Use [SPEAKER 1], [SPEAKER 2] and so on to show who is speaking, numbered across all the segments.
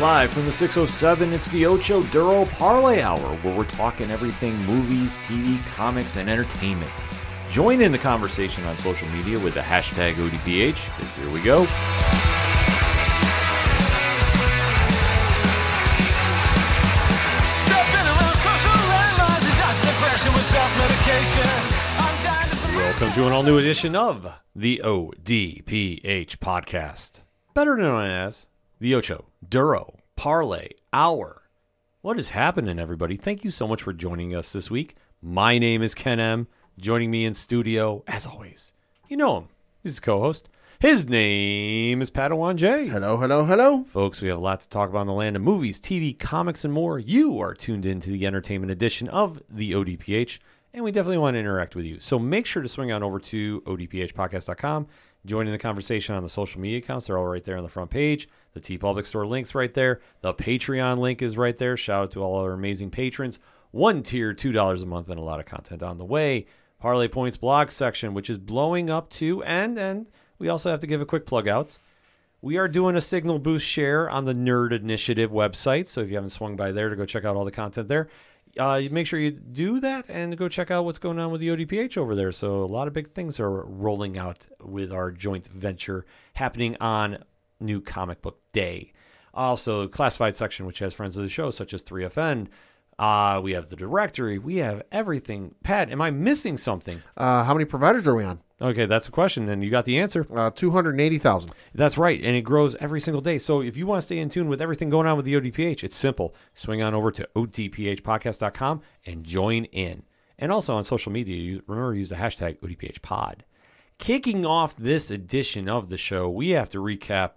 [SPEAKER 1] Live from the 607, it's the Ocho Duro Parlay Hour, where we're talking everything movies, TV, comics, and entertainment. Join in the conversation on social media with the hashtag ODPH, because here we go. Welcome to an all new edition of the ODPH podcast, better known as the Ocho Duro Parlay Hour. What is happening, everybody? Thank you so much for joining us this week. My name is Ken M. Joining me in studio, as always, you know him. He's his co-host. His name is Padawan J.
[SPEAKER 2] Hello, hello, hello.
[SPEAKER 1] Folks, we have a lot to talk about in the land of movies, TV, comics, and more. You are tuned in to the entertainment edition of the ODPH, and we definitely want to interact with you. So make sure to swing on over to odphpodcast.com, join in the conversation on the social media accounts. They're all right there on the front page. The T Public Store link's right there. The Patreon link is right there. Shout out to all our amazing patrons. One tier, $2 a month, and a lot of content on the way. Parlay Points blog section, which is blowing up too. And, and we also have to give a quick plug out. We are doing a signal boost share on the Nerd Initiative website. So if you haven't swung by there to go check out all the content there, uh, you make sure you do that and go check out what's going on with the ODPH over there. So a lot of big things are rolling out with our joint venture happening on New Comic Book Day. Also, classified section, which has friends of the show, such as 3FN. Uh, we have the directory. We have everything. Pat, am I missing something?
[SPEAKER 2] Uh, how many providers are we on?
[SPEAKER 1] Okay, that's a question, and you got the answer.
[SPEAKER 2] Uh, 280,000.
[SPEAKER 1] That's right, and it grows every single day. So if you want to stay in tune with everything going on with the ODPH, it's simple. Swing on over to odphpodcast.com and join in. And also on social media, you remember to use the hashtag ODPHpod. Kicking off this edition of the show, we have to recap.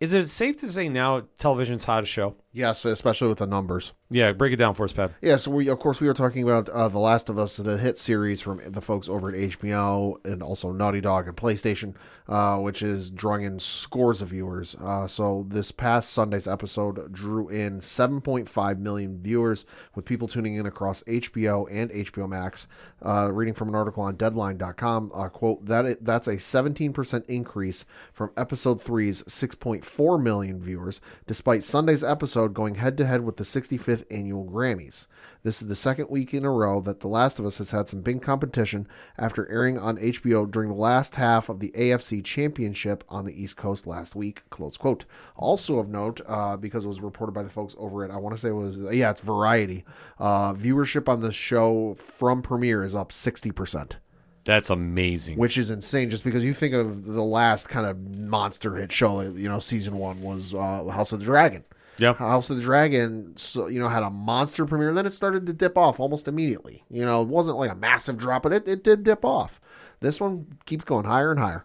[SPEAKER 1] Is it safe to say now television's hottest show?
[SPEAKER 2] Yes, especially with the numbers.
[SPEAKER 1] Yeah, break it down for us, Pat.
[SPEAKER 2] Yes, we of course we were talking about uh, the Last of Us, the hit series from the folks over at HBO and also Naughty Dog and PlayStation, uh, which is drawing in scores of viewers. Uh, so this past Sunday's episode drew in 7.5 million viewers, with people tuning in across HBO and HBO Max. Uh, reading from an article on Deadline.com, uh, quote that i- that's a 17% increase from episode three's 6.4 million viewers, despite Sunday's episode going head to head with the 65th annual Grammys. This is the second week in a row that The Last of Us has had some big competition after airing on HBO during the last half of the AFC Championship on the East Coast last week. Close quote. Also of note, uh, because it was reported by the folks over at I want to say it was yeah it's Variety. Uh, viewership on the show from premiere is up sixty percent
[SPEAKER 1] That's amazing.
[SPEAKER 2] which is insane just because you think of the last kind of monster hit show you know season one was uh, house of the dragon
[SPEAKER 1] Yeah.
[SPEAKER 2] house of the dragon so, you know had a monster premiere and then it started to dip off almost immediately you know it wasn't like a massive drop but it, it did dip off this one keeps going higher and higher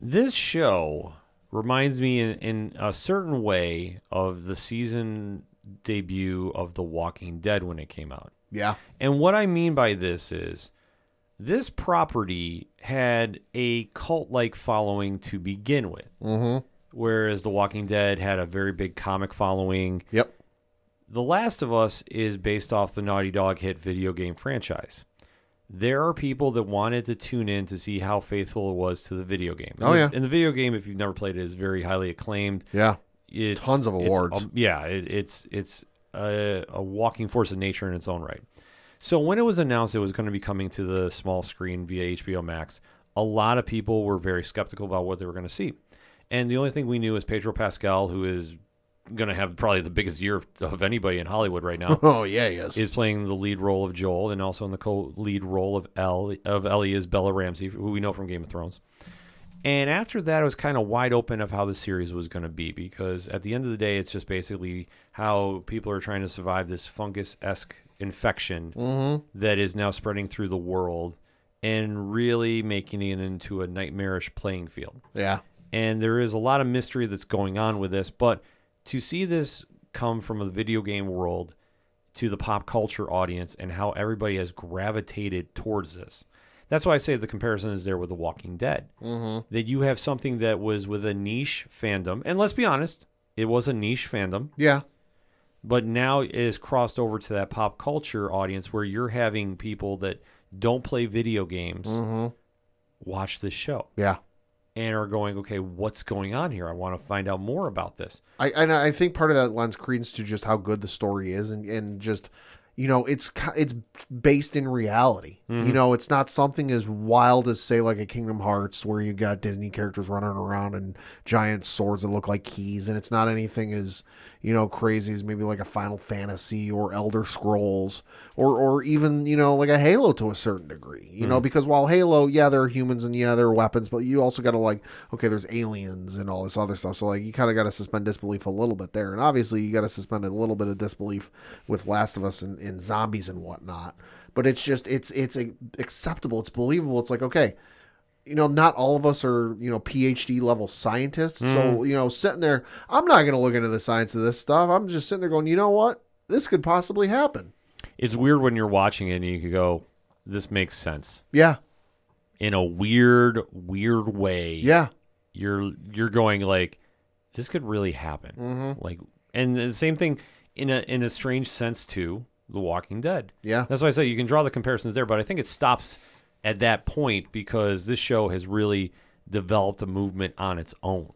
[SPEAKER 1] This show reminds me in, in a certain way of the season debut of The Walking Dead when it came out.
[SPEAKER 2] yeah
[SPEAKER 1] And what I mean by this is this property had a cult like following to begin with,
[SPEAKER 2] mm-hmm
[SPEAKER 1] whereas The Walking Dead had a very big comic following.
[SPEAKER 2] yep
[SPEAKER 1] The Last of Us is based off the Naughty Dog hit video game franchise. There are people that wanted to tune in to see how faithful it was to the video game. And
[SPEAKER 2] Oh,
[SPEAKER 1] the-
[SPEAKER 2] yeah.
[SPEAKER 1] And the video game, if you've never played it, is very highly acclaimed.
[SPEAKER 2] yeah
[SPEAKER 1] It's,
[SPEAKER 2] Tons of
[SPEAKER 1] it's-
[SPEAKER 2] awards.
[SPEAKER 1] um, yeah, it, it's it's a, a walking force of nature in its own right. So when it was announced it was going to be coming to the small screen via HBO Max, a lot of people were very skeptical about what they were going to see. And the only thing we knew is Pedro Pascal, who is going to have probably the biggest year of, of anybody in Hollywood right now,
[SPEAKER 2] oh yeah yes
[SPEAKER 1] is playing the lead role of Joel and also in the co-lead role of El of Ellie is Bella Ramsey, who we know from Game of Thrones. And after that, it was kind of wide open of how the series was going to be because at the end of the day, it's just basically how people are trying to survive this fungus esque infection that is now spreading through the world and really making it into a nightmarish playing field
[SPEAKER 2] yeah
[SPEAKER 1] and there is a lot of mystery that's going on with this. But to see this come from a video game world to the pop culture audience and how everybody has gravitated towards this. That's why I say the comparison is there with The Walking Dead. Mm-hmm. That you have something that was with a niche fandom. And let's be honest, it was a niche fandom
[SPEAKER 2] yeah
[SPEAKER 1] but now it is crossed over to that pop culture audience where you're having
[SPEAKER 2] Mm.
[SPEAKER 1] people that don't play video games watch this show
[SPEAKER 2] Mm-hmm. yeah
[SPEAKER 1] and are going, okay, what's going on here? I want to find out more about this.
[SPEAKER 2] I and I think part of that lends credence to just how good the story is, and and just you know it's ki- it's based in reality. You know, it's not something as wild as say like a Kingdom Hearts where you got Disney characters running around and giant swords that look like keys, and it's not anything as you know crazy as maybe like a Final Fantasy or Elder Scrolls or or even you know like a Halo to a certain degree. You know, because while Halo, yeah, there are humans and yeah, there are weapons, but you also got to like okay, there's aliens and all this other stuff. So like you kind of got to suspend disbelief a little bit there, and obviously you got to suspend a little bit of disbelief with Last of Us and, and zombies and whatnot. But it's just it's it's a, acceptable, it's believable. It's like okay, you know, not all of us are, you know, PhD level scientists. So, you know, sitting there, I'm not going to look into the science of this stuff. I'm just sitting there going, you know what? This could possibly happen.
[SPEAKER 1] It's weird when you're watching it and you could go, this makes sense
[SPEAKER 2] Yeah.
[SPEAKER 1] in a weird, weird way.
[SPEAKER 2] Yeah.
[SPEAKER 1] you're you're going like this could really happen like and the same thing in a in a strange sense to the walking dead
[SPEAKER 2] Yeah.
[SPEAKER 1] that's why i say you can draw the comparisons there but i think it stops at that point because this show has really developed a movement on its own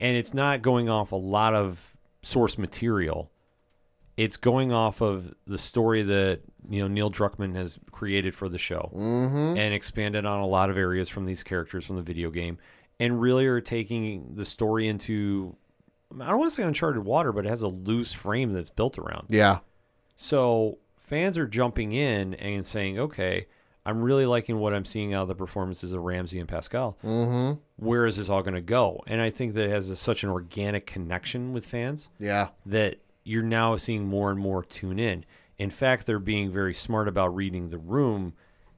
[SPEAKER 1] and it's not going off a lot of source material it's going off of the story that you know Neil Druckmann has created for the show and expanded on a lot of areas from these characters from the video game, and really are taking the story into I don't want to say uncharted water, but it has a loose frame that's built around.
[SPEAKER 2] Yeah.
[SPEAKER 1] So fans are jumping in and saying, okay, I'm really liking what I'm seeing out of the performances of Ramsey and Pascal. Mm-hmm. Where is this all going to go? And I think that it has a, such an organic connection with fans
[SPEAKER 2] Yeah.
[SPEAKER 1] that you're now seeing more and more tune in. In fact, they're being very smart about reading the room.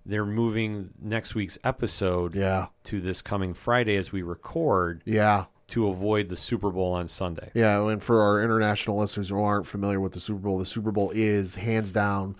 [SPEAKER 1] They're moving next week's episode
[SPEAKER 2] Yeah.
[SPEAKER 1] to this coming Friday as we record
[SPEAKER 2] Yeah.
[SPEAKER 1] to avoid the Super Bowl on Sunday.
[SPEAKER 2] Yeah. And for our international listeners who aren't familiar with the Super Bowl, the Super Bowl is hands down,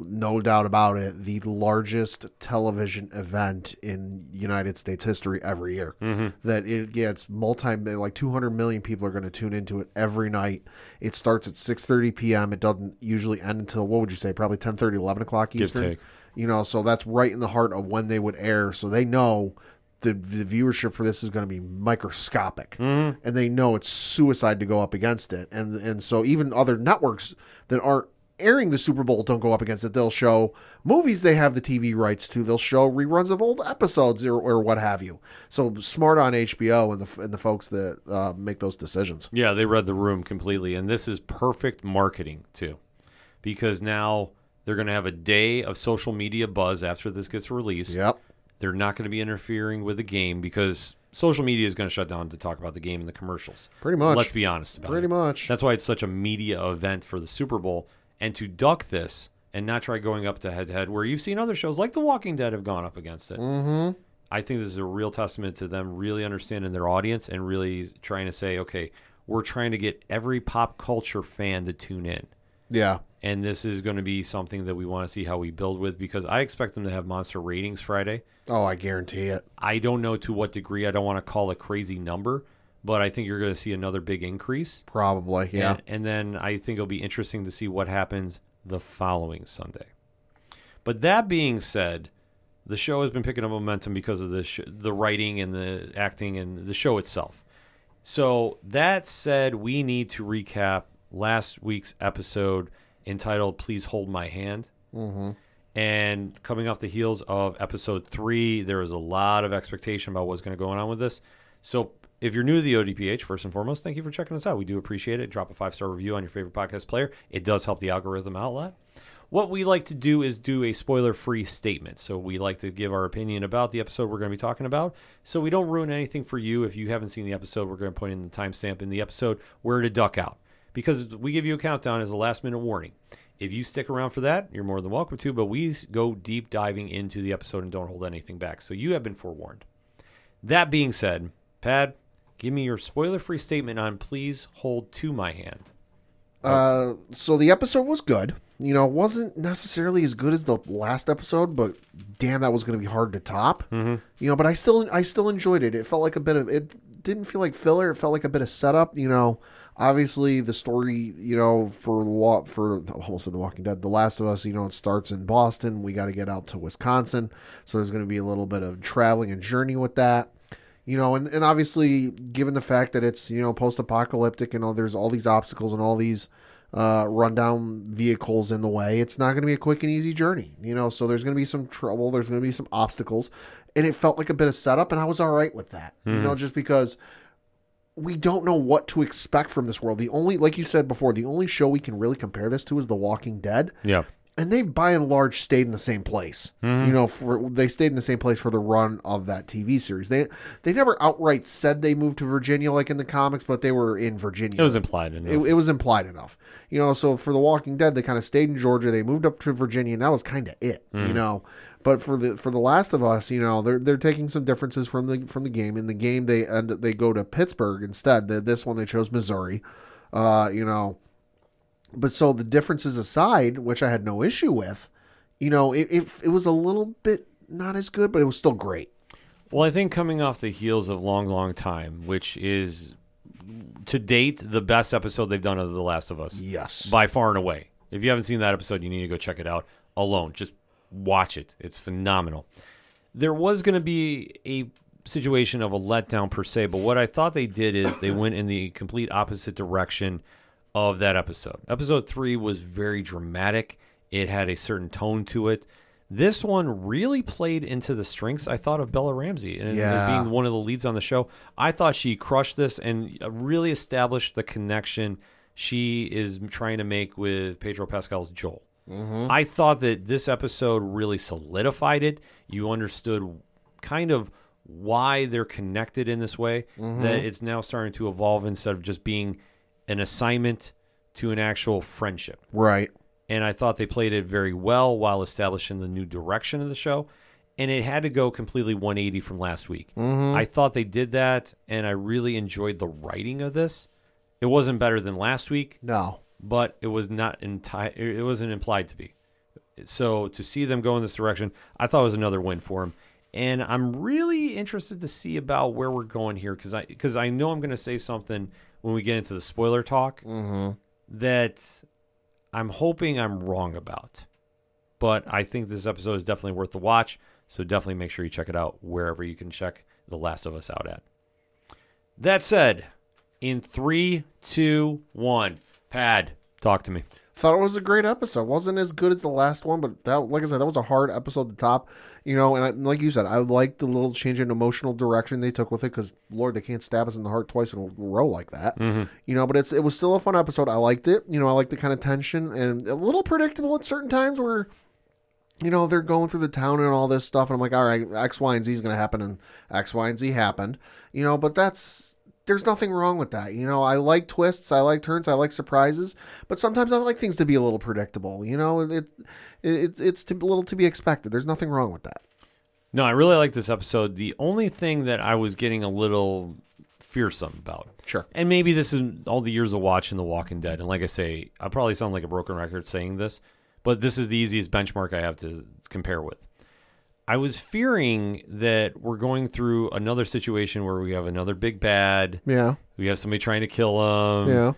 [SPEAKER 2] no doubt about it, the largest television event in United States history every year. That it gets multi like 200 million people are going to tune into it every night. It starts at 6:30 p.m. It doesn't usually end until what would you say, probably 10:30, 11 o'clock Eastern.
[SPEAKER 1] take.
[SPEAKER 2] You know, so that's right in the heart of when they would air. So they know the, the viewership for this is going to be microscopic, and they know it's suicide to go up against it. And and so even other networks that aren't airing the Super Bowl don't go up against it. They'll show movies they have the TV rights to. They'll show reruns of old episodes or, or what have you. So smart on HBO and the and the folks that uh, make those decisions.
[SPEAKER 1] Yeah, they read the room completely. And this is perfect marketing, too, because now they're going to have a day of social media buzz after this gets released.
[SPEAKER 2] Yep.
[SPEAKER 1] They're not going to be interfering with the game because social media is going to shut down to talk about the game and the commercials.
[SPEAKER 2] Pretty much.
[SPEAKER 1] Let's be honest about
[SPEAKER 2] Pretty
[SPEAKER 1] it.
[SPEAKER 2] much.
[SPEAKER 1] That's why it's such a media event for the Super Bowl. And to duck this and not try going up to head to head, where you've seen other shows like The Walking Dead have gone up against it. Mm-hmm. I think this is a real testament to them really understanding their audience and really trying to say, okay, we're trying to get every pop culture fan to tune in.
[SPEAKER 2] Yeah.
[SPEAKER 1] And this is going to be something that we want to see how we build with because I expect them to have monster ratings Friday.
[SPEAKER 2] Oh, I guarantee it.
[SPEAKER 1] I don't know to what degree. I don't want to call a crazy number, but I think you're going to see another big increase.
[SPEAKER 2] Probably. Yeah.
[SPEAKER 1] And, and then I think it'll be interesting to see what happens the following Sunday. But that being said, the show has been picking up momentum because of the sh- the writing and the acting and the show itself. So that said, we need to recap last week's episode entitled "Please Hold My Hand." And coming off the heels of episode three, there was a lot of expectation about what's going to go on with this. So if you're new to the ODPH, first and foremost, thank you for checking us out. We do appreciate it. Drop a five star review on your favorite podcast player. It does help the algorithm out a lot. What we like to do is do a spoiler free statement. So we like to give our opinion about the episode we're going to be talking about. So we don't ruin anything for you. If you haven't seen the episode, we're going to point in the timestamp in the episode where to duck out because we give you a countdown as a last minute warning. If you stick around for that, you're more than welcome to, but we s- go deep diving into the episode and don't hold anything back. So you have been forewarned. That being said, Pad, give me your spoiler free statement on Please Hold to My Hand.
[SPEAKER 2] Uh, so the episode was good. You know, it wasn't necessarily as good as the last episode, but damn, that was going to be hard to top. Mm-hmm. You know, but I still, I still enjoyed it. It felt like a bit of, it didn't feel like filler. It felt like a bit of setup. You know, obviously the story, you know, for law for I almost said The Walking Dead, The Last of Us. You know, it starts in Boston. We got to get out to Wisconsin, so there's going to be a little bit of traveling and journey with that you know, and, and obviously, given the fact that it's, you know, post apocalyptic and all, there's all these obstacles and all these uh, rundown vehicles in the way, it's not going to be a quick and easy journey, you know, so there's going to be some trouble, there's going to be some obstacles. And it felt like a bit of setup, and I was all right with that, you know, just because we don't know what to expect from this world. The only, like you said before, the only show we can really compare this to is The Walking Dead
[SPEAKER 1] Yeah.
[SPEAKER 2] and they've by and large stayed in the same place.
[SPEAKER 1] Mm-hmm.
[SPEAKER 2] You know, for, they stayed in the same place for the run of that TV series. They they never outright said they moved to Virginia like in the comics, but they were in Virginia.
[SPEAKER 1] It was implied enough.
[SPEAKER 2] it, it was implied enough, you know. So for The Walking Dead, they kind of stayed in Georgia. They moved up to Virginia, and that was kind of it, you know. But for the for The Last of Us, you know, they're they're taking some differences from the from the game. In the game, they end they go to Pittsburgh instead. The, this one they chose Missouri, uh, you know. But so the differences aside, which I had no issue with, you know, it it, it was a little bit not as good, but it was still great.
[SPEAKER 1] Well, I think coming off the heels of Long, Long Time, which is to date the best episode they've done of The Last of Us.
[SPEAKER 2] Yes.
[SPEAKER 1] By far and away. If you haven't seen that episode, you need to go check it out alone. Just watch it. It's phenomenal. There was going to be a situation of a letdown per se, but what I thought they did is they went in the complete opposite direction of that episode. Episode 3 was very dramatic. It had a certain tone to it. This one really played into the strengths I thought of Bella Ramsey and as
[SPEAKER 2] Yeah.
[SPEAKER 1] being one of the leads on the show. I thought she crushed this and uh, really established the connection she is trying to make with Pedro Pascal's Joel. I thought that this episode really solidified it. You understood kind of why they're connected in this way, that it's now starting to evolve instead of just being an assignment to an actual friendship
[SPEAKER 2] Right.
[SPEAKER 1] and I thought they played it very well while establishing the new direction of the show. And it had to go completely 180 from last week. I thought they did that, and I really enjoyed the writing of this. It wasn't better than last week,
[SPEAKER 2] No.
[SPEAKER 1] but it was not enti- It wasn't implied to be. So to see them go in this direction, I thought was another win for them. And I'm really interested to see about where we're going here because I because I know I'm going to say something when we get into the spoiler talk
[SPEAKER 2] Mm-hmm.
[SPEAKER 1] that I'm hoping I'm wrong about. But I think this episode is definitely worth the watch. So definitely make sure you check it out wherever you can check The Last of Us out at. That said, in three, two, one, Pad, talk to me.
[SPEAKER 2] thought it was a great episode. wasn't as good as the last one, but that, like I said, that was a hard episode to top. You know, and I, like you said, I liked the little change in emotional direction they took with it because Lord, they can't stab us in the heart twice in a row like that. You know, but it's it was still a fun episode. I liked it. You know, I liked the kind of tension and a little predictable at certain times where. You know, they're going through the town and all this stuff, and I'm like, all right, X, Y, and Z is going to happen, and X, Y, and Z happened. You know, but that's there's nothing wrong with that. You know, I like twists, I like turns, I like surprises, but sometimes I like things to be a little predictable. You know, it, it it's to, a little to be expected. There's nothing wrong with that.
[SPEAKER 1] No, I really like this episode. The only thing that I was getting a little fearsome about.
[SPEAKER 2] Sure.
[SPEAKER 1] And maybe this is all the years of watching The Walking Dead. And like I say, I probably sound like a broken record saying this, but this is the easiest benchmark I have to compare with. I was fearing that we're going through another situation where we have another big bad.
[SPEAKER 2] Yeah,
[SPEAKER 1] We have somebody trying to kill him.
[SPEAKER 2] yeah,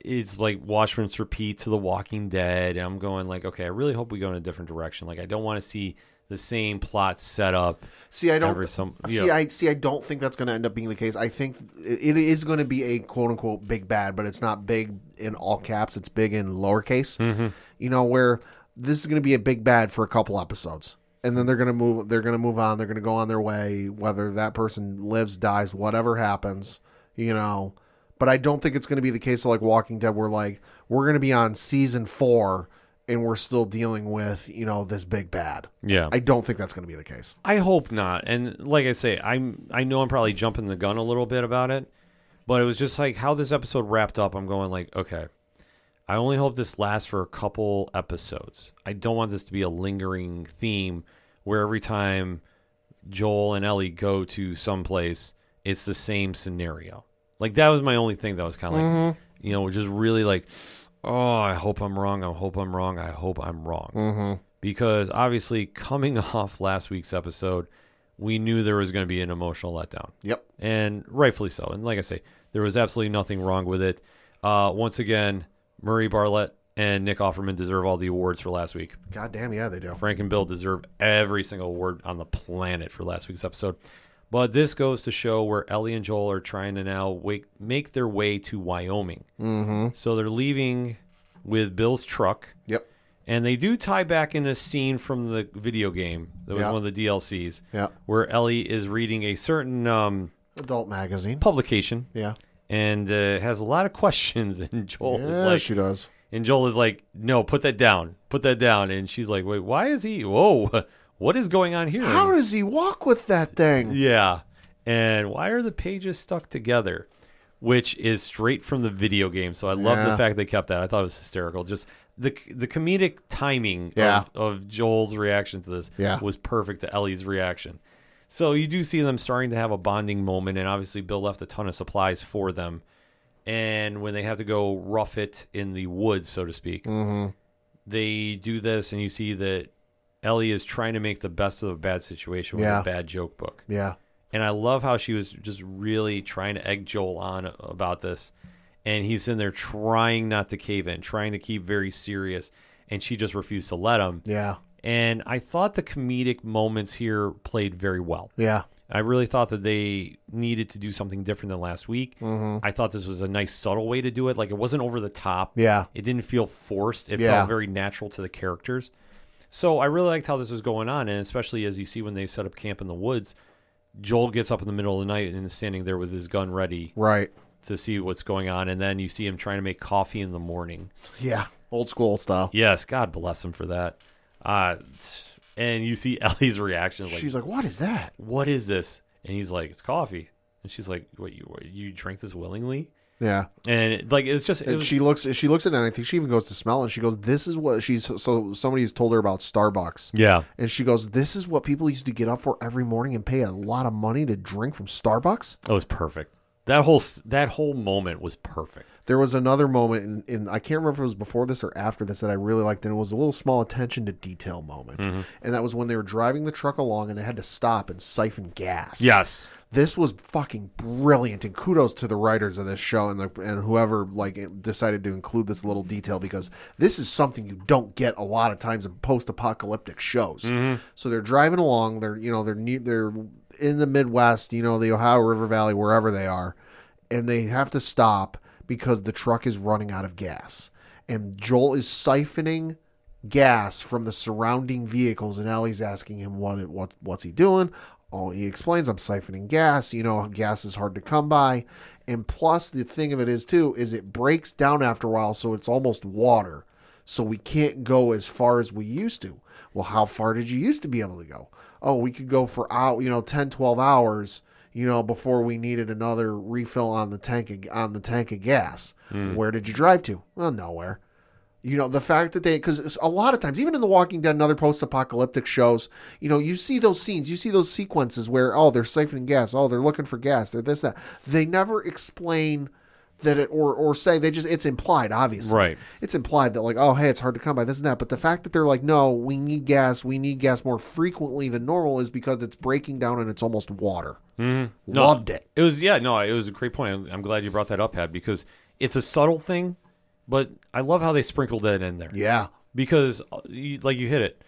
[SPEAKER 1] It's like watch rinse repeat to The Walking Dead. And I'm going like, okay, I really hope we go in a different direction. Like I don't want to see the same plot set up.
[SPEAKER 2] See, I don't
[SPEAKER 1] Every some-
[SPEAKER 2] see.
[SPEAKER 1] yeah.
[SPEAKER 2] I see. I don't think that's going to end up being the case. I think it it is going to be a quote unquote big bad, but it's not big in all caps. It's big in lowercase. You know, where this is going to be a big bad for a couple episodes, and then they're going to move. They're going to move on. They're going to go on their way, whether that person lives, dies, whatever happens. You know, but I don't think it's going to be the case of like Walking Dead, where like we're going to be on season four. And we're still dealing with, you know, this big bad.
[SPEAKER 1] Yeah.
[SPEAKER 2] I don't think that's going to be the case.
[SPEAKER 1] I hope not. And like I say, I'm I know I'm probably jumping the gun a little bit about it, but it was just like how this episode wrapped up. I'm going like, okay, I only hope this lasts for a couple episodes. I don't want this to be a lingering theme where every time Joel and Ellie go to someplace, it's the same scenario. Like that was my only thing that was kind of like, you know, just really like, oh, I hope I'm wrong. I hope I'm wrong. I hope I'm wrong because obviously coming off last week's episode, we knew there was going to be an emotional letdown,
[SPEAKER 2] Yep.
[SPEAKER 1] and rightfully so. And like I say, there was absolutely nothing wrong with it. Uh, once again, Murray Bartlett and Nick Offerman deserve all the awards for last week.
[SPEAKER 2] God damn, yeah, they do.
[SPEAKER 1] Frank and Bill deserve every single award on the planet for last week's episode. But this goes to show where Ellie and Joel are trying to now wake, make their way to Wyoming. Mm-hmm. So they're leaving with Bill's truck,
[SPEAKER 2] Yep.
[SPEAKER 1] and they do tie back in a scene from the video game that was
[SPEAKER 2] Yeah.
[SPEAKER 1] one of the DLCs,
[SPEAKER 2] Yeah.
[SPEAKER 1] where Ellie is reading a certain um,
[SPEAKER 2] Adult magazine.
[SPEAKER 1] publication
[SPEAKER 2] Yeah.
[SPEAKER 1] and uh, has a lot of questions, and Joel is
[SPEAKER 2] Yeah,
[SPEAKER 1] like,
[SPEAKER 2] she does.
[SPEAKER 1] and Joel is like, "No, put that down, put that down," and she's like, "Wait, why is he? Whoa, what is going on here?"
[SPEAKER 2] How does he walk with that thing?
[SPEAKER 1] Yeah. And why are the pages stuck together? Which is straight from the video game. So I love the
[SPEAKER 2] Yeah.
[SPEAKER 1] fact they kept that. I thought it was hysterical. Just the the comedic timing
[SPEAKER 2] Yeah.
[SPEAKER 1] of, of Joel's reaction to this
[SPEAKER 2] Yeah.
[SPEAKER 1] was perfect to Ellie's reaction. So you do see them starting to have a bonding moment, and obviously Bill left a ton of supplies for them. And when they have to go rough it in the woods, so to speak,
[SPEAKER 2] Mm-hmm.
[SPEAKER 1] they do this, and you see that Ellie is trying to make the best of a bad situation with
[SPEAKER 2] Yeah.
[SPEAKER 1] a bad joke book.
[SPEAKER 2] Yeah.
[SPEAKER 1] And I love how she was just really trying to egg Joel on about this. And he's in there trying not to cave in, trying to keep very serious. And she just refused to let him.
[SPEAKER 2] Yeah.
[SPEAKER 1] And I thought the comedic moments here played very well.
[SPEAKER 2] Yeah.
[SPEAKER 1] I really thought that they needed to do something different than last week.
[SPEAKER 2] Mm-hmm.
[SPEAKER 1] I thought this was a nice, subtle way to do it. Like it wasn't over the top.
[SPEAKER 2] Yeah.
[SPEAKER 1] It didn't feel forced. It
[SPEAKER 2] Yeah.
[SPEAKER 1] felt very natural to the characters. So I really liked how this was going on, and especially as you see when they set up camp in the woods, Joel gets up in the middle of the night and is standing there with his gun ready
[SPEAKER 2] Right.
[SPEAKER 1] to see what's going on, and then you see him trying to make coffee in the morning.
[SPEAKER 2] Yeah. Old school style.
[SPEAKER 1] Yes, God bless him for that. Uh, and you see Ellie's reaction, like,
[SPEAKER 2] She's like, what is that?
[SPEAKER 1] "What is this?" And he's like, "It's coffee." And she's like, "What you what, you drank this willingly?"
[SPEAKER 2] Yeah.
[SPEAKER 1] And it, like it's just it
[SPEAKER 2] And
[SPEAKER 1] was,
[SPEAKER 2] she looks she looks at it and I think she even goes to smell it and she goes, This is what she's so somebody's told her about Starbucks.
[SPEAKER 1] yeah,
[SPEAKER 2] And she goes, This is what people used to get up for every morning and pay a lot of money to drink from Starbucks.
[SPEAKER 1] it was perfect. That whole s- that whole moment was perfect.
[SPEAKER 2] There was another moment in, in I can't remember if it was before this or after this that I really liked, and it was a little small attention to detail moment. And that was when they were driving the truck along and they had to stop and siphon gas.
[SPEAKER 1] Yes.
[SPEAKER 2] This was fucking brilliant, and kudos to the writers of this show and the, and whoever like decided to include this little detail because this is something you don't get a lot of times in post-apocalyptic shows. So they're driving along, they're you know they're ne- they're in the Midwest, you know the Ohio River Valley, wherever they are, and they have to stop because the truck is running out of gas, and Joel is siphoning gas from the surrounding vehicles and Ellie's asking him what it, what what's he doing oh he explains I'm siphoning gas you know gas is hard to come by and plus the thing of it is too is it breaks down after a while so it's almost water so we can't go as far as we used to well how far did you used to be able to go oh we could go for out you know 10 12 hours you know before we needed another refill on the tank of, on the tank of gas where did you drive to well nowhere you know, the fact that they, because a lot of times, even in The Walking Dead and other post apocalyptic shows, you know, you see those scenes, you see those sequences where, oh, they're siphoning gas, oh, they're looking for gas, they're this, that. They never explain that it, or, or say, they just, it's implied, obviously.
[SPEAKER 1] Right.
[SPEAKER 2] It's implied that, like, oh, hey, it's hard to come by, this and that. But the fact that they're like, no, we need gas, we need gas more frequently than normal is because it's breaking down and it's almost water. Mm-hmm. Loved it.
[SPEAKER 1] It was yeah, no, it was a great point. I'm, I'm glad you brought that up, Had, because it's a subtle thing, but I love how they sprinkled that in there.
[SPEAKER 2] Yeah.
[SPEAKER 1] Because uh, you, like you hit it,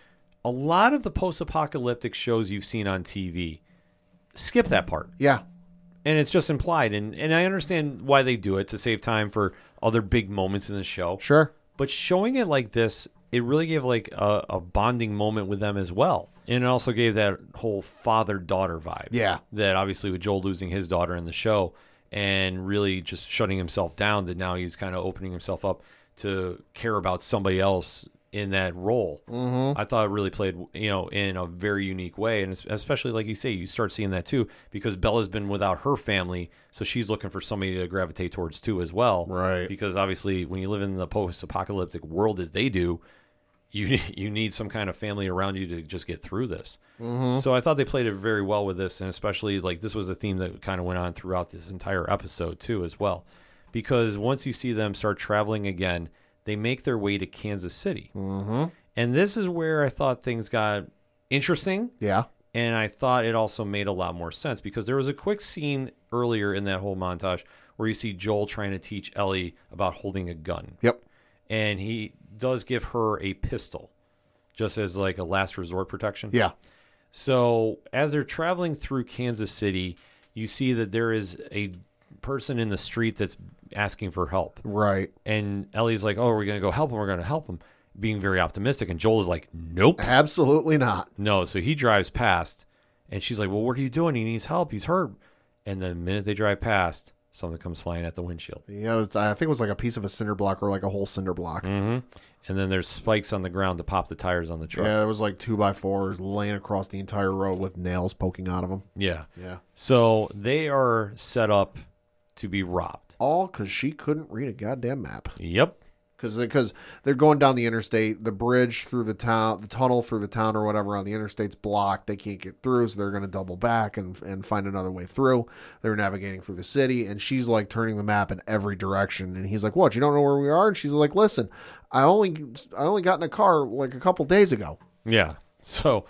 [SPEAKER 1] a lot of the post-apocalyptic shows you've seen on TV skip that part,
[SPEAKER 2] Yeah.
[SPEAKER 1] and it's just implied. And and I understand why they do it to save time for other big moments in the show.
[SPEAKER 2] Sure.
[SPEAKER 1] But showing it like this, it really gave like a, a bonding moment with them as well. And it also gave that whole father daughter vibe.
[SPEAKER 2] Yeah.
[SPEAKER 1] That obviously with Joel losing his daughter in the show and really just shutting himself down, that now he's kind of opening himself up to care about somebody else in that role. Mm-hmm. I thought it really played, you know, in a very unique way. And es- especially, like you say, you start seeing that too, because Bella's been without her family. So she's looking for somebody to gravitate towards too as well
[SPEAKER 2] Right.
[SPEAKER 1] because obviously when you live in the post-apocalyptic world as they do you you need some kind of family around you to just get through this so i thought they played it very well with this and especially like this was a theme that kind of went on throughout this entire episode too as well because once you see them start traveling again they make their way to kansas city mm-hmm. and this is where i thought things got interesting
[SPEAKER 2] Yeah.
[SPEAKER 1] and I thought it also made a lot more sense because there was a quick scene earlier in that whole montage where you see Joel trying to teach Ellie about holding a gun.
[SPEAKER 2] Yep.
[SPEAKER 1] And he does give her a pistol just as like a last resort protection.
[SPEAKER 2] Yeah.
[SPEAKER 1] So as they're traveling through Kansas City, you see that there is a person in the street that's asking for help.
[SPEAKER 2] Right.
[SPEAKER 1] And Ellie's like, "Oh, we're gonna go help him. We're gonna help him," being very optimistic. And Joel is like, "Nope,
[SPEAKER 2] Absolutely not.
[SPEAKER 1] no." So he drives past, and she's like, "Well, what are you doing? He needs help. He's hurt." And the minute they drive past, something comes flying at the windshield.
[SPEAKER 2] Yeah, it's, I think it was like a piece of a cinder block or like a whole cinder block.
[SPEAKER 1] And then there's spikes on the ground to pop the tires on the truck.
[SPEAKER 2] Yeah, it was like two by fours laying across the entire road with nails poking out of them.
[SPEAKER 1] yeah.
[SPEAKER 2] Yeah.
[SPEAKER 1] So they are set up to be robbed.
[SPEAKER 2] All because she couldn't read a goddamn map.
[SPEAKER 1] Yep.
[SPEAKER 2] Because because they're going down the interstate, the bridge through the town, the tunnel through the town or whatever on the interstate's blocked. They can't get through, so they're going to double back and and find another way through. They're navigating through the city, and she's like turning the map in every direction. And he's like, "What? You don't know where we are?" And she's like, "Listen, I only I only got in a car like a couple days ago."
[SPEAKER 1] Yeah. So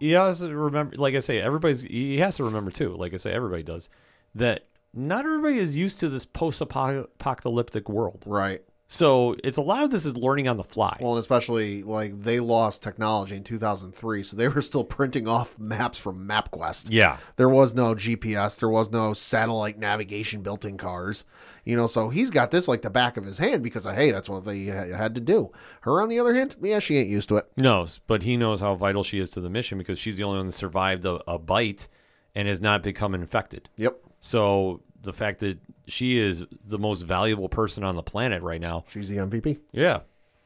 [SPEAKER 1] he has to remember, like I say, everybody's, he has to remember too, like I say, everybody does, that not everybody is used to this post apocalyptic world.
[SPEAKER 2] Right.
[SPEAKER 1] So it's a lot of this is learning on the fly.
[SPEAKER 2] Well, and especially like they lost technology in 2003, so they were still printing off maps from MapQuest.
[SPEAKER 1] yeah.
[SPEAKER 2] There was no GPS, there was no satellite navigation built in cars, you know. So he's got this like the back of his hand because hey, that's what they ha- had to do. Her, on the other hand, yeah, she ain't used to it.
[SPEAKER 1] knows, but he knows how vital she is to the mission because she's the only one that survived a, a bite and has not become infected.
[SPEAKER 2] Yep,
[SPEAKER 1] So the fact that she is the most valuable person on the planet right now,
[SPEAKER 2] she's the MVP.
[SPEAKER 1] yeah.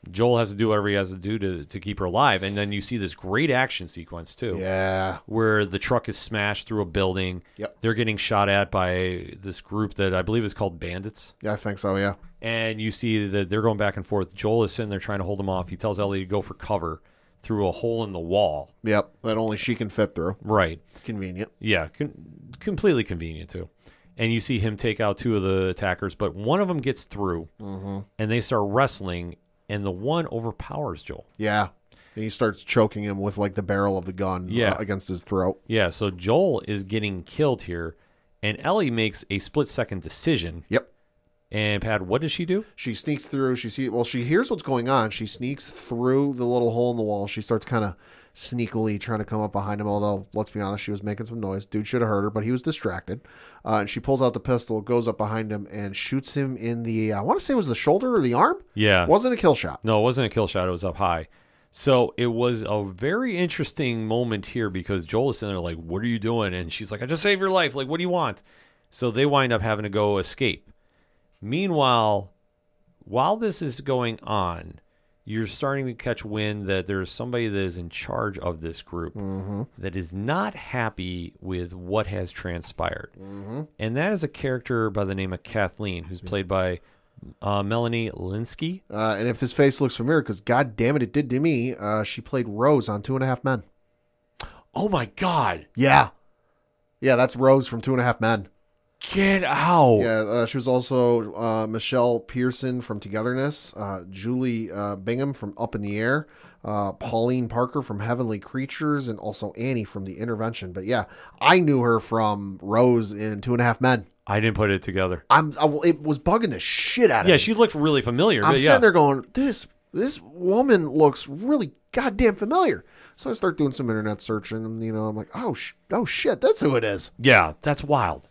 [SPEAKER 1] Joel has to do whatever he has to do to, to keep her alive. And then you see this great action sequence, too,
[SPEAKER 2] Yeah,
[SPEAKER 1] where the truck is smashed through a building.
[SPEAKER 2] Yep.
[SPEAKER 1] They're getting shot at by this group that I believe is called Bandits.
[SPEAKER 2] yeah, I think so. Yeah,
[SPEAKER 1] And you see that they're going back and forth. Joel is sitting there trying to hold them off. He tells Ellie to go for cover through a hole in the wall.
[SPEAKER 2] yep. That only she can fit through.
[SPEAKER 1] Right.
[SPEAKER 2] Convenient.
[SPEAKER 1] Yeah, con- completely convenient too. And you see him take out two of the attackers, but one of them gets through, and they start wrestling, and the one overpowers Joel.
[SPEAKER 2] Yeah. And he starts choking him with like the barrel of the gun uh,
[SPEAKER 1] Yeah.
[SPEAKER 2] against his throat.
[SPEAKER 1] Yeah, so Joel is getting killed here, and Ellie makes a split second decision.
[SPEAKER 2] Yep.
[SPEAKER 1] And Pat, what does she do?
[SPEAKER 2] she sneaks through. She see well, she hears what's going on. She sneaks through the little hole in the wall. She starts kind of sneakily trying to come up behind him. Although, let's be honest, she was making some noise. Dude should have heard her, but he was distracted. Uh, and she pulls out the pistol, goes up behind him, and shoots him in the. I want to say it was the shoulder or the arm.
[SPEAKER 1] Yeah.
[SPEAKER 2] Wasn't a kill shot.
[SPEAKER 1] No, it wasn't a kill shot. It was up high. So it was a very interesting moment here because Joel is sitting there like, "What are you doing?" And she's like, "I just saved your life. Like, what do you want?" So they wind up having to go escape. Meanwhile, while this is going on, you're starting to catch wind that there's somebody that is in charge of this group that is not happy with what has transpired, and that is a character by the name of Kathleen, who's played by uh, Melanie Linsky.
[SPEAKER 2] Uh, and if his face looks familiar, because God damn it, it did to me. Uh, she played Rose on Two and a Half Men.
[SPEAKER 1] Oh my god.
[SPEAKER 2] Yeah, yeah, that's Rose from Two and a Half Men.
[SPEAKER 1] Get out.
[SPEAKER 2] Yeah, uh, she was also uh, Michelle Pearson from Togetherness, uh, Julie uh, Bingham from Up in the Air, uh, Pauline Parker from Heavenly Creatures, and also Annie from The Intervention. But yeah, I knew her from Rose in Two and a Half Men.
[SPEAKER 1] I didn't put it together.
[SPEAKER 2] I'm I, well, it was bugging the shit out of
[SPEAKER 1] Yeah,
[SPEAKER 2] me.
[SPEAKER 1] she looked really familiar.
[SPEAKER 2] I'm
[SPEAKER 1] but
[SPEAKER 2] sitting
[SPEAKER 1] yeah.
[SPEAKER 2] there going, this this woman looks really goddamn familiar. So I start doing some internet searching, and you know, I'm like, oh, sh- oh shit, that's who it is.
[SPEAKER 1] yeah, that's wild.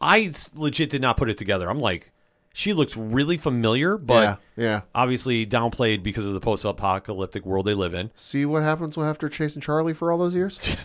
[SPEAKER 1] I s- legit did not put it together. I'm like, she looks really familiar, but
[SPEAKER 2] yeah, yeah.
[SPEAKER 1] obviously downplayed because of the post apocalyptic world they live in.
[SPEAKER 2] See what happens when after chasing Charlie for all those years.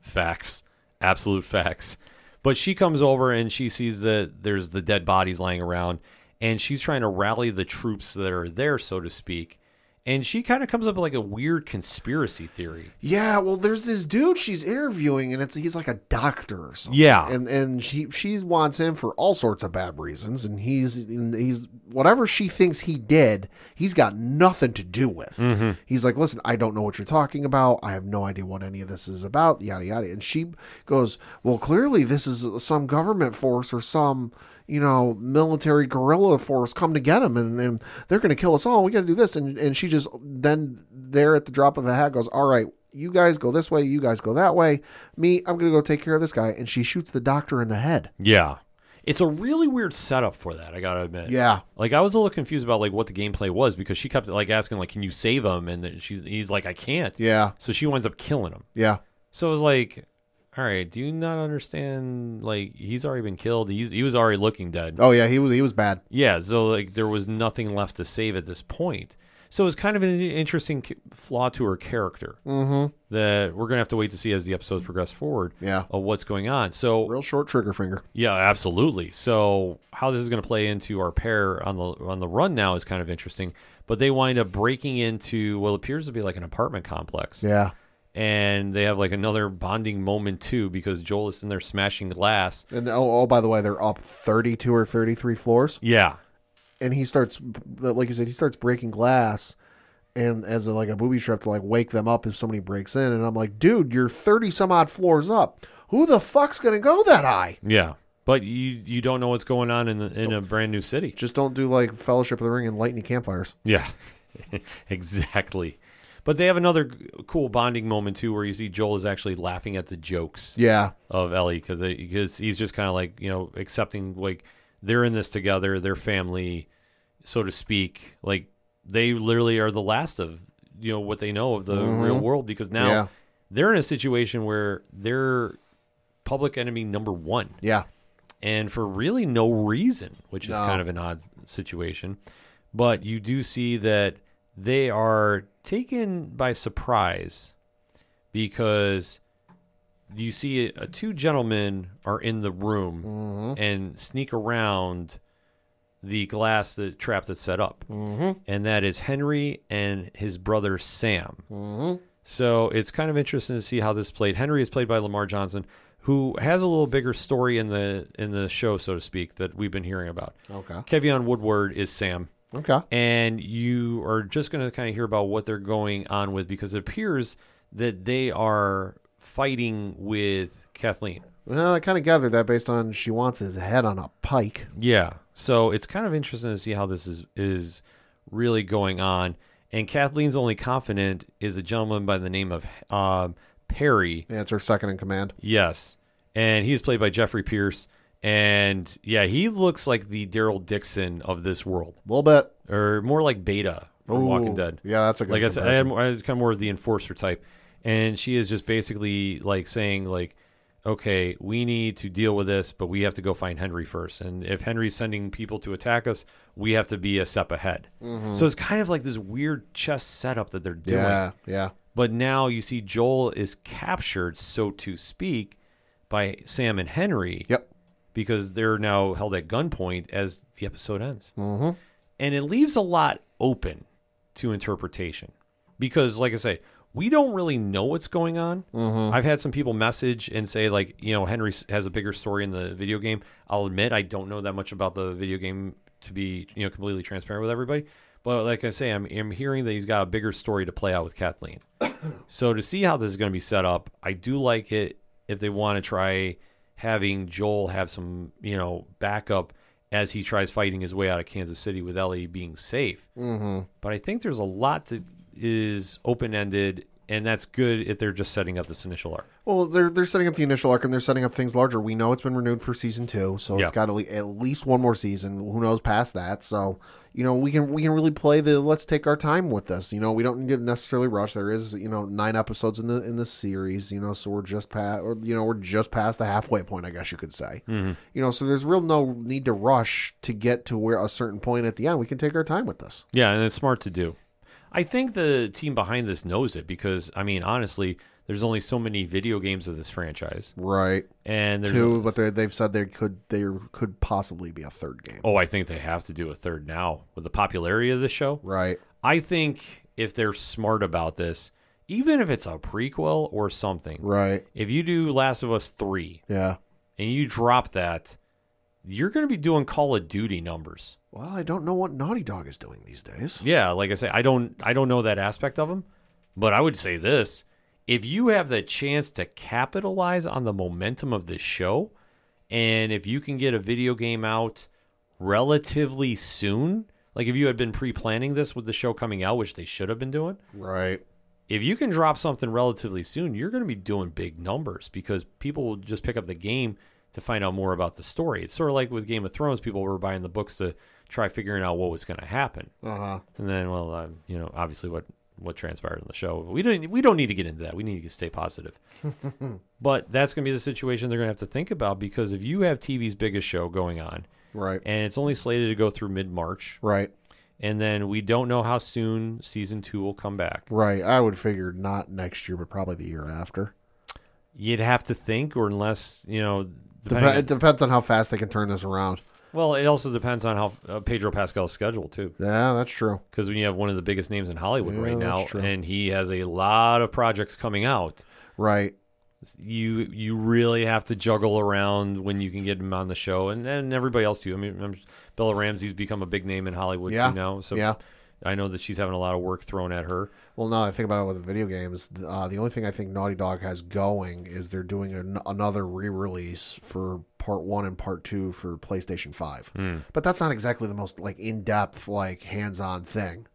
[SPEAKER 1] Facts. Absolute facts. But she comes over and she sees that there's the dead bodies lying around and she's trying to rally the troops that are there, so to speak. And she kind of comes up with like a weird conspiracy theory.
[SPEAKER 2] Yeah, well, there's this dude she's interviewing, and it's he's like a doctor or something.
[SPEAKER 1] Yeah.
[SPEAKER 2] and and she she wants him for all sorts of bad reasons, and he's and he's whatever she thinks he did, he's got nothing to do with. He's like, listen, I don't know what you're talking about. I have no idea what any of this is about. Yada yada. And she goes, well, clearly this is some government force or some you know military guerrilla force come to get him, and, and they're going to kill us all. We got to do this, and and she just then there at the drop of a hat goes, all right you guys go this way, you guys go that way. Me, I'm gonna go take care of this guy. And she shoots the doctor in the head.
[SPEAKER 1] Yeah. It's a really weird setup for that, I gotta admit.
[SPEAKER 2] Yeah.
[SPEAKER 1] Like I was a little confused about like what the gameplay was because she kept like asking like, "Can you save him?" And then she's he's like, "I can't."
[SPEAKER 2] Yeah.
[SPEAKER 1] So she winds up killing him.
[SPEAKER 2] Yeah.
[SPEAKER 1] So it was like, all right, do you not understand? Like he's already been killed. He's he was already looking dead.
[SPEAKER 2] Oh yeah, he was he was bad.
[SPEAKER 1] Yeah, so like there was nothing left to save at this point. So it's kind of an interesting c- flaw to her character
[SPEAKER 2] Mm-hmm.
[SPEAKER 1] that we're gonna have to wait to see as the episodes progress forward
[SPEAKER 2] Yeah.
[SPEAKER 1] of what's going on. So
[SPEAKER 2] Real short trigger finger.
[SPEAKER 1] yeah, absolutely. So how this is going to play into our pair on the on the run now is kind of interesting. But they wind up breaking into what appears to be like an apartment complex,
[SPEAKER 2] Yeah.
[SPEAKER 1] and they have like another bonding moment too because Joel is in there smashing glass.
[SPEAKER 2] And oh, oh by the way, they're up 32 or 33 floors.
[SPEAKER 1] Yeah,
[SPEAKER 2] and he starts like you said he starts breaking glass and as a, like a booby trap to like wake them up if somebody breaks in and i'm like dude you're 30 some odd floors up who the fuck's gonna go that high
[SPEAKER 1] yeah. But you you don't know what's going on in the, in a brand new city.
[SPEAKER 2] just don't do like fellowship of the ring and lightning campfires
[SPEAKER 1] Yeah, exactly. But they have another g- cool bonding moment too, where you see Joel is actually laughing at the jokes.
[SPEAKER 2] yeah
[SPEAKER 1] of Ellie because because he's just kind of like you know accepting like they're in this together, they're family, so to speak. Like they literally are the last of you know what they know of the real world because now
[SPEAKER 2] Yeah.
[SPEAKER 1] they're in a situation where they're public enemy number one,
[SPEAKER 2] yeah
[SPEAKER 1] and for really no reason, which is
[SPEAKER 2] No.
[SPEAKER 1] kind of an odd situation. But you do see that they are taken by surprise because you see uh, two gentlemen are in the room and sneak around the glass that trap that's set up, mm-hmm. and that is Henry and his brother Sam.
[SPEAKER 2] Mm-hmm.
[SPEAKER 1] So it's kind of interesting to see how this played. Henry is played by Lamar Johnson, who has a little bigger story in the in the show, so to speak, that we've been hearing about.
[SPEAKER 2] okay
[SPEAKER 1] Kevion Woodward is Sam,
[SPEAKER 2] okay
[SPEAKER 1] and you are just going to kind of hear about what they're going on with because it appears that they are fighting with Kathleen.
[SPEAKER 2] well, i kind of gathered that based on she wants his head on a pike
[SPEAKER 1] Yeah. So it's kind of interesting to see how this is is really going on. And Kathleen's only confidant is a gentleman by the name of um, Perry.
[SPEAKER 2] yeah it's her second in command
[SPEAKER 1] Yes. And he's played by Jeffrey Pierce. And yeah, he looks like the Daryl Dixon of this world,
[SPEAKER 2] a little bit
[SPEAKER 1] or more like Beta from Walking
[SPEAKER 2] Ooh.
[SPEAKER 1] Dead.
[SPEAKER 2] yeah that's a good
[SPEAKER 1] Like I said, I had,
[SPEAKER 2] comparison.
[SPEAKER 1] more, I had kind of more of the enforcer type. And she is just basically like saying, like, okay, we need to deal with this, but we have to go find Henry first. And if Henry's sending people to attack us, we have to be a step ahead. So it's kind of like this weird chess setup that they're doing.
[SPEAKER 2] yeah yeah
[SPEAKER 1] But now you see Joel is captured, so to speak, by Sam and Henry
[SPEAKER 2] yep
[SPEAKER 1] because they're now held at gunpoint as the episode ends. Mm-hmm. And it leaves a lot open to interpretation because, like I say, we don't really know what's going on. Mm-hmm. I've had some people message and say, like, you know, Henry s- has a bigger story in the video game. I'll admit I don't know that much about the video game to be, you know, completely transparent with everybody. But like I say, I'm, I'm hearing that he's got a bigger story to play out with Kathleen. So to see how this is going to be set up, I do like it if they want to try having Joel have some, you know, backup as he tries fighting his way out of Kansas City with Ellie being safe. Mm-hmm. But I think there's a lot that is open ended, and that's good if they're just setting up this initial arc.
[SPEAKER 2] Well, they're they're setting up the initial arc and they're setting up things larger. We know it's been renewed for season two, so
[SPEAKER 1] Yeah.
[SPEAKER 2] it's got at le- at least one more season. Who knows past that? So you know we can we can really play the let's take our time with this. You know we don't need to necessarily rush. There is you know nine episodes in the in the series. You know so we're just past or you know we're just past the halfway point, I guess you could say.
[SPEAKER 1] Mm-hmm.
[SPEAKER 2] You know so there's real no need to rush to get to where a certain point at the end. We can take our time with this.
[SPEAKER 1] Yeah, and it's smart to do. I think the team behind this knows it because, I mean, honestly, there's only so many video games of this franchise,
[SPEAKER 2] Right.
[SPEAKER 1] and there's
[SPEAKER 2] Two, but they- they've said there could there could possibly be a third game.
[SPEAKER 1] oh, I think they have to do a third now with the popularity of the show.
[SPEAKER 2] Right.
[SPEAKER 1] I think if they're smart about this, even if it's a prequel or something,
[SPEAKER 2] Right.
[SPEAKER 1] if you do Last of Us 3
[SPEAKER 2] Yeah.
[SPEAKER 1] and you drop that, you're going to be doing Call of Duty numbers.
[SPEAKER 2] Well, I don't know what Naughty Dog is doing these days.
[SPEAKER 1] Yeah, like I say, I don't I don't know that aspect of them, but I would say this: if you have the chance to capitalize on the momentum of this show, and if you can get a video game out relatively soon, like if you had been pre-planning this with the show coming out, which they should have been doing,
[SPEAKER 2] Right.
[SPEAKER 1] if you can drop something relatively soon, you're going to be doing big numbers because people will just pick up the game to find out more about the story. It's sort of like with Game of Thrones, people were buying the books to try figuring out what was going to happen.
[SPEAKER 2] Uh huh.
[SPEAKER 1] And then, well, um, you know, obviously what what transpired on the show. We don't we don't need to get into that. We need to stay positive. but that's going to be the situation they're going to have to think about because if you have TV's biggest show going on
[SPEAKER 2] Right.
[SPEAKER 1] and it's only slated to go through mid March,
[SPEAKER 2] Right.
[SPEAKER 1] and then we don't know how soon season two will come back.
[SPEAKER 2] Right. I would figure not next year, but probably the year after.
[SPEAKER 1] You'd have to think, or unless you know,
[SPEAKER 2] Dep-
[SPEAKER 1] depending
[SPEAKER 2] it depends on how fast they can turn this around.
[SPEAKER 1] well, it also depends on how uh, Pedro Pascal's schedule too,
[SPEAKER 2] Yeah, that's true.
[SPEAKER 1] because when you have one of the biggest names in Hollywood
[SPEAKER 2] Yeah,
[SPEAKER 1] right
[SPEAKER 2] that's
[SPEAKER 1] now,
[SPEAKER 2] true.
[SPEAKER 1] and he has a lot of projects coming out,
[SPEAKER 2] Right.
[SPEAKER 1] you you really have to juggle around when you can get him on the show, and and everybody else too. I mean, I'm, Bella Ramsey's become a big name in Hollywood
[SPEAKER 2] Yeah.
[SPEAKER 1] too now, so
[SPEAKER 2] yeah.
[SPEAKER 1] I know that she's having a lot of work thrown at her.
[SPEAKER 2] Well, now that I think about it with the video games, th- uh, the only thing I think Naughty Dog has going is they're doing an, another re-release for Part One and Part Two for PlayStation Five. But that's not exactly the most like in-depth, like hands-on thing.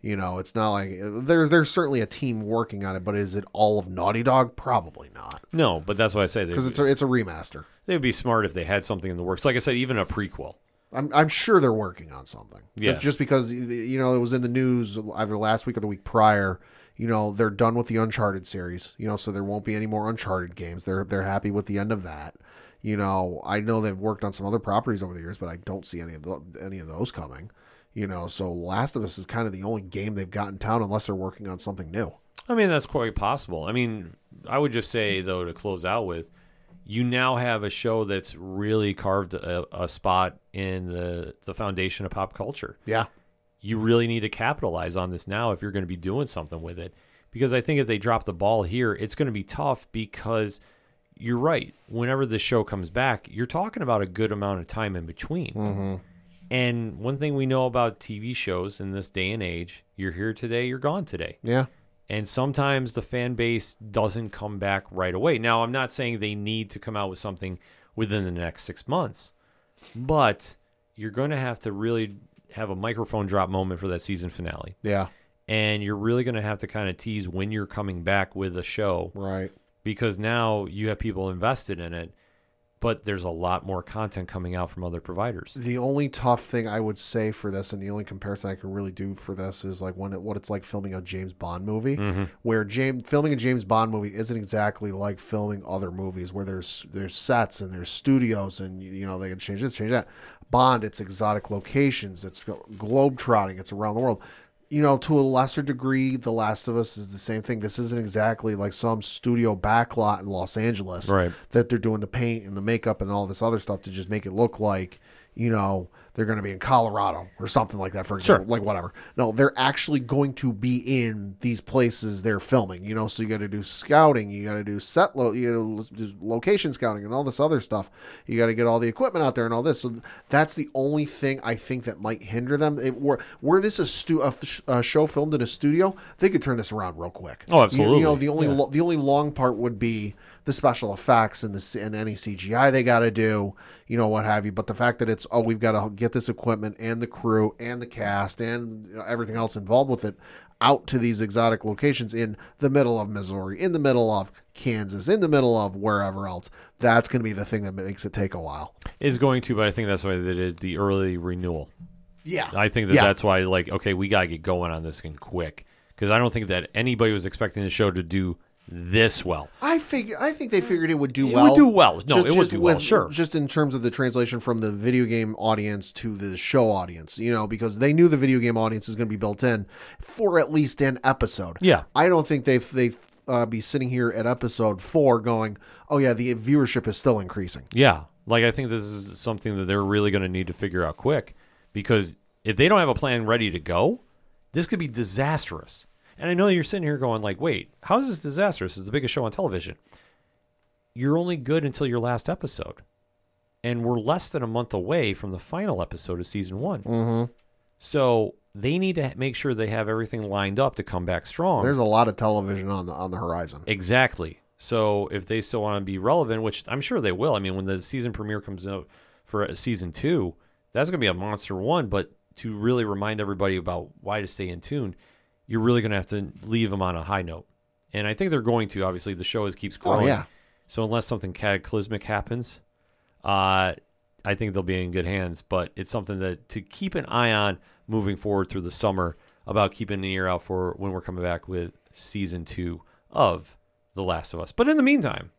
[SPEAKER 2] You know, it's not like there's there's certainly a team working on it, but is it all of Naughty Dog? Probably not,
[SPEAKER 1] No, but that's why I say they
[SPEAKER 2] because it's a, it's a remaster.
[SPEAKER 1] they would be smart if they had something in the works. Like I said, even a prequel.
[SPEAKER 2] I'm I'm sure they're working on something.
[SPEAKER 1] Yeah.
[SPEAKER 2] Just, just because you know it was in the news either last week or the week prior. You know they're done with the Uncharted series. You know so there won't be any more Uncharted games. They're they're happy with the end of that. You know I know they've worked on some other properties over the years, but I don't see any of tho- any of those coming. You know so Last of Us is kind of the only game they've got in town unless they're working on something new.
[SPEAKER 1] I mean, that's quite possible. I mean, I would just say though to close out with, you now have a show that's really carved a, a spot in the the foundation of pop culture.
[SPEAKER 2] Yeah.
[SPEAKER 1] You really need to capitalize on this now if you're going to be doing something with it, because I think if they drop the ball here, it's going to be tough because. You're right. Whenever the show comes back, you're talking about a good amount of time in between.
[SPEAKER 2] Mm. Mm-hmm.
[SPEAKER 1] And one thing we know about TV shows in this day and age, you're here today, you're gone today.
[SPEAKER 2] Yeah.
[SPEAKER 1] And sometimes the fan base doesn't come back right away. Now, I'm not saying they need to come out with something within the next six months, but you're going to have to really have a microphone drop moment for that season finale.
[SPEAKER 2] Yeah.
[SPEAKER 1] And you're really going to have to kind of tease when you're coming back with a show
[SPEAKER 2] Right.
[SPEAKER 1] because now you have people invested in it, but there's a lot more content coming out from other providers.
[SPEAKER 2] The only tough thing I would say for this, and the only comparison I can really do for this, is like when it, what it's like filming a James Bond movie, where James filming a James Bond movie isn't exactly like filming other movies, where there's there's sets and there's studios, and you know they can change this, change that. Bond, it's exotic locations, it's globe trotting, it's around the world. You know, to a lesser degree, The Last of Us is the same thing. This isn't exactly like some studio backlot in Los Angeles
[SPEAKER 1] Right.
[SPEAKER 2] that they're doing the paint and the makeup and all this other stuff to just make it look like you know they're going to be in Colorado or something like that for example, like whatever. No, they're actually going to be in these places they're filming. You know, so you got to do scouting, you got to do set lo- you know, lo- location scouting and all this other stuff. You got to get all the equipment out there and all this. So that's the only thing I think that might hinder them. It, were were this a, stu- a, f- a show filmed in a studio, they could turn this around real quick.
[SPEAKER 1] Oh,
[SPEAKER 2] You- You,
[SPEAKER 1] absolutely.
[SPEAKER 2] know, the only lo- the only long part would be the special effects and the c- and any CGI they got to do, you know, what have you. But the fact that it's oh, we've got to get this equipment and the crew and the cast and everything else involved with it out to these exotic locations in the middle of Missouri, in the middle of Kansas, in the middle of wherever else. That's going to be the thing that makes it take a while.
[SPEAKER 1] Is going to, but I think that's why they did the early renewal.
[SPEAKER 2] Yeah,
[SPEAKER 1] I think that
[SPEAKER 2] Yeah.
[SPEAKER 1] that's why, like, okay, we gotta get going on this thing quick because I don't think that anybody was expecting the show to do this well.
[SPEAKER 2] I figure. I think they figured it would do
[SPEAKER 1] It
[SPEAKER 2] well.
[SPEAKER 1] would do well. No, it would do well,
[SPEAKER 2] with-
[SPEAKER 1] sure.
[SPEAKER 2] Just in terms of the translation from the video game audience to the show audience, you know, because they knew the video game audience is going to be built in for at least an episode.
[SPEAKER 1] Yeah.
[SPEAKER 2] I don't think they they uh, be sitting here at episode four going, oh yeah, the viewership is still increasing.
[SPEAKER 1] Yeah, like I think this is something that they're really gonna need to figure out quick because if they don't have a plan ready to go, this could be disastrous. And I know you're sitting here going, like, wait, how is this disastrous? It's the biggest show on television. You're only good until your last episode, and we're less than a month away from the final episode of season one.
[SPEAKER 2] Mm-hmm.
[SPEAKER 1] So they need to make sure they have everything lined up to come back strong.
[SPEAKER 2] There's a lot of television on the on the horizon.
[SPEAKER 1] exactly. So if they still want to be relevant, which I'm sure they will. I mean, when the season premiere comes out for uh, season two, that's going to be a monster one. But to really remind everybody about why to stay in tune, you're really going to have to leave them on a high note. And I think they're going to. Obviously, the show is keeps growing.
[SPEAKER 2] Oh, yeah.
[SPEAKER 1] So unless something cataclysmic happens, uh, I think they'll be in good hands. But it's something that to keep an eye on moving forward through the summer about keeping an ear out for when we're coming back with season two of The Last of Us. But in the meantime,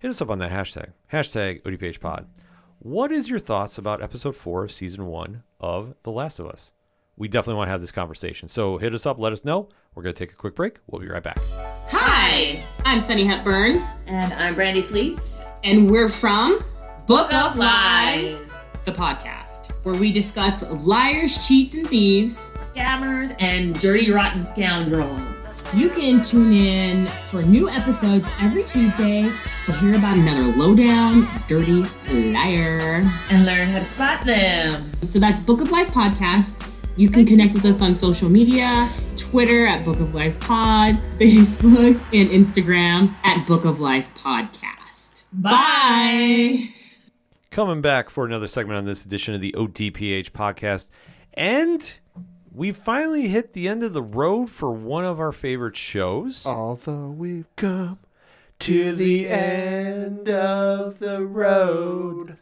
[SPEAKER 1] hit us up on that hashtag, hashtag ODPHpod. What is your thoughts about episode four of season one of The Last of Us? We definitely want to have this conversation. So hit us up, let us know. We're going to take a quick break. We'll be right back.
[SPEAKER 3] Hi, I'm Sunny Hepburn,
[SPEAKER 4] And I'm Brandy Fleets.
[SPEAKER 3] and we're from Book
[SPEAKER 4] of
[SPEAKER 3] of Lies, the podcast, where we discuss liars, cheats, and thieves.
[SPEAKER 4] Scammers and dirty, rotten scoundrels.
[SPEAKER 3] You can tune in for new episodes every Tuesday to hear about another lowdown, dirty liar.
[SPEAKER 4] And learn how to spot them.
[SPEAKER 3] So that's Book of Lies podcast. You can connect with us on social media, Twitter at Book of Lies Pod, Facebook and Instagram at Book of Lies Podcast. Bye.
[SPEAKER 1] coming back for another segment on this edition of the ODPH podcast. And we finally hit the end of the road for one of our favorite shows.
[SPEAKER 2] Oh. Although we've come to the end of the road.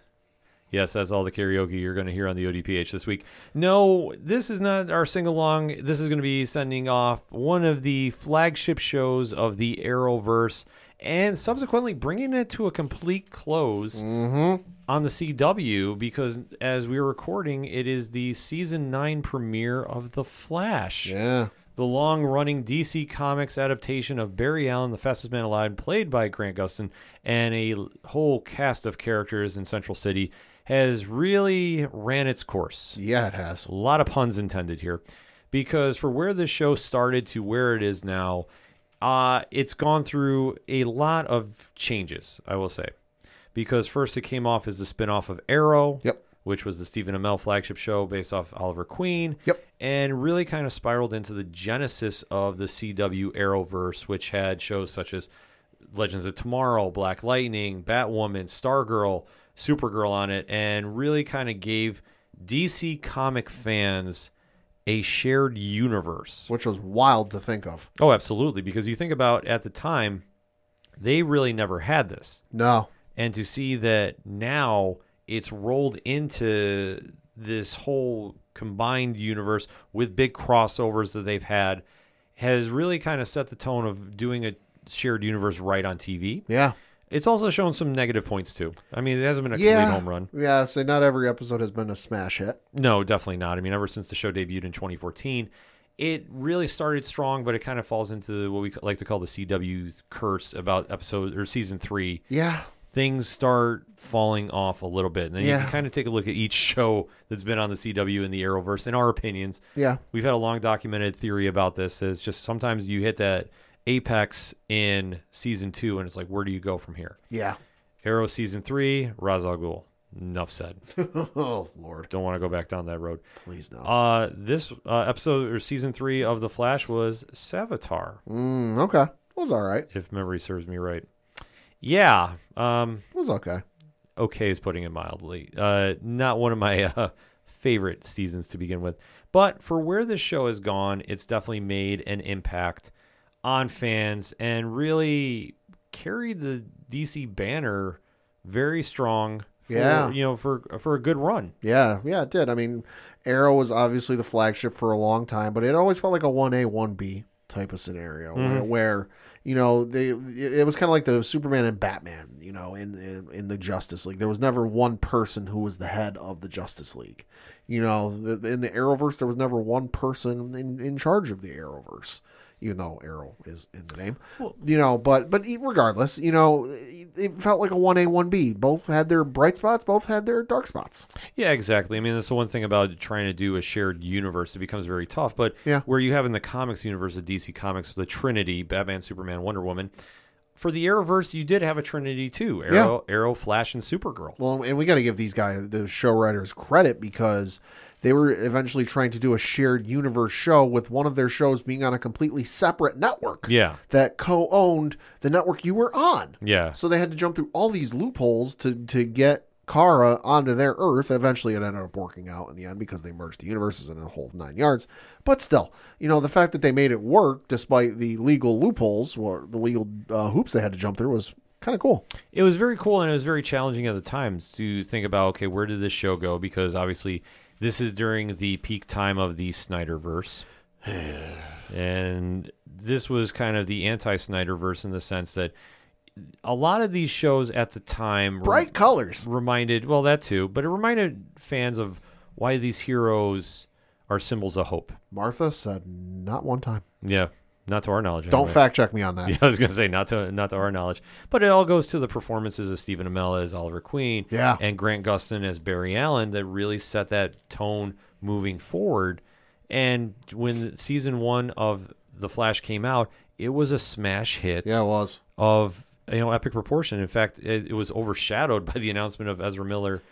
[SPEAKER 1] Yes, that's all the karaoke you're going to hear on the ODPH this week. No, this is not our sing along. This is going to be sending off one of the flagship shows of the Arrowverse and subsequently bringing it to a complete close on the CW because as we're recording, it is the season nine premiere of The Flash.
[SPEAKER 2] Yeah.
[SPEAKER 1] the long running DC Comics adaptation of Barry Allen, the fastest man alive, played by Grant Gustin, and a l- whole cast of characters in Central City, has really ran its course.
[SPEAKER 2] Yeah, it has.
[SPEAKER 1] A lot of puns intended here because for where this show started to where it is now, uh, it's gone through a lot of changes, I will say. Because first it came off as the spin-off of Arrow
[SPEAKER 2] Yep.
[SPEAKER 1] which was the Stephen Amell flagship show based off Oliver Queen.
[SPEAKER 2] Yep.
[SPEAKER 1] And really kind of spiraled into the genesis of the CW Arrowverse, which had shows such as Legends of Tomorrow, Black Lightning, Batwoman, Stargirl, Supergirl on it, and really kind of gave DC comic fans a shared universe.
[SPEAKER 2] Which was wild to think of.
[SPEAKER 1] Oh, absolutely. Because you think about at the time, they really never had this
[SPEAKER 2] No.
[SPEAKER 1] and to see that now it's rolled into this whole combined universe with big crossovers that they've had has really kind of set the tone of doing a shared universe right on TV.
[SPEAKER 2] Yeah.
[SPEAKER 1] It's also shown some negative points too. I mean, it hasn't been a complete
[SPEAKER 2] Yeah.
[SPEAKER 1] home run.
[SPEAKER 2] Yeah, so not every episode has been a smash hit.
[SPEAKER 1] No, definitely not. I mean, ever since the show debuted in 2014, it really started strong, but it kind of falls into what we like to call the CW curse about episode or season 3
[SPEAKER 2] Yeah.
[SPEAKER 1] things start falling off a little bit. And then you
[SPEAKER 2] Yeah.
[SPEAKER 1] can kind of take a look at each show that's been on the CW and the Arrowverse in our opinions.
[SPEAKER 2] Yeah.
[SPEAKER 1] We've had a long documented theory about this is just sometimes you hit that apex in season 2 and it's like where do you go from here?
[SPEAKER 2] Yeah.
[SPEAKER 1] Arrow season 3, Ra's al Ghul. Enough said.
[SPEAKER 2] oh, Lord.
[SPEAKER 1] Don't want to go back down that road.
[SPEAKER 2] Please no.
[SPEAKER 1] Uh this uh, episode or season 3 of The Flash was Savitar,
[SPEAKER 2] Mm, okay. It was all right.
[SPEAKER 1] if memory serves me right. Yeah. Um
[SPEAKER 2] It was okay.
[SPEAKER 1] okay is putting it mildly. Uh, not one of my uh, favorite seasons to begin with. But for where this show has gone, it's definitely made an impact on fans and really carried the DC banner very strong. For,
[SPEAKER 2] Yeah.
[SPEAKER 1] you know, for for a good run.
[SPEAKER 2] Yeah, yeah, it did. I mean, Arrow was obviously the flagship for a long time, but it always felt like a one A, one B type of scenario where, where you know they it it was kind of like the Superman and Batman, you know, in, in in the Justice League. There was never one person who was the head of the Justice League. You know, the- in the Arrowverse, there was never one person in, in charge of the Arrowverse even though Arrow is in the name, you know. But but e- regardless, you know, it it felt like a one A one B. Both had their bright spots, both had their dark spots.
[SPEAKER 1] Yeah, exactly. I mean, that's the one thing about trying to do a shared universe. It becomes very tough. But
[SPEAKER 2] Yeah.
[SPEAKER 1] where you have in the comics universe of DC Comics, the Trinity, Batman, Superman, Wonder Woman. For the Arrowverse, you did have a Trinity too. Arrow, Arrow, Flash, and Supergirl.
[SPEAKER 2] Well, and we got to give these guys, the show writers, credit because they were eventually trying to do a shared universe show with one of their shows being on a completely separate network
[SPEAKER 1] Yeah.
[SPEAKER 2] that co-owned the network you were on.
[SPEAKER 1] Yeah.
[SPEAKER 2] So they had to jump through all these loopholes to to get Kara onto their Earth. Eventually, it ended up working out in the end because they merged the universes in a whole nine yards. But still, you know, the fact that they made it work despite the legal loopholes or the legal uh, hoops they had to jump through was kind of cool.
[SPEAKER 1] It was very cool and it was very challenging at the time to think about okay, where did this show go? Because obviously, this is during the peak time of the Snyderverse. and this was kind of the anti-Snyderverse in the sense that a lot of these shows at the time
[SPEAKER 2] Bright colors.
[SPEAKER 1] reminded well that too but it reminded fans of why these heroes are symbols of hope
[SPEAKER 2] Martha said not one time.
[SPEAKER 1] yeah not to our knowledge
[SPEAKER 2] Don't
[SPEAKER 1] anyway.
[SPEAKER 2] fact check me on that.
[SPEAKER 1] yeah, I was gonna say not to not to our knowledge, but it all goes to the performances of Stephen Amell as Oliver Queen,
[SPEAKER 2] Yeah.
[SPEAKER 1] and Grant Gustin as Barry Allen that really set that tone moving forward. And when season one of The Flash came out, it was a smash hit
[SPEAKER 2] Yeah, it was.
[SPEAKER 1] of you know epic proportion. In fact, it, it was overshadowed by the announcement of Ezra Miller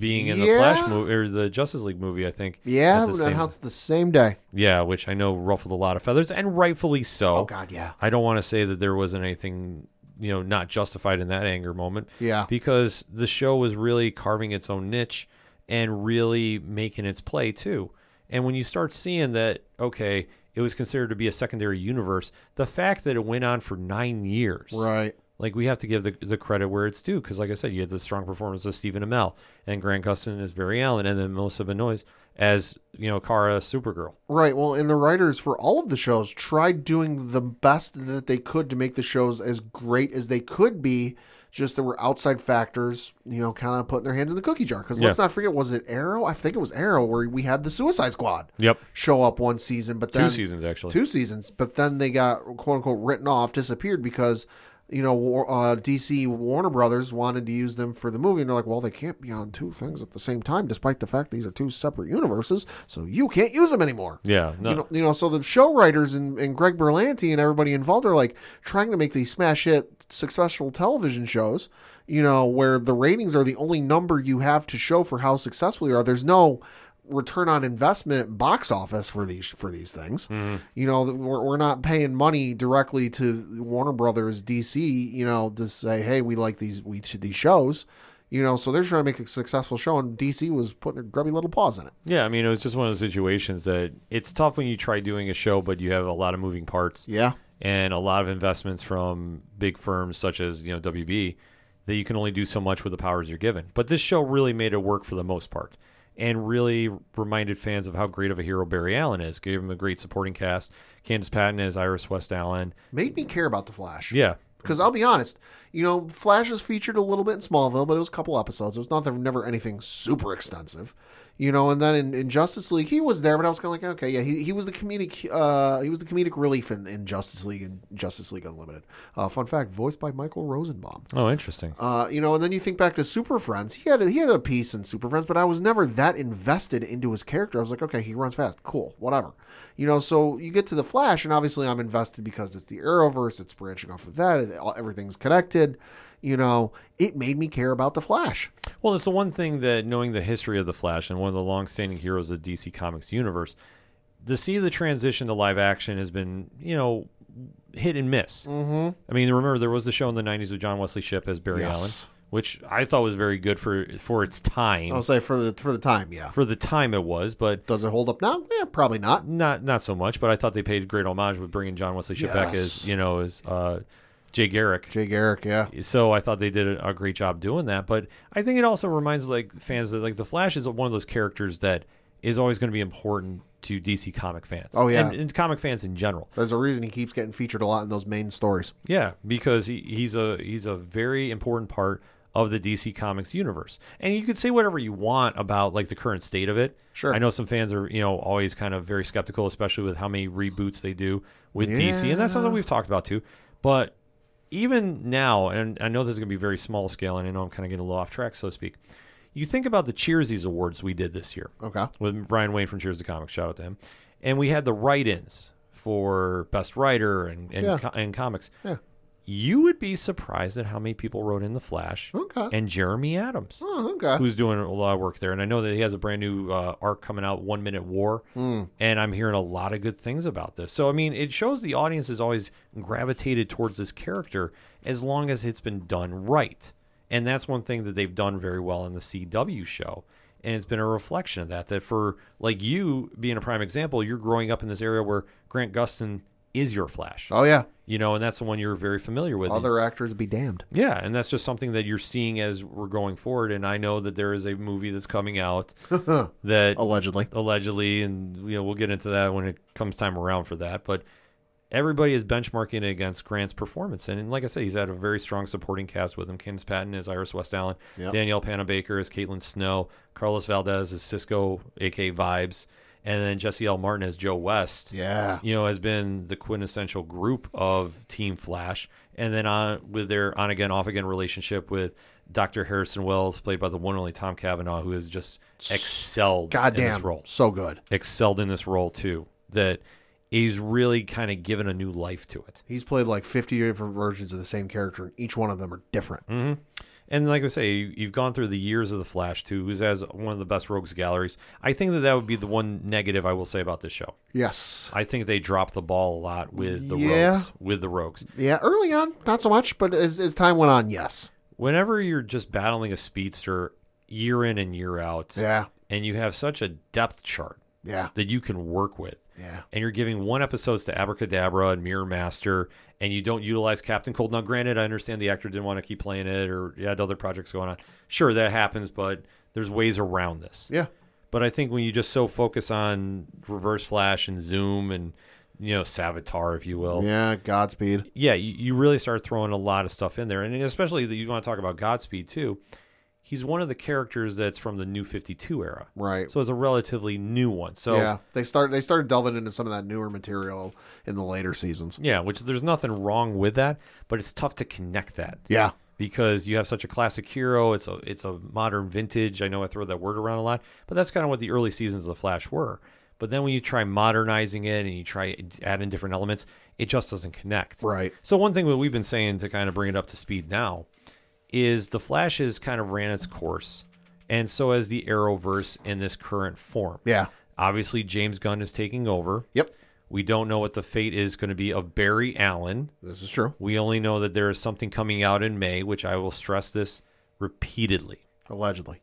[SPEAKER 1] being in the
[SPEAKER 2] Yeah.
[SPEAKER 1] Flash movie or the Justice League movie. I think.
[SPEAKER 2] Yeah,
[SPEAKER 1] at the
[SPEAKER 2] but
[SPEAKER 1] same-
[SPEAKER 2] announced the same day.
[SPEAKER 1] yeah, which I know ruffled a lot of feathers, and rightfully so.
[SPEAKER 2] Oh God, yeah.
[SPEAKER 1] I don't want to say that there wasn't anything, you know, not justified in that anger moment.
[SPEAKER 2] Yeah.
[SPEAKER 1] Because the show was really carving its own niche and really making its play too. And when you start seeing that, okay, it was considered to be a secondary universe, the fact that it went on for nine years.
[SPEAKER 2] Right.
[SPEAKER 1] Like we have to give the, the credit where it's due, because like I said, you had the strong performance of Stephen Amell and Grant Gustin as Barry Allen, and then Melissa Benoist as you know Kara Supergirl.
[SPEAKER 2] Right. Well, and the writers for all of the shows tried doing the best that they could to make the shows as great as they could be. Just there were outside factors, you know, kind of putting their hands in the cookie jar. Because let's
[SPEAKER 1] Yeah.
[SPEAKER 2] not forget, was it Arrow? I think it was Arrow where we had the Suicide Squad
[SPEAKER 1] Yep,
[SPEAKER 2] show up one season, but
[SPEAKER 1] two
[SPEAKER 2] then
[SPEAKER 1] seasons actually.
[SPEAKER 2] two seasons, but then they got quote unquote written off, disappeared because you know War- uh, DC Warner Brothers wanted to use them for the movie, and they're like, well, they can't be on two things at the same time, despite the fact these are two separate universes, so you can't use them anymore.
[SPEAKER 1] Yeah, no,
[SPEAKER 2] You know, you know, so the show writers and, and Greg Berlanti and everybody involved are like trying to make these smash hit successful television shows, you know, where the ratings are the only number you have to show for how successful you are. There's no return on investment box office for these for these things. You know, that we're, we're not paying money directly to Warner Brothers DC, you know, to say, "Hey, we like these we should these shows." You know, so they're trying to make a successful show and DC was putting their grubby little paws in it.
[SPEAKER 1] Yeah, I mean, it was just one of those situations that it's tough when you try doing a show, but you have a lot of moving parts
[SPEAKER 2] Yeah.
[SPEAKER 1] and a lot of investments from big firms such as you know WB that you can only do so much with the powers you're given. But this show really made it work for the most part, and really reminded fans of how great of a hero Barry Allen is. Gave him a great supporting cast: Candace Patton as Iris West Allen.
[SPEAKER 2] Made me care about the Flash.
[SPEAKER 1] Yeah,
[SPEAKER 2] Because I'll be honest, you know, Flash is featured a little bit in Smallville, but it was a couple episodes. It was not there never anything super extensive, you know. And then in, in Justice League, he was there, but I was kind of like, okay, yeah, he, he was the comedic uh, he was the comedic relief in, in Justice League and Justice League Unlimited. Uh, fun fact, voiced by Michael Rosenbaum.
[SPEAKER 1] oh, interesting.
[SPEAKER 2] Uh, you know, and then you think back to Super Friends. He had a, he had a piece in Super Friends, but I was never that invested into his character. I was like, okay, he runs fast, cool, whatever. You know, so you get to the Flash, and obviously I'm invested because it's the Arrowverse. It's branching off of that. it- all- everything's connected. You know, it made me care about the Flash.
[SPEAKER 1] Well, it's the one thing that knowing the history of the Flash and one of the long-standing heroes of DC Comics universe, to see the transition to live action has been, you know, hit and miss. Mm-hmm. I mean, remember there was the show in the '90s with John Wesley Shipp as Barry
[SPEAKER 2] Yes.
[SPEAKER 1] Allen, which I thought was very good for for its time,
[SPEAKER 2] I'll say for the for the time, yeah.
[SPEAKER 1] for the time it was, but
[SPEAKER 2] Does it hold up now? Yeah, probably not.
[SPEAKER 1] not not so much. But I thought they paid great homage with bringing John Wesley Shipp back
[SPEAKER 2] Yes.
[SPEAKER 1] as you know as uh, Jay Garrick.
[SPEAKER 2] Jay Garrick, yeah.
[SPEAKER 1] So I thought they did a- a great job doing that. But I think it also reminds like fans that like the Flash is one of those characters that is always going to be important to DC comic fans.
[SPEAKER 2] Oh, yeah.
[SPEAKER 1] and, and comic fans in general.
[SPEAKER 2] There's a reason he keeps getting featured a lot in those main stories.
[SPEAKER 1] Yeah, because he, he's a he's a very important part of the DC Comics universe. And you could say whatever you want about like the current state of it.
[SPEAKER 2] Sure.
[SPEAKER 1] I know some fans are, you know, always kind of very skeptical especially with how many reboots they do with DC and that's something we've talked about too. But even now and I know this is going to be very small scale and I know I'm kind of getting a little off track so to speak. You think about the Cheersies awards we did this year
[SPEAKER 2] Okay.
[SPEAKER 1] with Brian Wayne from Cheers the Comics. Shout out to him. And we had the write-ins for best writer and and,
[SPEAKER 2] Yeah.
[SPEAKER 1] co- and comics.
[SPEAKER 2] Yeah.
[SPEAKER 1] You would be surprised at how many people wrote in the Flash
[SPEAKER 2] Okay.
[SPEAKER 1] and Jeremy Adams,
[SPEAKER 2] Oh, okay.
[SPEAKER 1] who's doing a lot of work there. And I know that he has a brand new uh, arc coming out, One Minute War,
[SPEAKER 2] Hmm.
[SPEAKER 1] and I'm hearing a lot of good things about this. So I mean, it shows the audience has always gravitated towards this character as long as it's been done right, and that's one thing that they've done very well in the CW show and it's been a reflection of that that for like you being a prime example you're growing up in this area where grant gustin is your Flash.
[SPEAKER 2] Oh yeah,
[SPEAKER 1] You know, and that's the one you're very familiar with.
[SPEAKER 2] other actors be damned.
[SPEAKER 1] Yeah, and that's just something that you're seeing as we're going forward. And I know that there is a movie that's coming out that
[SPEAKER 2] Allegedly,
[SPEAKER 1] allegedly, and you know we'll get into that when it comes time around for that. But everybody is benchmarking it against Grant's performance, and, like I said, he's had a very strong supporting cast with him. Kim's Patton as Iris West Allen,
[SPEAKER 2] Yep.
[SPEAKER 1] Danielle Panabaker as Caitlin Snow, Carlos Valdez as Cisco, aka Vibes, and then Jesse L. Martin as Joe West
[SPEAKER 2] yeah.
[SPEAKER 1] you know, has been the quintessential group of Team Flash. And then on with their on again, off again relationship with Dr. Harrison Wells, played by the one and only Tom Cavanaugh, who has just excelled in this
[SPEAKER 2] Goddamn,
[SPEAKER 1] role.
[SPEAKER 2] so good.
[SPEAKER 1] Excelled in this role too. That he's really kind of given a new life to it.
[SPEAKER 2] He's played like fifty different versions of the same character, and each one of them are different.
[SPEAKER 1] Mm. And like I say, you- you've gone through the years of the Flash too, who's has one of the best rogues galleries. I think that that would be the one negative I will say about this show.
[SPEAKER 2] Yes,
[SPEAKER 1] I think they drop the ball a lot with the
[SPEAKER 2] Yeah.
[SPEAKER 1] rogues. With the rogues.
[SPEAKER 2] yeah. Early on, not so much, but as, as time went on, yes,
[SPEAKER 1] whenever you're just battling a speedster year in and year out,
[SPEAKER 2] yeah,
[SPEAKER 1] and you have such a depth chart
[SPEAKER 2] yeah,
[SPEAKER 1] that you can work with,
[SPEAKER 2] yeah.
[SPEAKER 1] and you're giving one episodes to Abracadabra and Mirror Master, and you don't utilize Captain Cold. Now, granted, I understand the actor didn't want to keep playing it or you had other projects going on. Sure, that happens, but there's ways around this.
[SPEAKER 2] Yeah.
[SPEAKER 1] But I think when you just so focus on Reverse Flash and Zoom and you know Savitar, if you will,
[SPEAKER 2] Yeah, Godspeed.
[SPEAKER 1] yeah, you, you really start throwing a lot of stuff in there. And especially that you want to talk about Godspeed too. He's one of the characters that's from the new 52 era.
[SPEAKER 2] Right.
[SPEAKER 1] So it's a relatively new one. So
[SPEAKER 2] yeah, they start they started delving into some of that newer material in the later seasons.
[SPEAKER 1] yeah, which there's nothing wrong with that, but it's tough to connect that.
[SPEAKER 2] Yeah.
[SPEAKER 1] Because you have such a classic hero, it's a it's a modern vintage. I know I throw that word around a lot, but that's kind of what the early seasons of the Flash were. But then when you try modernizing it and you try adding different elements, it just doesn't connect.
[SPEAKER 2] Right.
[SPEAKER 1] So one thing that we've been saying to kind of bring it up to speed now is the Flash has kind of ran its course, and so has the Arrowverse in this current form.
[SPEAKER 2] Yeah.
[SPEAKER 1] Obviously, James Gunn is taking over.
[SPEAKER 2] Yep.
[SPEAKER 1] We don't know what the fate is going to be of Barry Allen.
[SPEAKER 2] This is true.
[SPEAKER 1] We only know that there is something coming out in May, which I will stress this repeatedly.
[SPEAKER 2] Allegedly.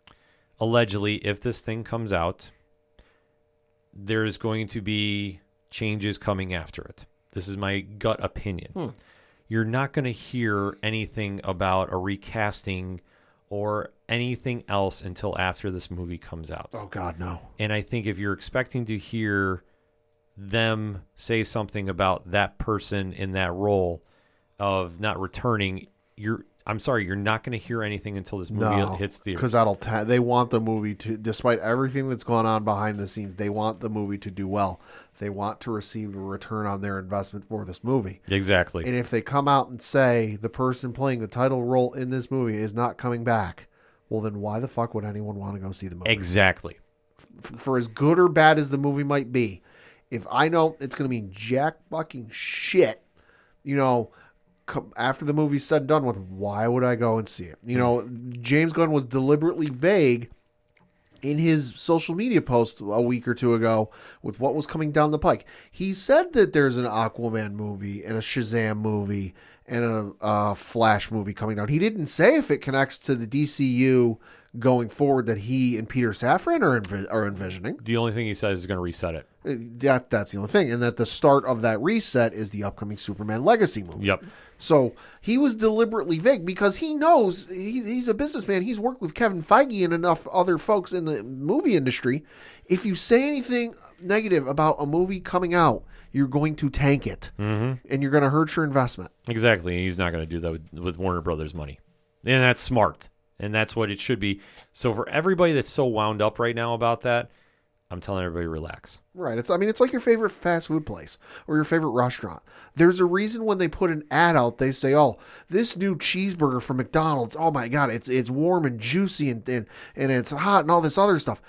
[SPEAKER 1] Allegedly, if this thing comes out, there is going to be changes coming after it. This is my gut opinion.
[SPEAKER 2] Hmm.
[SPEAKER 1] You're not going to hear anything about a recasting or anything else until after this movie comes out.
[SPEAKER 2] Oh God, no.
[SPEAKER 1] And I think if you're expecting to hear them say something about that person in that role of not returning, you're I'm sorry, you're not going to hear anything until this movie
[SPEAKER 2] No,
[SPEAKER 1] hits
[SPEAKER 2] because
[SPEAKER 1] theaters.
[SPEAKER 2] that'll ta- they want the movie to, despite everything that's gone on behind the scenes, they want the movie to do well. They want to receive a return on their investment for this movie.
[SPEAKER 1] Exactly.
[SPEAKER 2] And if they come out and say the person playing the title role in this movie is not coming back, well, then why the fuck would anyone want to go see the movie?
[SPEAKER 1] exactly.
[SPEAKER 2] for as good or bad as the movie might be, if I know it's going to mean jack fucking shit, you know, come, after the movie's said and done with, why would I go and see it? You know, James Gunn was deliberately vague in his social media post a week or two ago with what was coming down the pike. He said that there's an Aquaman movie and a Shazam movie and a, a Flash movie coming out. He didn't say if it connects to the DCU going forward that he and Peter Safran are, envi- are envisioning.
[SPEAKER 1] The only thing he says is going to reset it.
[SPEAKER 2] Uh, That that's the only thing, and that the start of that reset is the upcoming Superman Legacy movie.
[SPEAKER 1] Yep.
[SPEAKER 2] So he was deliberately vague because he knows he's, he's a businessman. He's worked with Kevin Feige and enough other folks in the movie industry. If you say anything negative about a movie coming out, you're going to tank it and you're going to hurt your investment.
[SPEAKER 1] Exactly. He's not going to do that with, with Warner Brothers money. And that's smart. And that's what it should be. So for everybody that's so wound up right now about that, I'm telling everybody relax.
[SPEAKER 2] Right. It's I mean it's like your favorite fast food place or your favorite restaurant. There's a reason when they put an ad out, they say, "Oh, this new cheeseburger from McDonald's. Oh my god, it's it's warm and juicy and and, and it's hot and all this other stuff."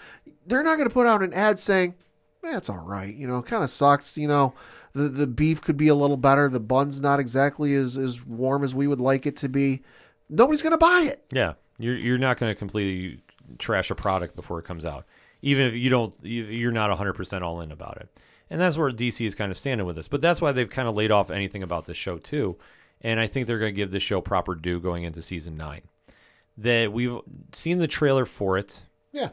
[SPEAKER 2] They're not going to put out an ad saying, "That's all right. You know, kind of sucks, you know, the the beef could be a little better, the bun's not exactly as as warm as we would like it to be." Nobody's going to buy it.
[SPEAKER 1] Yeah, you're you're not going to completely trash a product before it comes out, even if you don't. you- You're not 100 percent all in about it, and that's where DC is kind of standing with this. But that's why they've kind of laid off anything about this show too, and I think they're going to give this show proper due going into season nine. That we've seen the trailer for it.
[SPEAKER 2] Yeah.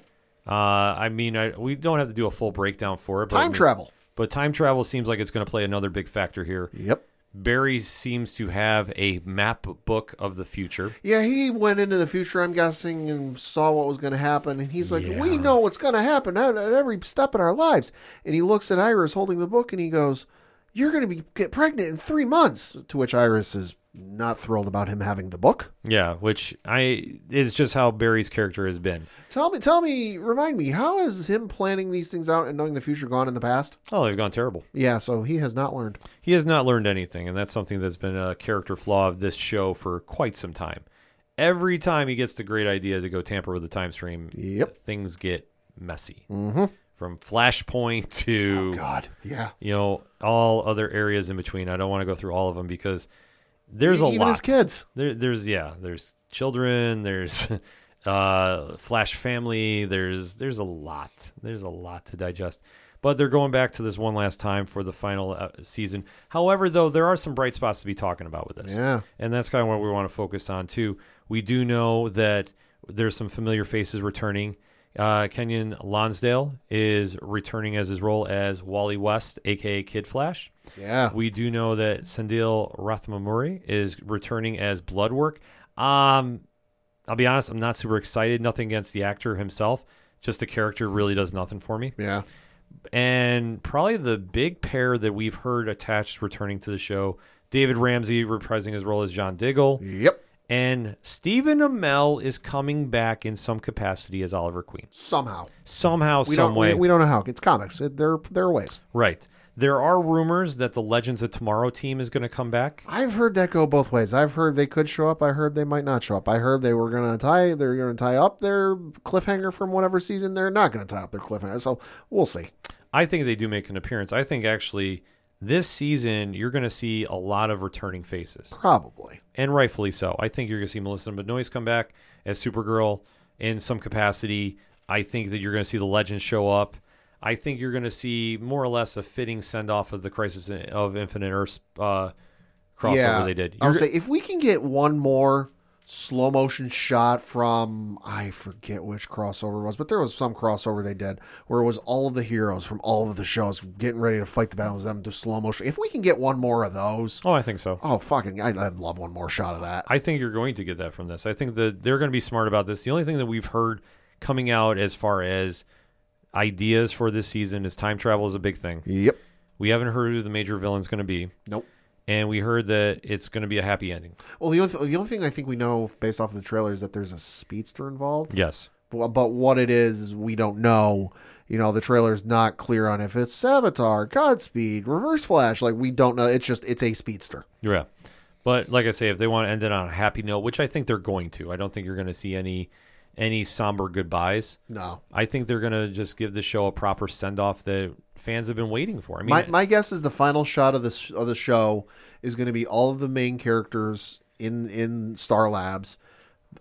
[SPEAKER 1] Uh, I mean, I, we don't have to do a full breakdown for it. But I
[SPEAKER 2] Time
[SPEAKER 1] mean-
[SPEAKER 2] travel.
[SPEAKER 1] But time travel seems like it's going to play another big factor here.
[SPEAKER 2] Yep.
[SPEAKER 1] Barry seems to have a map book of the future.
[SPEAKER 2] Yeah, he went into the future, I'm guessing, and saw what was going to happen. And he's like,
[SPEAKER 1] Yeah.
[SPEAKER 2] We know what's going to happen at, at every step in our lives. And he looks at Iris holding the book and he goes, You're going to be get pregnant in three months. To which Iris is not thrilled about him having the book.
[SPEAKER 1] Yeah, which I is just how Barry's character has been.
[SPEAKER 2] Tell me, tell me, remind me, how is him planning these things out and knowing the future gone in the past?
[SPEAKER 1] Oh, they've gone terrible.
[SPEAKER 2] Yeah, so he has not learned.
[SPEAKER 1] He has not learned anything, and that's something that's been a character flaw of this show for quite some time. Every time he gets the great idea to go tamper with the time stream,
[SPEAKER 2] Yep.
[SPEAKER 1] things get messy. Mm-hmm. From Flashpoint to
[SPEAKER 2] Oh, God. Yeah.
[SPEAKER 1] you know all other areas in between. I don't want to go through all of them because there's a
[SPEAKER 2] Even
[SPEAKER 1] lot.
[SPEAKER 2] his kids.
[SPEAKER 1] There, there's yeah, there's children, there's uh, Flash family, there's there's a lot, there's a lot to digest. But they're going back to this one last time for the final uh, season. However, though, there are some bright spots to be talking about with this,
[SPEAKER 2] Yeah.
[SPEAKER 1] and that's kind of what we want to focus on too. We do know that there's some familiar faces returning. Uh, Kenyon Lonsdale is returning as his role as Wally West, aka Kid Flash.
[SPEAKER 2] Yeah.
[SPEAKER 1] We do know that Sandil Rathmamuri is returning as Bloodwork. Um, I'll be honest, I'm not super excited. Nothing against the actor himself. Just the character really does nothing for me.
[SPEAKER 2] yeah.
[SPEAKER 1] And probably the big pair that we've heard attached returning to the show David Ramsey reprising his role as John Diggle.
[SPEAKER 2] Yep.
[SPEAKER 1] And Stephen Amell is coming back in some capacity as Oliver Queen.
[SPEAKER 2] Somehow.
[SPEAKER 1] Somehow,
[SPEAKER 2] We
[SPEAKER 1] some
[SPEAKER 2] don't
[SPEAKER 1] way.
[SPEAKER 2] We, we don't know how. It's comics. It, there there are ways.
[SPEAKER 1] Right. There are rumors that the Legends of Tomorrow team is going to come back.
[SPEAKER 2] I've heard that go both ways. I've heard they could show up. I heard they might not show up. I heard they were gonna tie. They're gonna tie up their cliffhanger from whatever season. They're not gonna tie up their cliffhanger. So we'll see.
[SPEAKER 1] I think they do make an appearance. I think actually this season you're going to see a lot of returning faces,
[SPEAKER 2] Probably.
[SPEAKER 1] and rightfully so. I think you're going to see Melissa Benoist come back as Supergirl in some capacity. I think that you're going to see the Legends show up. I think you're going to see more or less a fitting send off of the Crisis of Infinite Earths uh, crossover they did.
[SPEAKER 2] I
[SPEAKER 1] You're-
[SPEAKER 2] would say if we can get one more slow motion shot from I forget which crossover it was, but there was some crossover they did where it was all of the heroes from all of the shows getting ready to fight the battle with them to slow motion. If we can get one more of those,
[SPEAKER 1] oh, I think so.
[SPEAKER 2] oh fucking, I'd, I'd love one more shot of that.
[SPEAKER 1] I think you're going to get that from this. I think that they're going to be smart about this. The only thing that we've heard coming out as far as ideas for this season is time travel is a big thing.
[SPEAKER 2] Yep.
[SPEAKER 1] We haven't heard who the major villain's going to be,
[SPEAKER 2] Nope.
[SPEAKER 1] and we heard that it's going to be a happy ending.
[SPEAKER 2] Well, the only, th- the only thing I think we know based off of the trailer is that there's a speedster involved.
[SPEAKER 1] Yes.
[SPEAKER 2] Well, But what it is, we don't know. You know, the trailer's not clear on if it's Saboteur, Godspeed, Reverse Flash. Like, we don't know. It's just, it's a speedster.
[SPEAKER 1] Yeah. But like I say, if they want to end it on a happy note, which I think they're going to, I don't think you're going to see any any somber goodbyes.
[SPEAKER 2] No.
[SPEAKER 1] I think they're going to just give the show a proper send off that fans have been waiting for. I mean,
[SPEAKER 2] My, my guess is the final shot of the, sh- of the show is going to be all of the main characters in, in Star Labs.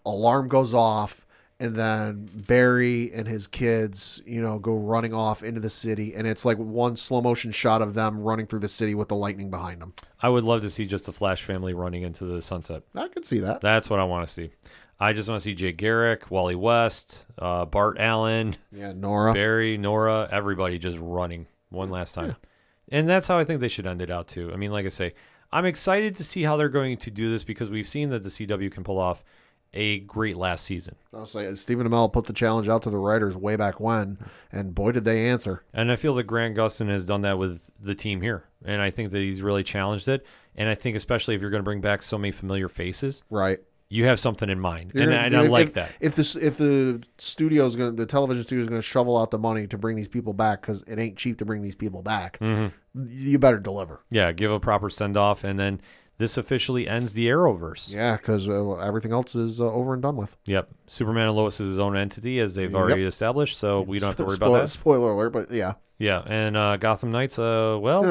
[SPEAKER 2] Alarm goes off, and then Barry and his kids, you know, go running off into the city. And it's like one slow motion shot of them running through the city with the lightning behind them.
[SPEAKER 1] I would love to see just the Flash family running into the sunset.
[SPEAKER 2] I could see that.
[SPEAKER 1] That's what I want to see. I just want to see Jay Garrick, Wally West, uh, Bart Allen,
[SPEAKER 2] Yeah, Nora.
[SPEAKER 1] Barry, Nora, everybody just running one last time. And that's how I think they should end it out too. I mean, like I say, I'm excited to see how they're going to do this because we've seen that the CW can pull off a great last season.
[SPEAKER 2] I'll say Stephen Amell put the challenge out to the writers way back when, and boy did they answer.
[SPEAKER 1] And I feel that Grant Gustin has done that with the team here. And I think that he's really challenged it. And I think especially if you're going to bring back so many familiar faces,
[SPEAKER 2] Right.
[SPEAKER 1] you have something in mind.
[SPEAKER 2] They're
[SPEAKER 1] And,
[SPEAKER 2] gonna-
[SPEAKER 1] and I
[SPEAKER 2] if-
[SPEAKER 1] like
[SPEAKER 2] if-
[SPEAKER 1] that.
[SPEAKER 2] If this, if the studio's going, to the television studio's going to shovel out the money to bring these people back because it ain't cheap to bring these people back,
[SPEAKER 1] Mm-hmm.
[SPEAKER 2] you better deliver.
[SPEAKER 1] Yeah, give a proper send off, and then this officially ends the Arrowverse.
[SPEAKER 2] Yeah, because uh, everything else is uh, over and done with.
[SPEAKER 1] Yep. Superman and Lois is his own entity, as they've already established, so we don't have to worry
[SPEAKER 2] Spoil-
[SPEAKER 1] about that.
[SPEAKER 2] Spoiler alert, but yeah.
[SPEAKER 1] Yeah, and uh, Gotham Knights. Uh, well,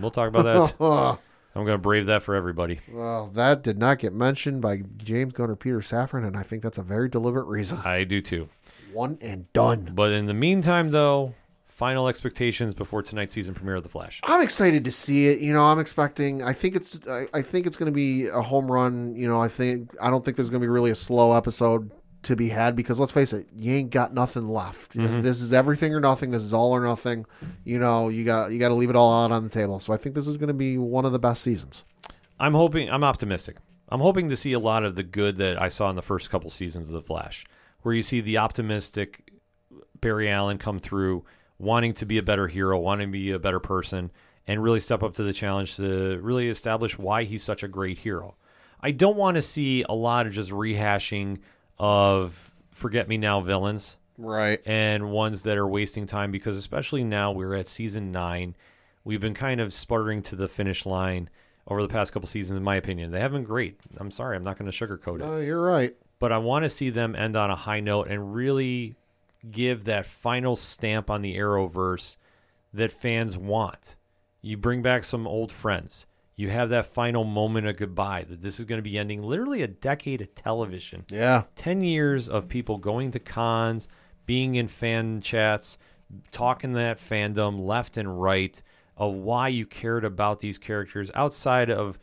[SPEAKER 1] we'll talk about that.
[SPEAKER 2] Oh,
[SPEAKER 1] I'm gonna brave that for everybody.
[SPEAKER 2] well, that did not get mentioned by James Gunn or Peter Safran, and I think that's a very deliberate reason.
[SPEAKER 1] I do too.
[SPEAKER 2] One and done.
[SPEAKER 1] But in the meantime, though, final expectations before tonight's season premiere of The Flash.
[SPEAKER 2] I'm excited to see it. You know, I'm expecting. I think it's. I, I think it's going to be a home run. You know, I think. I don't think there's going to be really a slow episode. to be had because let's face it, you ain't got nothing left. This, this is everything or nothing. This is all or nothing. You know, you got you got to leave it all out on the table. So I think this is going to be one of the best seasons.
[SPEAKER 1] I'm hoping I'm optimistic. I'm hoping to see a lot of the good that I saw in the first couple seasons of The Flash, where you see the optimistic Barry Allen come through, wanting to be a better hero, wanting to be a better person, and really step up to the challenge to really establish why he's such a great hero. I don't want to see a lot of just rehashing of forget me now villains
[SPEAKER 2] Right.
[SPEAKER 1] and ones that are wasting time because especially now we're at season nine. We've been kind of sputtering to the finish line over the past couple seasons, in my opinion. They haven't been great. I'm sorry, I'm not going to sugarcoat it.
[SPEAKER 2] No, Uh, you're right.
[SPEAKER 1] But I want to see them end on a high note and really give that final stamp on the Arrowverse that fans want. You bring back some old friends. You have that final moment of goodbye that this is going to be ending literally a decade of television.
[SPEAKER 2] Yeah.
[SPEAKER 1] 10 years of people going to cons, being in fan chats, talking that fandom left and right of why you cared about these characters outside of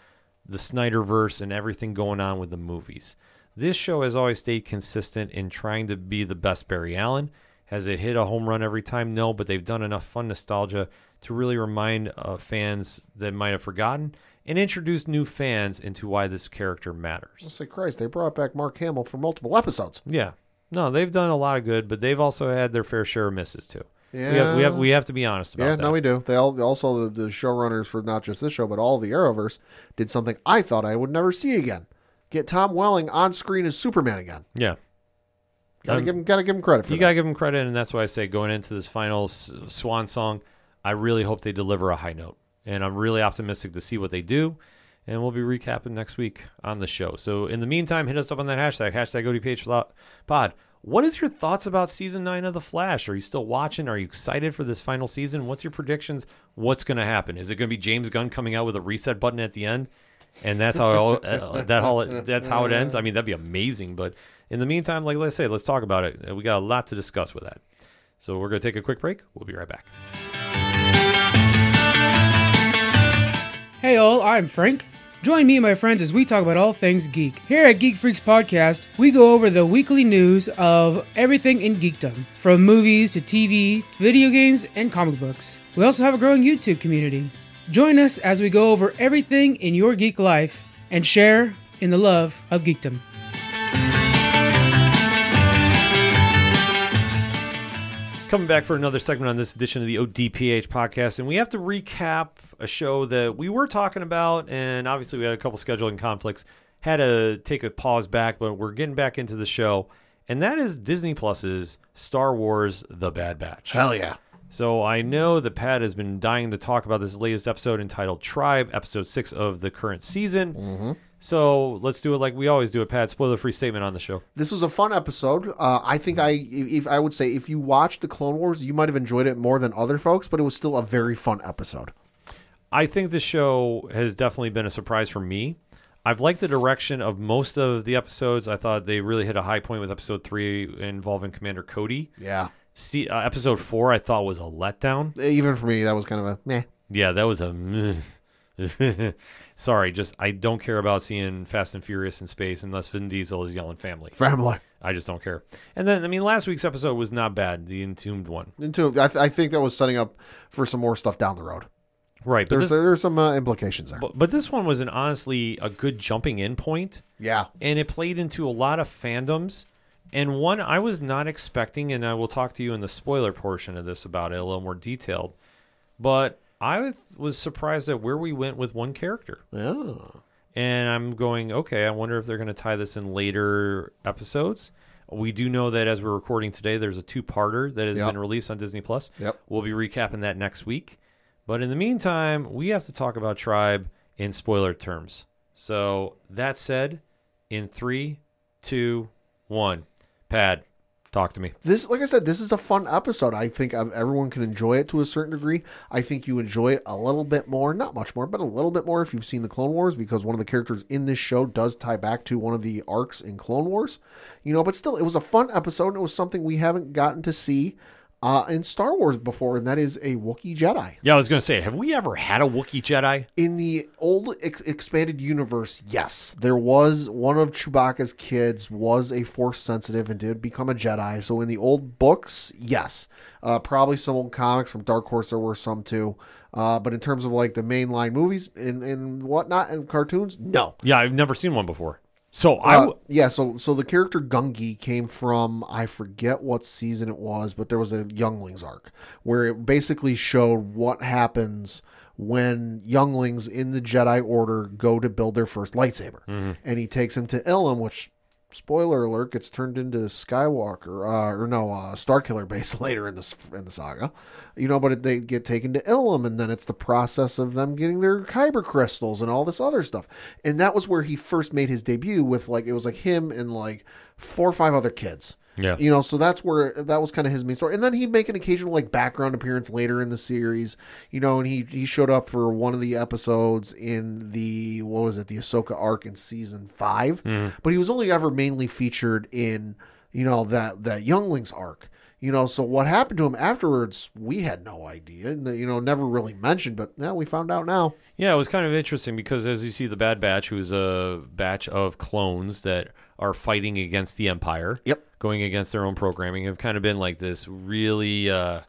[SPEAKER 1] the Snyderverse and everything going on with the movies. This show has always stayed consistent in trying to be the best Barry Allen. Has it hit a home run every time? No, but they've done enough fun nostalgia to really remind uh, fans that might have forgotten and introduce new fans into why this character matters.
[SPEAKER 2] Say Christ, they brought back Mark Hamill for multiple episodes.
[SPEAKER 1] Yeah. No, they've done a lot of good, but they've also had their fair share of misses too. We have we have
[SPEAKER 2] Yeah.
[SPEAKER 1] we have to be honest about
[SPEAKER 2] yeah,
[SPEAKER 1] that.
[SPEAKER 2] no, we do. They all also the, the showrunners for not just this show but all the Arrowverse did something I thought I would never see again. Get Tom Welling on screen as Superman again.
[SPEAKER 1] yeah.
[SPEAKER 2] Gotta
[SPEAKER 1] Um,
[SPEAKER 2] give him, gotta give him credit for
[SPEAKER 1] You
[SPEAKER 2] that.
[SPEAKER 1] got to give them credit and that's why I say going into this final s- swan song, I really hope they deliver a high note. And I'm really optimistic to see what they do. And we'll be recapping next week on the show. So in the meantime, hit us up on that hashtag, hashtag ODPH pod. What is your thoughts about season nine of The Flash? Are you still watching? Are you excited for this final season? What's your predictions? What's going to happen? Is it going to be James Gunn coming out with a reset button at the end? And that's how it all, uh, that all that's how it ends. I mean, that'd be amazing. But in the meantime, like let's say, let's talk about it. We got a lot to discuss with that. So we're going to take a quick break. We'll be right back.
[SPEAKER 5] Hey all, I'm Frank. Join me and my friends as we talk about all things geek. Here at Geek Freaks Podcast, we go over the weekly news of everything in geekdom, from movies to TV, to video games, and comic books. We also have a growing YouTube community. Join us as we go over everything in your geek life and share in the love of geekdom.
[SPEAKER 1] Coming back for another segment on this edition of the ODPH podcast, and we have to recap a show that we were talking about, and obviously we had a couple scheduling conflicts, had to take a pause back, but we're getting back into the show, and that is Disney Plus's Star Wars: The Bad Batch.
[SPEAKER 2] Hell yeah.
[SPEAKER 1] So I know that Pat has been dying to talk about this latest episode entitled Tribe, episode six of the current season. Mm-hmm. So let's do it like we always do it, Pat. Spoiler-free statement on the show.
[SPEAKER 2] This was a fun episode. Uh, I think I, if I would say, if you watched the Clone Wars, you might have enjoyed it more than other folks, but it was still a very fun episode.
[SPEAKER 1] I think the show has definitely been a surprise for me. I've liked the direction of most of the episodes. I thought they really hit a high point with episode three involving Commander Cody.
[SPEAKER 2] Yeah,
[SPEAKER 1] See, uh, episode four I thought was a letdown.
[SPEAKER 2] even for me, that was kind of a meh.
[SPEAKER 1] Yeah, that was a. meh. Sorry, just I don't care about seeing Fast and Furious in space unless Vin Diesel is yelling family.
[SPEAKER 2] Family.
[SPEAKER 1] I just don't care. And then I mean, last week's episode was not bad, the Entombed one.
[SPEAKER 2] Into, I, th- I think that was setting up for some more stuff down the road.
[SPEAKER 1] Right, but
[SPEAKER 2] There's
[SPEAKER 1] this,
[SPEAKER 2] there's some uh, implications there.
[SPEAKER 1] but, but this one was an honestly a good jumping in point.
[SPEAKER 2] Yeah,
[SPEAKER 1] and it played into a lot of fandoms and one i was not expecting and i will talk to you in the spoiler portion of this about it a little more detailed but i was- was surprised at where we went with one character
[SPEAKER 2] yeah.
[SPEAKER 1] and i'm going okay i wonder if they're going to tie this in later episodes we do know that as we're recording today there's a two-parter that has
[SPEAKER 2] Yep.
[SPEAKER 1] been released on disney plus
[SPEAKER 2] Yep.
[SPEAKER 1] we'll be recapping that next week but in the meantime we have to talk about tribe in spoiler terms so that said in three, two, one. Pad, talk to me.
[SPEAKER 2] this like i said this is a fun episode i think um, everyone can enjoy it to a certain degree i think you enjoy it a little bit more not much more but a little bit more if you've seen the clone wars because one of the characters in this show does tie back to one of the arcs in clone wars you know but still it was a fun episode and it was something we haven't gotten to see uh, in Star Wars before, and that is a Wookiee Jedi.
[SPEAKER 1] Yeah, I was going to say, have we ever had a Wookiee Jedi?
[SPEAKER 2] In the old ex- expanded universe, yes, there was one of Chewbacca's kids was a Force sensitive and did become a Jedi. So in the old books, yes, uh, probably some old comics from Dark Horse there were some too. Uh, but in terms of like the mainline movies and, and whatnot and cartoons, no.
[SPEAKER 1] Yeah, I've never seen one before. So I,
[SPEAKER 2] Uh,
[SPEAKER 1] w-
[SPEAKER 2] yeah, so so the character Gungi came from I forget what season it was, but there was a Younglings arc where it basically showed what happens when Younglings in the Jedi Order go to build their first lightsaber,
[SPEAKER 1] Mm-hmm.
[SPEAKER 2] and he takes him to Ilum, which spoiler alert gets turned into Skywalker uh, or no uh, Starkiller base later in this in the saga, you know. But it, they get taken to Ilum, and then it's the process of them getting their kyber crystals and all this other stuff. And that was where he first made his debut with like it was like him and like four or five other kids.
[SPEAKER 1] Yeah.
[SPEAKER 2] You know, so that's where that was kind of his main story. And then he'd make an occasional like background appearance later in the series, you know, and he he showed up for one of the episodes in the what was it, the Ahsoka arc in season five. But he was only ever mainly featured in, you know, that that Younglings arc. You know, so what happened to him afterwards, we had no idea. And, you know, never really mentioned, but now we found out now.
[SPEAKER 1] yeah, it was kind of interesting because as you see, the Bad Batch, who's a batch of clones that are fighting against the Empire,
[SPEAKER 2] Yep.
[SPEAKER 1] going against their own programming, have kind of been like this really uh,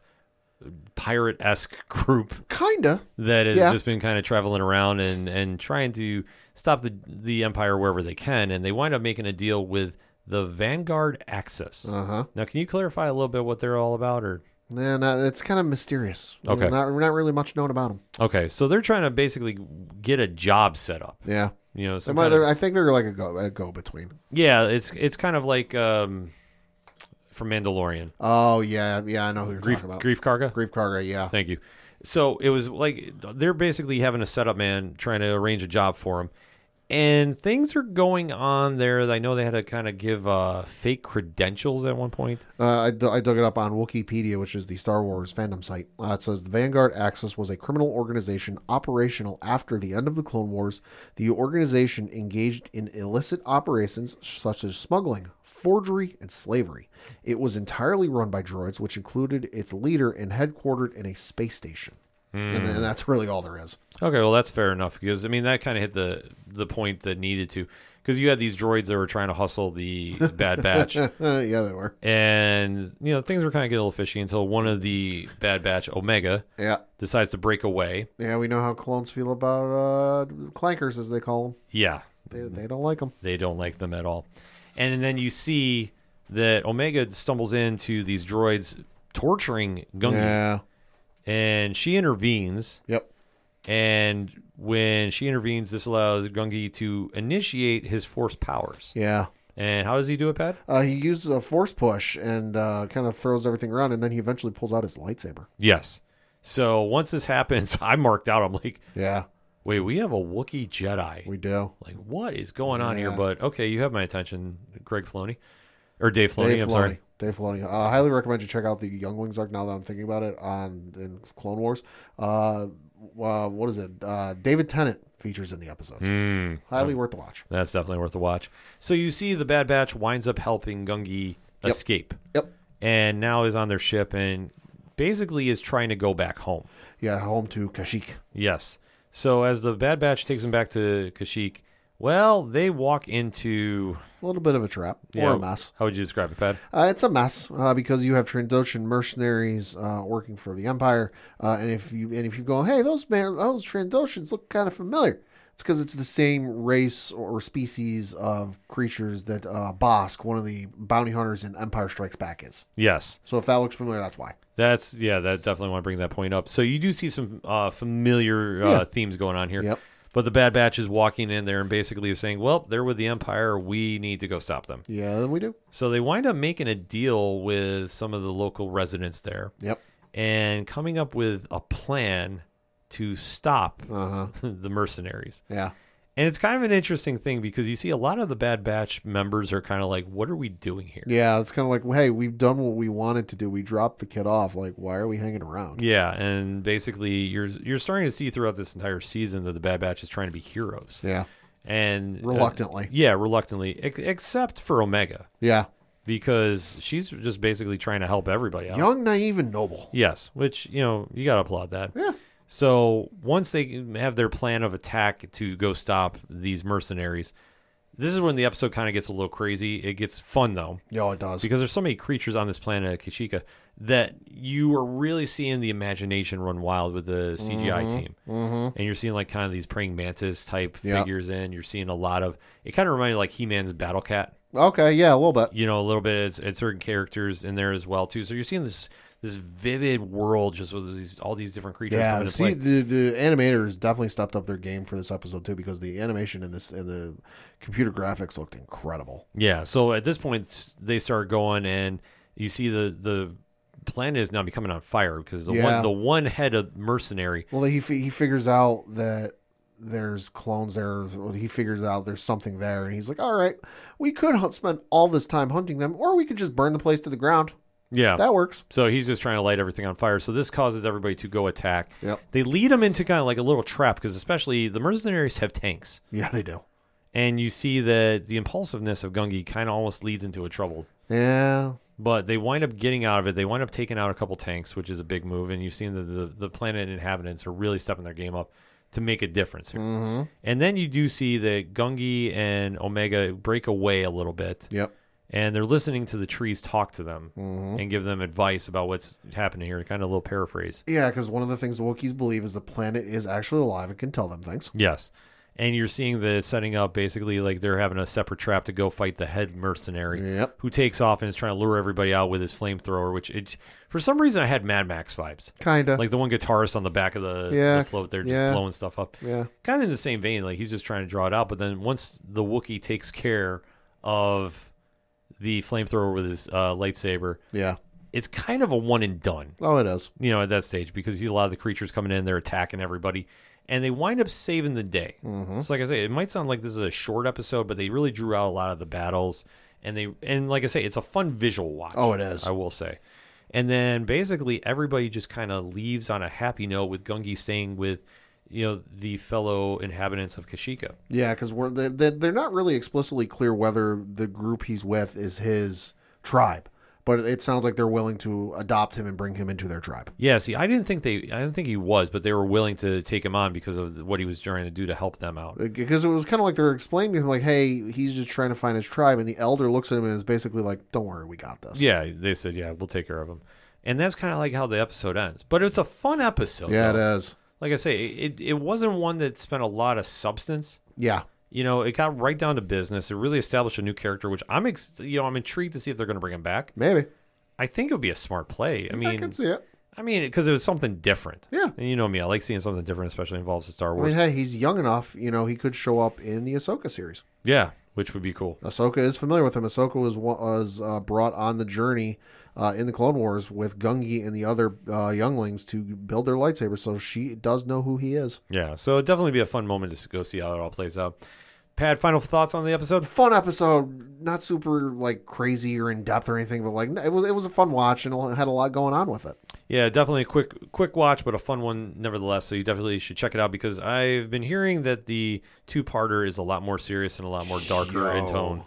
[SPEAKER 1] pirate esque group
[SPEAKER 2] Kinda.
[SPEAKER 1] that has
[SPEAKER 2] Yeah.
[SPEAKER 1] just been kind of traveling around and, and trying to stop the the empire wherever they can, and they wind up making a deal with the Vanguard Axis.
[SPEAKER 2] Uh-huh.
[SPEAKER 1] Now, can you clarify a little bit what they're all about, or
[SPEAKER 2] And uh, it's kind of mysterious. You
[SPEAKER 1] Okay.
[SPEAKER 2] know, not, not really much known about him.
[SPEAKER 1] okay? So they're trying to basically get a job set up.
[SPEAKER 2] Yeah.
[SPEAKER 1] You know,
[SPEAKER 2] They
[SPEAKER 1] some
[SPEAKER 2] might,
[SPEAKER 1] kind of-
[SPEAKER 2] they're- I think they're like a go a go between.
[SPEAKER 1] yeah, it's it's kind of like um, from Mandalorian,
[SPEAKER 2] Oh yeah, yeah, I know who you're
[SPEAKER 1] grief
[SPEAKER 2] talking about.
[SPEAKER 1] grief carga.
[SPEAKER 2] Grief Karga, yeah.
[SPEAKER 1] Thank you. So it was like they're basically having a setup man trying to arrange a job for him. And things are going on there. I know they had to kind of give uh, fake credentials at one point.
[SPEAKER 2] Uh, I, d- I dug it up on Wikipedia, which is the Star Wars fandom site. Uh, it says the Vanguard Axis was a criminal organization operational after the end of the Clone Wars. The organization engaged in illicit operations such as smuggling, forgery, and slavery. It was entirely run by droids, which included its leader and headquartered in a space station.
[SPEAKER 1] Hmm.
[SPEAKER 2] And, and that's really all there is.
[SPEAKER 1] Okay, well that's fair enough because I mean that kind of hit the the point that needed to because you had these droids that were trying to hustle the Bad Batch,
[SPEAKER 2] Uh, yeah, they were.
[SPEAKER 1] and you know things were kind of getting a little fishy until one of the Bad Batch Omega
[SPEAKER 2] Yeah.
[SPEAKER 1] decides to break away.
[SPEAKER 2] Yeah, we know how clones feel about uh, clankers, as they call
[SPEAKER 1] Yeah,
[SPEAKER 2] them. They, they don't like them.
[SPEAKER 1] they don't like them at all. And then you see that Omega stumbles into these droids torturing Gungi,
[SPEAKER 2] Yeah.
[SPEAKER 1] and she intervenes.
[SPEAKER 2] Yep.
[SPEAKER 1] And when she intervenes, this allows Gungi to initiate his force powers.
[SPEAKER 2] Yeah.
[SPEAKER 1] And how does he do it, Pat?
[SPEAKER 2] Uh, he uses a force push and uh, kind of throws everything around, and then he eventually pulls out his lightsaber.
[SPEAKER 1] Yes. So once this happens, I marked out. I'm like,
[SPEAKER 2] Yeah,
[SPEAKER 1] wait, we have a Wookiee Jedi.
[SPEAKER 2] we do.
[SPEAKER 1] Like, what is going on here?
[SPEAKER 2] Yeah.
[SPEAKER 1] But okay, you have my attention, Greg Filoni. Or Dave Filoni,
[SPEAKER 2] Dave
[SPEAKER 1] I'm
[SPEAKER 2] Filoni.
[SPEAKER 1] sorry.
[SPEAKER 2] Dave Filoni. Uh, I highly recommend you check out the Younglings arc. Now that I'm thinking about it, on in Clone Wars. Uh, uh, what is it? Uh, David Tennant features in the episodes.
[SPEAKER 1] Mm.
[SPEAKER 2] Highly worth the watch.
[SPEAKER 1] That's definitely worth a watch. So you see the Bad Batch winds up helping Gungi escape
[SPEAKER 2] Yep.
[SPEAKER 1] and now is on their ship and basically is trying to go back home.
[SPEAKER 2] Yeah, home to Kashyyyk.
[SPEAKER 1] Yes. So as the Bad Batch takes them back to Kashyyyk, well, they walk into
[SPEAKER 2] A little bit of a trap or
[SPEAKER 1] Yeah,
[SPEAKER 2] a mess.
[SPEAKER 1] How would you describe it, Pat?
[SPEAKER 2] Uh, it's a mess uh, because you have Trandoshan mercenaries uh, working for the Empire, uh, and if you and if you go, hey, those man, those Trandoshans look kind of familiar. It's because it's the same race or species of creatures that uh, Bosk, one of the bounty hunters in Empire Strikes Back, is.
[SPEAKER 1] Yes.
[SPEAKER 2] So if that looks familiar, that's why.
[SPEAKER 1] That's yeah, that definitely want to bring that point up. So you do see some uh, familiar uh,
[SPEAKER 2] Yeah.
[SPEAKER 1] themes going on here.
[SPEAKER 2] Yep.
[SPEAKER 1] But the Bad Batch is walking in there and basically is saying, "Well, they're with the Empire. We need to go stop them."
[SPEAKER 2] Yeah, we do.
[SPEAKER 1] So they wind up making a deal with some of the local residents there
[SPEAKER 2] Yep.
[SPEAKER 1] and coming up with a plan to stop
[SPEAKER 2] Uh huh.
[SPEAKER 1] the mercenaries.
[SPEAKER 2] Yeah.
[SPEAKER 1] And it's kind of an interesting thing because you see a lot of the Bad Batch members are kind of like, what are we doing here?
[SPEAKER 2] Yeah, it's kind of like, hey, we've done what we wanted to do. We dropped the kid off. Like, why are we hanging around?
[SPEAKER 1] Yeah, and basically you're you're starting to see throughout this entire season that the Bad Batch is trying to be heroes.
[SPEAKER 2] Yeah.
[SPEAKER 1] And uh,
[SPEAKER 2] Reluctantly.
[SPEAKER 1] yeah, reluctantly, ex- except for Omega.
[SPEAKER 2] Yeah.
[SPEAKER 1] because she's just basically trying to help everybody out.
[SPEAKER 2] Young, naive, and noble.
[SPEAKER 1] Yes, which you know you gotta applaud that.
[SPEAKER 2] Yeah.
[SPEAKER 1] So once they have their plan of attack to go stop these mercenaries, this is when the episode kind of gets a little crazy. It gets fun though
[SPEAKER 2] Yeah, it does.
[SPEAKER 1] because there's so many creatures on this planet, Kashika, that you are really seeing the imagination run wild with the CGI team. Mm-hmm. And you're seeing like kind of these praying mantis type
[SPEAKER 2] Yeah.
[SPEAKER 1] figures in. You're seeing a lot of it. Kind of reminded you, like He-Man's Battle Cat
[SPEAKER 2] okay, yeah, a little bit.
[SPEAKER 1] you know a little bit it's, it's certain characters in there as well too so you're seeing this this vivid world just with these all these different creatures
[SPEAKER 2] Yeah,
[SPEAKER 1] coming to
[SPEAKER 2] see,
[SPEAKER 1] play.
[SPEAKER 2] the the animators definitely stepped up their game for this episode too because the animation in this and the computer graphics looked incredible.
[SPEAKER 1] yeah so at this point s- they start going and you see the the planet is now becoming on fire because the
[SPEAKER 2] Yeah.
[SPEAKER 1] one the one head of mercenary
[SPEAKER 2] Well, he fi- he figures out that there's clones there. Well, He figures out there's something there, and he's like, "All right, we could hunt, spend all this time hunting them, or we could just burn the place to the ground.
[SPEAKER 1] yeah
[SPEAKER 2] That works."
[SPEAKER 1] so he's just trying to light everything on fire so this causes everybody to go attack
[SPEAKER 2] Yep.
[SPEAKER 1] they lead them into kind of like a little trap because especially the mercenaries have tanks
[SPEAKER 2] Yeah, they do.
[SPEAKER 1] and you see that the impulsiveness of gungi kind of almost leads into a troubled
[SPEAKER 2] Yeah,
[SPEAKER 1] but they wind up getting out of it. They wind up taking out a couple tanks, which is a big move. And you've seen that the, the planet inhabitants are really stepping their game up to make a difference here. And then you do see that Gungi and Omega break away a little bit,
[SPEAKER 2] yep.
[SPEAKER 1] and they're listening to the trees talk to them and give them advice about what's happening here. Kind of a little paraphrase.
[SPEAKER 2] Yeah, because one of the things the Wookiees believe is the planet is actually alive and can tell them things.
[SPEAKER 1] Yes. And you're seeing the setting up basically like they're having a separate trap to go fight the head mercenary
[SPEAKER 2] Yep.
[SPEAKER 1] who takes off and is trying to lure everybody out with his flamethrower, which it, for some reason I had Mad Max vibes.
[SPEAKER 2] Kinda.
[SPEAKER 1] like the one guitarist on the back of the,
[SPEAKER 2] Yeah,
[SPEAKER 1] the float there just
[SPEAKER 2] yeah.
[SPEAKER 1] blowing stuff up
[SPEAKER 2] yeah.
[SPEAKER 1] kind of in the same vein like he's just trying to draw it out but then once the wookiee takes care of the flamethrower with his uh, lightsaber
[SPEAKER 2] Yeah.
[SPEAKER 1] it's kind of a one and done
[SPEAKER 2] Oh, it is.
[SPEAKER 1] you know at that stage because you see a lot of the creatures coming in they're attacking everybody and they wind up saving the day
[SPEAKER 2] Mm-hmm.
[SPEAKER 1] so like i say it might sound like this is a short episode but they really drew out a lot of the battles and they and like i say it's a fun visual watch
[SPEAKER 2] Oh, it is.
[SPEAKER 1] I will say. And then basically everybody just kind of leaves on a happy note with Gungi staying with, you know, the fellow inhabitants of Kashika.
[SPEAKER 2] Yeah, because we're they- they- they're not really explicitly clear whether the group he's with is his tribe, but it sounds like they're willing to adopt him and bring him into their tribe.
[SPEAKER 1] Yeah, see, I didn't think they, I didn't think he was, but they were willing to take him on because of what he was trying to do to help them out.
[SPEAKER 2] Because it was kind of like they're explaining to him, like, "Hey, he's just trying to find his tribe," and the elder looks at him and is basically like, "Don't worry, we got this."
[SPEAKER 1] Yeah, they said, yeah, we'll take care of him. And that's kind of like how the episode ends. But it's a fun episode.
[SPEAKER 2] yeah,
[SPEAKER 1] though.
[SPEAKER 2] it is.
[SPEAKER 1] Like I say, it, it wasn't one that spent a lot of substance.
[SPEAKER 2] Yeah,
[SPEAKER 1] You know, it got right down to business. It really established a new character, which I'm, ex- you know, I'm intrigued to see if they're going to bring him back.
[SPEAKER 2] maybe
[SPEAKER 1] I think it would be a smart play. I
[SPEAKER 2] I,
[SPEAKER 1] mean,
[SPEAKER 2] can see it.
[SPEAKER 1] I mean, because it was something different.
[SPEAKER 2] Yeah.
[SPEAKER 1] and you know me, I like seeing something different, especially involves the Star
[SPEAKER 2] I
[SPEAKER 1] Wars.
[SPEAKER 2] mean, hey, he's young enough. You know, he could show up in the Ahsoka series.
[SPEAKER 1] yeah, which would be cool.
[SPEAKER 2] Ahsoka is familiar with him. Ahsoka was was uh, brought on the journey uh, in the Clone Wars with Gungi and the other uh, younglings to build their lightsaber, so she does know who he is.
[SPEAKER 1] Yeah, so it'd definitely be a fun moment to s- go see how it all plays out. Pad, final thoughts on the episode?
[SPEAKER 2] Fun episode, not super like crazy or in depth or anything, but like it was it was a fun watch and it had a lot going on with it.
[SPEAKER 1] Yeah, definitely a quick, quick watch, but a fun one nevertheless. So you definitely should check it out because I've been hearing that the two-parter is a lot more serious and a lot more darker in
[SPEAKER 2] Yo.
[SPEAKER 1] tone.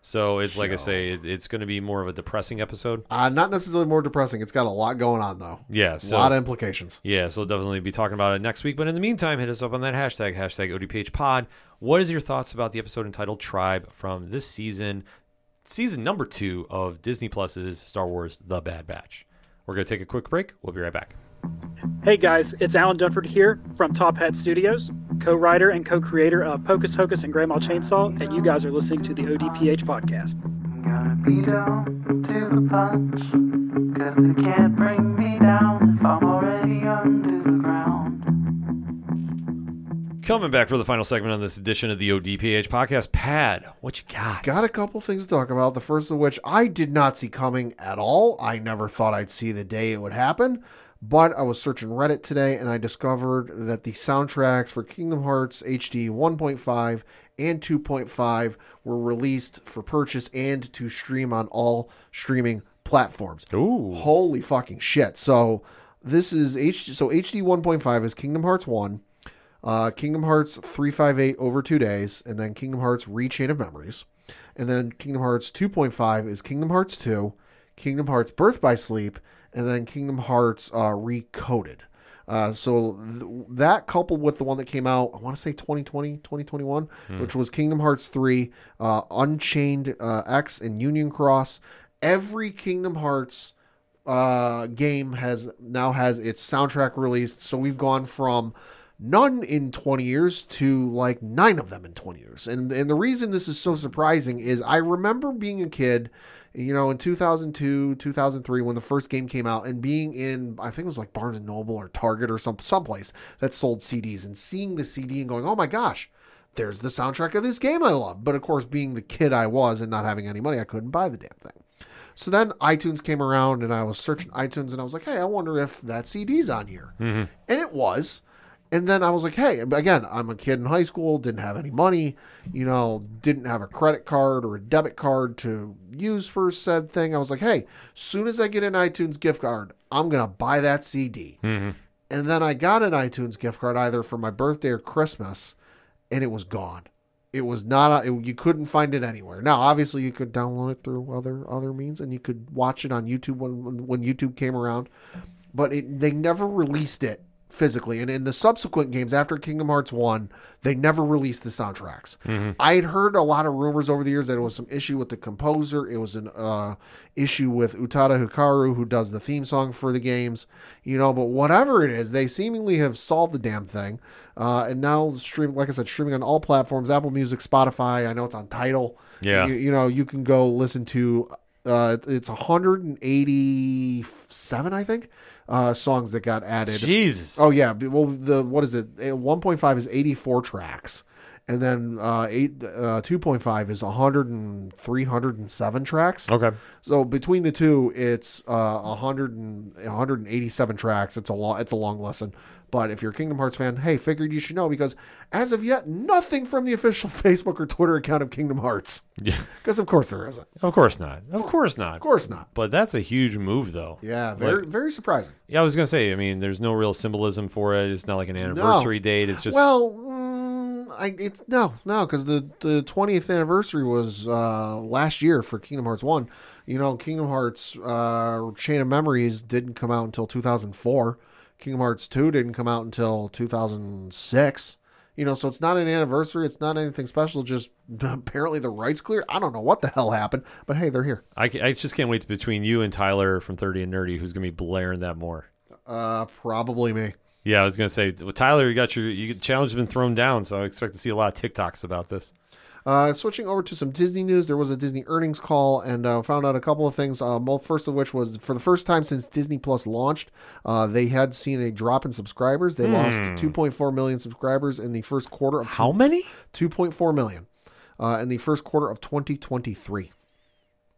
[SPEAKER 1] So it's like I say, it, it's going to be more of a depressing episode.
[SPEAKER 2] Uh, not necessarily more depressing. It's got a lot going on though.
[SPEAKER 1] Yeah, so
[SPEAKER 2] a lot of implications.
[SPEAKER 1] Yeah, so definitely be talking about it next week. But in the meantime, hit us up on that hashtag, hashtag ODPHpod. What is your thoughts about the episode entitled Tribe from this season, season number two of Disney Plus's Star Wars The Bad Batch? We're going to take a quick break. We'll be right back.
[SPEAKER 6] Hey guys, it's Alan Dunford here from Top Hat Studios, co writer and co creator of Pocus Hocus and Grandma Chainsaw, and you guys are listening to the ODPH podcast.
[SPEAKER 7] Gotta be down to the punch. Cause they can't bring me down if I'm already under the ground.
[SPEAKER 1] Coming back for the final segment on this edition of the ODPH podcast. Pad, what you got?
[SPEAKER 2] Got a couple things to talk about. The first of which I did not see coming at all. I never thought I'd see the day it would happen. But I was searching Reddit today and I discovered that the soundtracks for Kingdom Hearts HD 1.5 and 2.5 were released for purchase and to stream on all streaming platforms.
[SPEAKER 1] Ooh.
[SPEAKER 2] Holy fucking shit. So this is H so HD 1.5 is Kingdom Hearts 1, uh Kingdom Hearts 358 over 2 days and then Kingdom Hearts Rechain of Memories. And then Kingdom Hearts 2.5 is Kingdom Hearts 2, Kingdom Hearts Birth by Sleep, and then Kingdom Hearts uh, Recoded. Uh, so th- that coupled with the one that came out, I want to say 2020, 2021, which was Kingdom Hearts 3, uh, Unchained uh, X, and Union Cross. Every Kingdom Hearts uh, game has now has its soundtrack released. So we've gone from none in 20 years to like nine of them in 20 years. And and the reason this is so surprising is I remember being a kid, you know, in 2002, 2003 when the first game came out and being in I think it was like Barnes and Noble or Target or some someplace that sold CDs and seeing the CD and going, "Oh my gosh, there's the soundtrack of this game I love." But of course, being the kid I was and not having any money, I couldn't buy the damn thing. So then iTunes came around and I was searching iTunes and I was like, hey, I wonder if that CD's on here. And it was. And then I was like, hey, again, I'm a kid in high school, didn't have any money, you know, didn't have a credit card or a debit card to use for said thing. I was like, hey, soon as I get an iTunes gift card, I'm going to buy that CD. And then I got an iTunes gift card either for my birthday or Christmas, and it was gone. It was not it, you couldn't find it anywhere. Now, obviously, you could download it through other other means, and you could watch it on YouTube when when, when YouTube came around. But it, they never released it physically, and in the subsequent games after Kingdom Hearts One, they never released the soundtracks. I had heard a lot of rumors over the years that it was some issue with the composer. It was an uh, issue with Utada Hikaru, who does the theme song for the games, you know. But whatever it is, they seemingly have solved the damn thing. Uh, and now stream, like I said, streaming on all platforms: Apple Music, Spotify. I know it's on Title.
[SPEAKER 1] Yeah.
[SPEAKER 2] you, you know you can go listen to. Uh, it's 187, I think, uh, songs that got added.
[SPEAKER 1] Jesus.
[SPEAKER 2] Oh yeah, b- well the what is it? Eh, 1.5 is 84 tracks. And then uh, eight, uh, 2.5 is 100 and 307 tracks.
[SPEAKER 1] Okay.
[SPEAKER 2] So between the two, it's uh, 100 and 187 tracks. It's a long, it's a long lesson. But if you're a Kingdom Hearts fan, hey, figured you should know because as of yet, nothing from the official Facebook or Twitter account of Kingdom Hearts.
[SPEAKER 1] Yeah.
[SPEAKER 2] Because of course there isn't. Of
[SPEAKER 1] Of course not. Of course not.
[SPEAKER 2] course not.
[SPEAKER 1] But that's a huge move, though.
[SPEAKER 2] Yeah, very very surprising.
[SPEAKER 1] Yeah, I was gonna say. I mean, there's no real symbolism for it. It's not like an anniversary date. It's just
[SPEAKER 2] well, mm, I, it's no, no, because the the twentieth anniversary was uh, last year for Kingdom Hearts One. You know, Kingdom Hearts uh, Chain of Memories didn't come out until two thousand four. Kingdom Hearts Two didn't come out until two thousand six. You know, so it's not an anniversary. It's not anything special. Just apparently the rights clear. I don't know what the hell happened, but hey, they're here.
[SPEAKER 1] I, ca- I just can't wait between you and Tyler from Thirty and Nerdy, who's gonna be blaring that more.
[SPEAKER 2] Uh, probably me.
[SPEAKER 1] Yeah, I was gonna say, with Tyler, you got your you, challenge been thrown down, so I expect to see a lot of TikToks about this.
[SPEAKER 2] Uh, switching over to some Disney news, there was a Disney earnings call and uh, found out a couple of things. Uh, mo- first of which was for the first time since Disney Plus launched, uh, they had seen a drop in subscribers. They lost 2.4 million subscribers in the first quarter of
[SPEAKER 1] Hmm. How many?
[SPEAKER 2] 2.4 million uh, in the first quarter of 2023.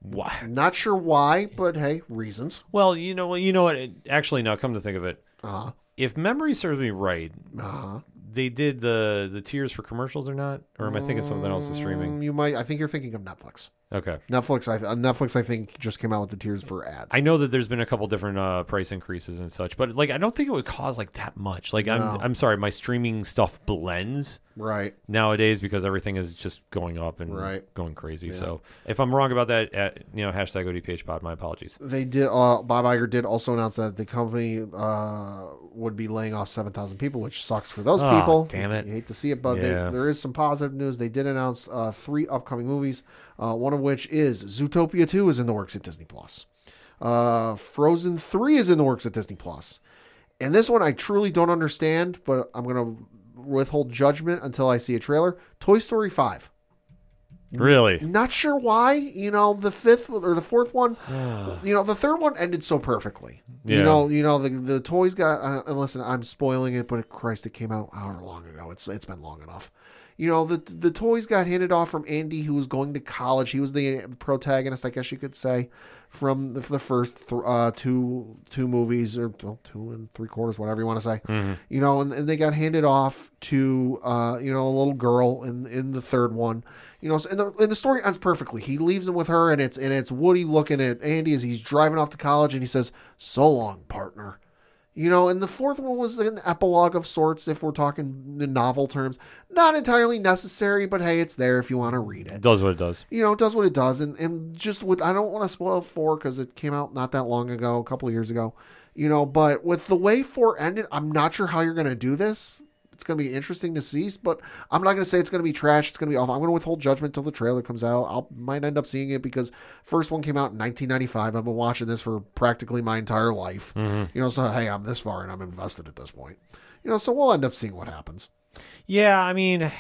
[SPEAKER 1] What?
[SPEAKER 2] Not sure why, but hey, reasons.
[SPEAKER 1] Well, you know, you know what? It, actually, now come to think of it,
[SPEAKER 2] Uh,
[SPEAKER 1] if memory serves me right,
[SPEAKER 2] uh,
[SPEAKER 1] they did the the tiers for commercials or not, or am I thinking something else is streaming?
[SPEAKER 2] Mm, you might. I think you're thinking of Netflix.
[SPEAKER 1] Okay.
[SPEAKER 2] Netflix. I, uh, Netflix. I think just came out with the tiers for ads.
[SPEAKER 1] I know that there's been a couple different uh, price increases and such, but like I don't think it would cause like that much. Like I'm I'm sorry, my streaming stuff blends
[SPEAKER 2] right.
[SPEAKER 1] nowadays because everything is just going up and
[SPEAKER 2] Right.
[SPEAKER 1] going crazy. So if I'm wrong about that, at, you know, hashtag ODPHpod, my apologies.
[SPEAKER 2] they did. Uh, Bob Iger did also announce that the company uh, would be laying off seven thousand people, which sucks for those
[SPEAKER 1] Aw,
[SPEAKER 2] people.
[SPEAKER 1] Ah, damn it.
[SPEAKER 2] You hate to see it, but they-
[SPEAKER 1] Yeah.
[SPEAKER 2] there is some positive news. They did announce uh, three upcoming movies, uh, one of which is Zootopia two is in the works at Disney Plus. Uh, Frozen three is in the works at Disney Plus, and this one I truly don't understand, but I'm gonna withhold judgment until I see a trailer. Toy Story five.
[SPEAKER 1] Really?
[SPEAKER 2] Not sure why, you know, the fifth or the fourth one, you know, the third one ended so perfectly.
[SPEAKER 1] Yeah.
[SPEAKER 2] You know, you know the the toys got. Uh, and listen, I'm spoiling it, but Christ, it came out hour long ago. It's it's been long enough. You know, the the toys got handed off from Andy, who was going to college. He was the protagonist, I guess you could say, from the, for the first th- uh, two two movies or well, two and three quarters, whatever you want to say. You know, and, and they got handed off to uh, you know a little girl in in the third one. You know, so- and the, and the story ends perfectly. He leaves him with her, and it's and it's Woody looking at Andy as he's driving off to college, and he says, "So long, partner." You know, and the fourth one was an epilogue of sorts, if we're talking in novel terms. Not entirely necessary, but hey, it's there if you want to read it.
[SPEAKER 1] Does what it does.
[SPEAKER 2] You know, it does what it does, and and just with I don't want to spoil four because it came out not that long ago, a couple of years ago. You know, but with the way four ended, I'm not sure how you're going to do this. It's going to be interesting to see, but I'm not going to say it's going to be trash. It's going to be awful. I'm going to withhold judgment till the trailer comes out. I will might end up seeing it because first one came out in 1995. I've been watching this for practically my entire life. You know, so hey, I'm this far and I'm invested at this point. You know, so we'll end up seeing what happens.
[SPEAKER 1] Yeah, I mean,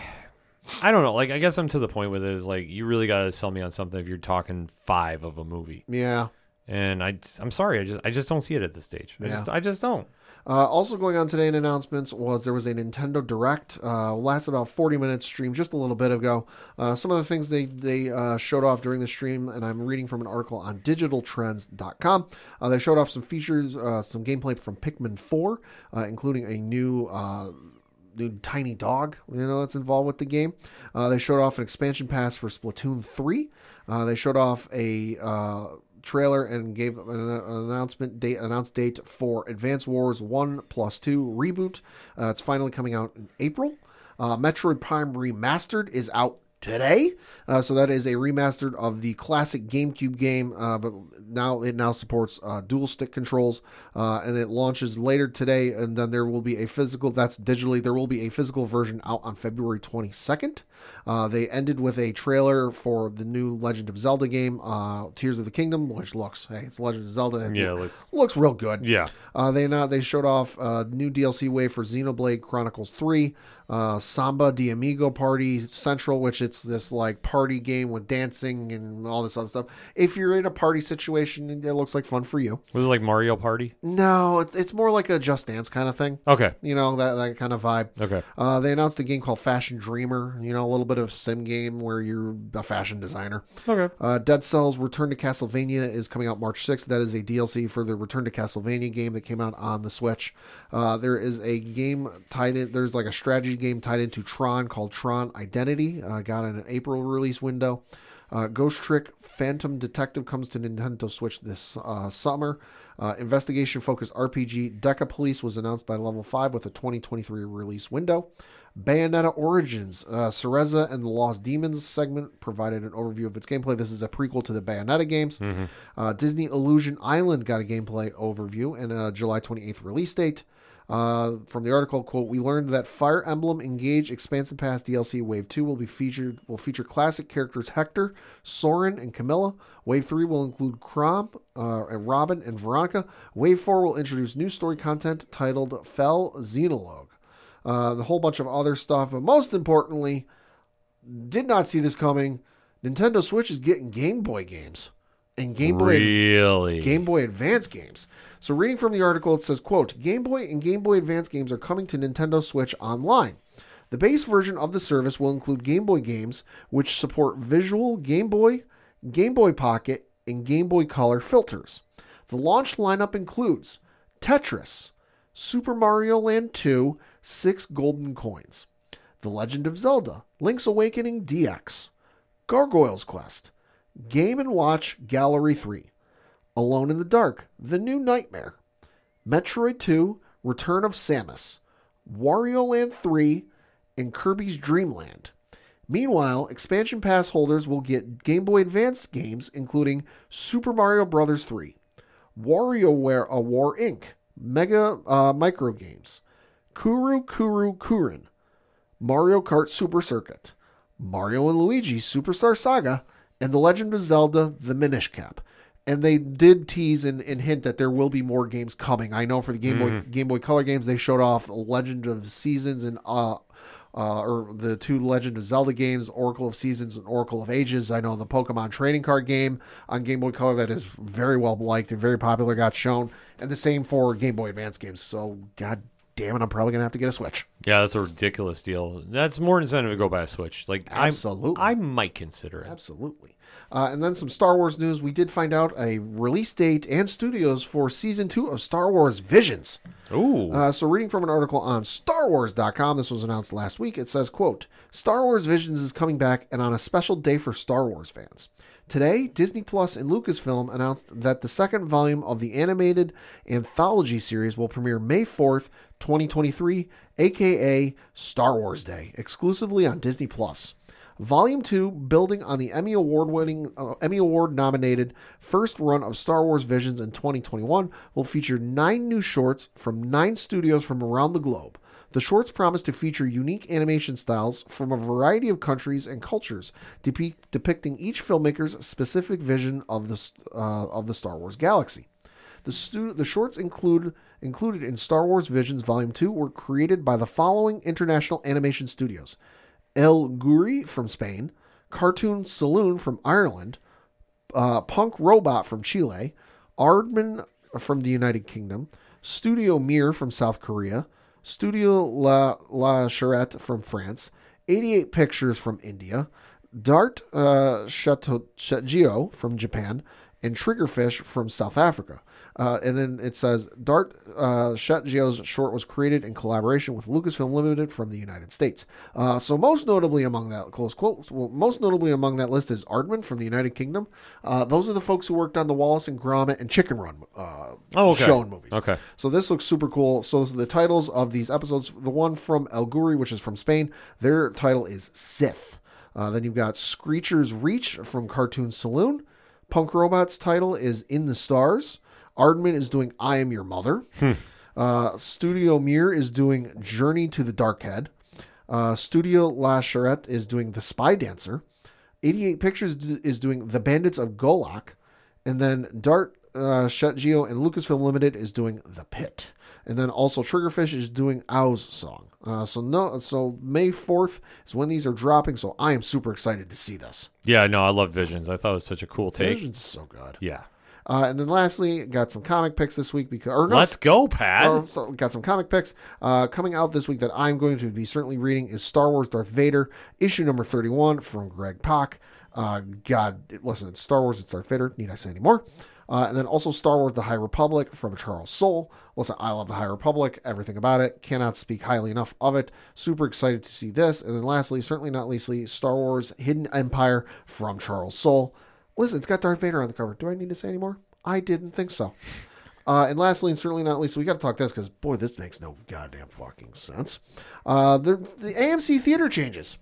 [SPEAKER 1] I don't know. Like, I guess I'm to the point with it is like, you really got to sell me on something if you're talking five of a movie.
[SPEAKER 2] Yeah.
[SPEAKER 1] And I, I'm sorry, I just, I just don't see it at this stage. I
[SPEAKER 2] Yeah.
[SPEAKER 1] just, I just don't.
[SPEAKER 2] Uh, also going on today in announcements was there was a Nintendo Direct, uh, lasted about 40 minutes, stream just a little bit ago. Uh, some of the things they they uh, showed off during the stream, and I'm reading from an article on DigitalTrends.com. Uh, they showed off some features, uh, some gameplay from Pikmin 4, uh, including a new. Uh, new tiny dog you know that's involved with the game uh, they showed off an expansion pass for splatoon 3 uh, they showed off a uh, trailer and gave an, an announcement date announced date for advance wars 1 plus 2 reboot uh, it's finally coming out in april uh, metroid prime remastered is out today uh, so that is a remastered of the classic gamecube game uh, but now it now supports uh, dual stick controls uh, and it launches later today and then there will be a physical that's digitally there will be a physical version out on february 22nd uh, they ended with a trailer for the new legend of zelda game uh, tears of the kingdom which looks hey it's legend of zelda
[SPEAKER 1] Yeah, it looks-
[SPEAKER 2] looks real good
[SPEAKER 1] Yeah.
[SPEAKER 2] uh, they now they showed off uh, new DLC way for Xenoblade Chronicles Three, uh, Samba de Amigo Party Central, which it's this like party game with dancing and all this other stuff. If you're in a party situation, it looks like fun for you.
[SPEAKER 1] Was it like Mario Party?
[SPEAKER 2] No, it's it's more like a Just Dance kind of thing.
[SPEAKER 1] Okay.
[SPEAKER 2] You know that that kind of vibe.
[SPEAKER 1] Okay.
[SPEAKER 2] Uh, they announced a game called Fashion Dreamer. You know, a little bit of sim game where you're a fashion designer.
[SPEAKER 1] Okay.
[SPEAKER 2] Uh, Dead Cells Return to Castlevania is coming out March 6th. That is a DLC for the Return to Castlevania game that came out on the Switch. Uh, there is a game tied in, there's like a strategy game tied into Tron called Tron Identity. Uh, got an April release window. Uh, Ghost Trick Phantom Detective comes to Nintendo Switch this uh, summer. Uh, investigation focused RPG Deca Police was announced by Level 5 with a 2023 release window. Bayonetta Origins, uh, Cereza and the Lost Demons segment provided an overview of its gameplay. This is a prequel to the Bayonetta games. Uh, Disney Illusion Island got a gameplay overview and a July 28th release date. Uh, from the article, quote, we learned that Fire Emblem Engage Expansion Pass DLC Wave 2 will be featured will feature classic characters Hector, Soren, and Camilla. Wave 3 will include Crom, uh, and Robin, and Veronica. Wave 4 will introduce new story content titled Fell Xenologue. Uh, the whole bunch of other stuff, but most importantly, did not see this coming. Nintendo Switch is getting Game Boy games and Game Boy
[SPEAKER 1] Really?
[SPEAKER 2] Game Boy Advance games. So reading from the article, it says, quote, Game Boy and Game Boy Advance games are coming to Nintendo Switch online. The base version of the service will include Game Boy games, which support visual Game Boy, Game Boy Pocket, and Game Boy Color filters. The launch lineup includes Tetris, Super Mario Land 2, Six Golden Coins, The Legend of Zelda, Link's Awakening DX, Gargoyle's Quest, Game & Watch Gallery 3, Alone in the Dark, The New Nightmare, Metroid 2, Return of Samus, Wario Land 3, and Kirby's Dream Land. Meanwhile, expansion pass holders will get Game Boy Advance games including Super Mario Bros. 3, WarioWare A War Inc., Mega uh, Micro Games, Kuru Kuru Kurin, Mario Kart Super Circuit, Mario and Luigi Superstar Saga, and The Legend of Zelda The Minish Cap. And they did tease and, and hint that there will be more games coming. I know for the Game Boy Game Boy Color games, they showed off Legend of Seasons and uh, uh, or the two Legend of Zelda games, Oracle of Seasons and Oracle of Ages. I know the Pokemon trading card game on Game Boy Color that is very well liked and very popular got shown, and the same for Game Boy Advance games. So god damn it, I'm probably gonna have to get a Switch.
[SPEAKER 1] Yeah, that's a ridiculous deal. That's more incentive to go buy a Switch. Like, I'm-
[SPEAKER 2] Absolutely.
[SPEAKER 1] I might consider it.
[SPEAKER 2] Absolutely. Uh, and then some Star Wars news. We did find out a release date and studios for season two of Star Wars Visions.
[SPEAKER 1] Ooh.
[SPEAKER 2] Uh, so reading from an article on StarWars.com, this was announced last week. It says, "quote Star Wars Visions is coming back, and on a special day for Star Wars fans." Today, Disney Plus and Lucasfilm announced that the second volume of the animated anthology series will premiere May 4th, 2023, aka Star Wars Day, exclusively on Disney Plus. Volume 2, building on the Emmy Award winning uh, Emmy Award nominated first run of Star Wars Visions in 2021, will feature 9 new shorts from 9 studios from around the globe. The shorts promise to feature unique animation styles from a variety of countries and cultures, depe- depicting each filmmaker's specific vision of the s- uh, of the Star Wars galaxy. The, stu- the shorts include included in Star Wars Visions Volume 2 were created by the following international animation studios. El Guri from Spain, Cartoon Saloon from Ireland, uh, Punk Robot from Chile, Ardman from the United Kingdom, Studio Mir from South Korea, Studio La, La Charrette from France, 88 Pictures from India, Dart uh, Chateau, Chateau from Japan, and Triggerfish from South Africa. Uh, and then it says Dart uh, Shot Geo's short was created in collaboration with Lucasfilm Limited from the United States. Uh, so most notably among that close quote, well, most notably among that list is Ardman from the United Kingdom. Uh, those are the folks who worked on the Wallace and Gromit and Chicken Run uh,
[SPEAKER 1] Oh, okay.
[SPEAKER 2] show and movies.
[SPEAKER 1] Okay.
[SPEAKER 2] So this looks super cool. So the titles of these episodes, the one from El Guri, which is from Spain, their title is Sith. Uh, then you've got Screecher's Reach from Cartoon Saloon. Punk Robot's title is In the Stars. Ardman is doing I Am Your Mother. Uh, Studio Mir is doing Journey to the Dark Head. Uh, Studio La Charrette is doing The Spy Dancer. 88 Pictures d- is doing The Bandits of Golok. And then Dart, uh, Shut Geo, and Lucasfilm Limited is doing The Pit. And then also Triggerfish is doing Ow's Song. Uh, so no, so May 4th is when these are dropping. So I am super excited to see this.
[SPEAKER 1] yeah, no, I love Visions. I thought it was such a cool take.
[SPEAKER 2] Vision's so good.
[SPEAKER 1] Yeah.
[SPEAKER 2] Uh, and then lastly, got some comic picks this week because or no,
[SPEAKER 1] Let's go, Pat.
[SPEAKER 2] Oh, so got some comic picks uh, coming out this week that I'm going to be certainly reading is Star Wars Darth Vader issue number 31 from Greg Pak. Uh, God, it- listen, it's Star Wars, it's Darth Vader. Need I say any more? Uh, and then also Star Wars The High Republic from Charles Soule. Listen, I love The High Republic, everything about it. Cannot speak highly enough of it. Super excited to see this. And then lastly, certainly not leastly, Star Wars Hidden Empire from Charles Soule. Listen, it's got Darth Vader on the cover. Do I need to say any more? I didn't think so. Uh, and lastly, and certainly not least, we got to talk this because boy, this makes no goddamn fucking sense. Uh, the the AMC theater changes.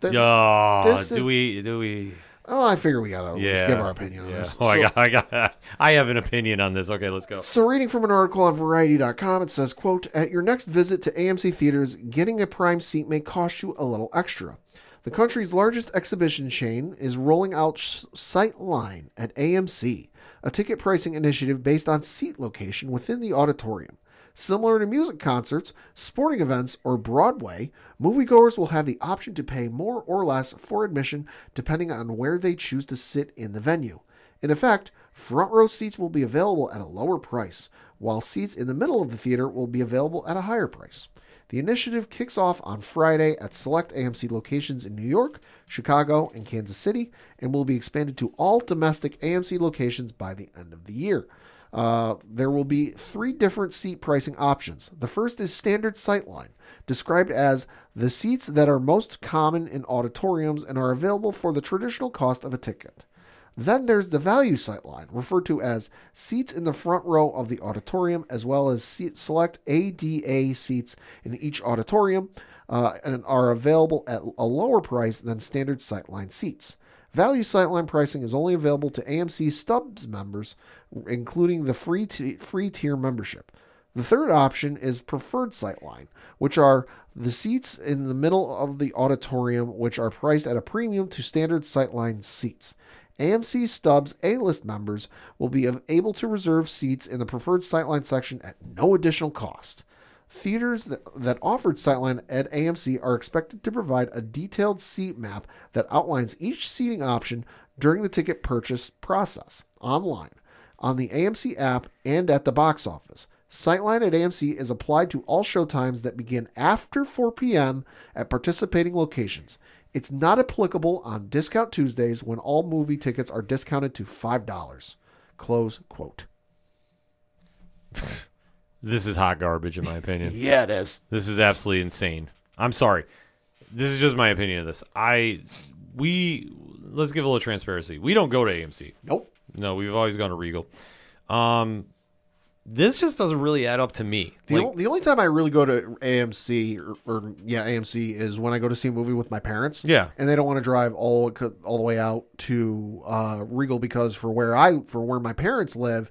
[SPEAKER 2] The-
[SPEAKER 1] Oh,
[SPEAKER 2] This
[SPEAKER 1] do
[SPEAKER 2] is-
[SPEAKER 1] we? Do we?
[SPEAKER 2] Oh, I figure we gotta at least
[SPEAKER 1] Yeah.
[SPEAKER 2] give our opinion on
[SPEAKER 1] Yeah.
[SPEAKER 2] this.
[SPEAKER 1] Oh, I
[SPEAKER 2] So-
[SPEAKER 1] got, I got, I have an opinion on this. Okay, let's go.
[SPEAKER 2] So reading from an article on variety.com, it says, quote, at your next visit to AMC theaters, getting a prime seat may cost you a little extra. The country's largest exhibition chain is rolling out S- Sightline at AMC, a ticket pricing initiative based on seat location within the auditorium. Similar to music concerts, sporting events, or Broadway, moviegoers will have the option to pay more or less for admission depending on where they choose to sit in the venue. In effect, front row seats will be available at a lower price, while seats in the middle of the theater will be available at a higher price. The initiative kicks off on Friday at select AMC locations in New York, Chicago, and Kansas City, and will be expanded to all domestic AMC locations by the end of the year. Uh, there will be three different seat pricing options. The first is standard sightline, described as the seats that are most common in auditoriums and are available for the traditional cost of a ticket. Then there's the value sightline, referred to as seats in the front row of the auditorium, as well as seat select ADA seats in each auditorium, uh, and are available at a lower price than standard sightline seats. Value sightline pricing is only available to AMC Stubs members, including the free t- free tier membership. The third option is preferred sightline, which are the seats in the middle of the auditorium, which are priced at a premium to standard sightline seats. AMC Stubbs A list members will be av- able to reserve seats in the preferred sightline section at no additional cost. Theaters that, that offered Sightline at AMC are expected to provide a detailed seat map that outlines each seating option during the ticket purchase process online, on the AMC app, and at the box office. Sightline at AMC is applied to all showtimes that begin after 4 p.m. at participating locations. It's not applicable on Discount Tuesdays when all movie tickets are discounted to $5. Close quote.
[SPEAKER 1] This is hot garbage, in my opinion.
[SPEAKER 8] Yeah, it is.
[SPEAKER 1] This is absolutely insane. I'm sorry. This is just my opinion of this. I we let's give a little transparency. We don't go to AMC.
[SPEAKER 8] Nope.
[SPEAKER 1] No, we've always gone to Regal. Um, this just doesn't really add up to me.
[SPEAKER 2] The,
[SPEAKER 1] Like,
[SPEAKER 2] ol- the only time I really go to AMC or, or yeah AMC is when I go to see a movie with my parents.
[SPEAKER 1] Yeah.
[SPEAKER 2] and they don't want to drive all all the way out to uh, Regal because for where I for where my parents live,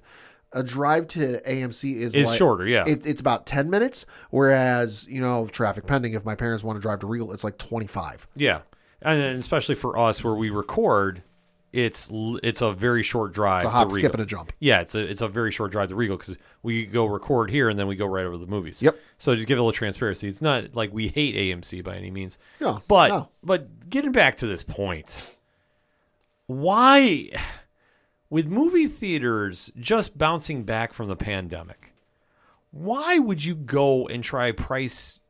[SPEAKER 2] a drive to AMC is
[SPEAKER 1] It's
[SPEAKER 2] like-
[SPEAKER 1] shorter, yeah.
[SPEAKER 2] it, it's about ten minutes. Whereas you know traffic pending, if my parents want to drive to Regal, it's like twenty five.
[SPEAKER 1] yeah, and then especially for us where we record, it's l- it's a very short drive
[SPEAKER 2] It's a hop,
[SPEAKER 1] to
[SPEAKER 2] skip,
[SPEAKER 1] Regal.
[SPEAKER 2] and a jump.
[SPEAKER 1] Yeah, it's a it's a very short drive to Regal because we go record here and then we go right over to the movies.
[SPEAKER 2] Yep.
[SPEAKER 1] So to give a little transparency, it's not like we hate AMC by any means.
[SPEAKER 2] No,
[SPEAKER 1] But
[SPEAKER 2] no.
[SPEAKER 1] but getting back to this point, why with movie theaters just bouncing back from the pandemic, why would you go and try price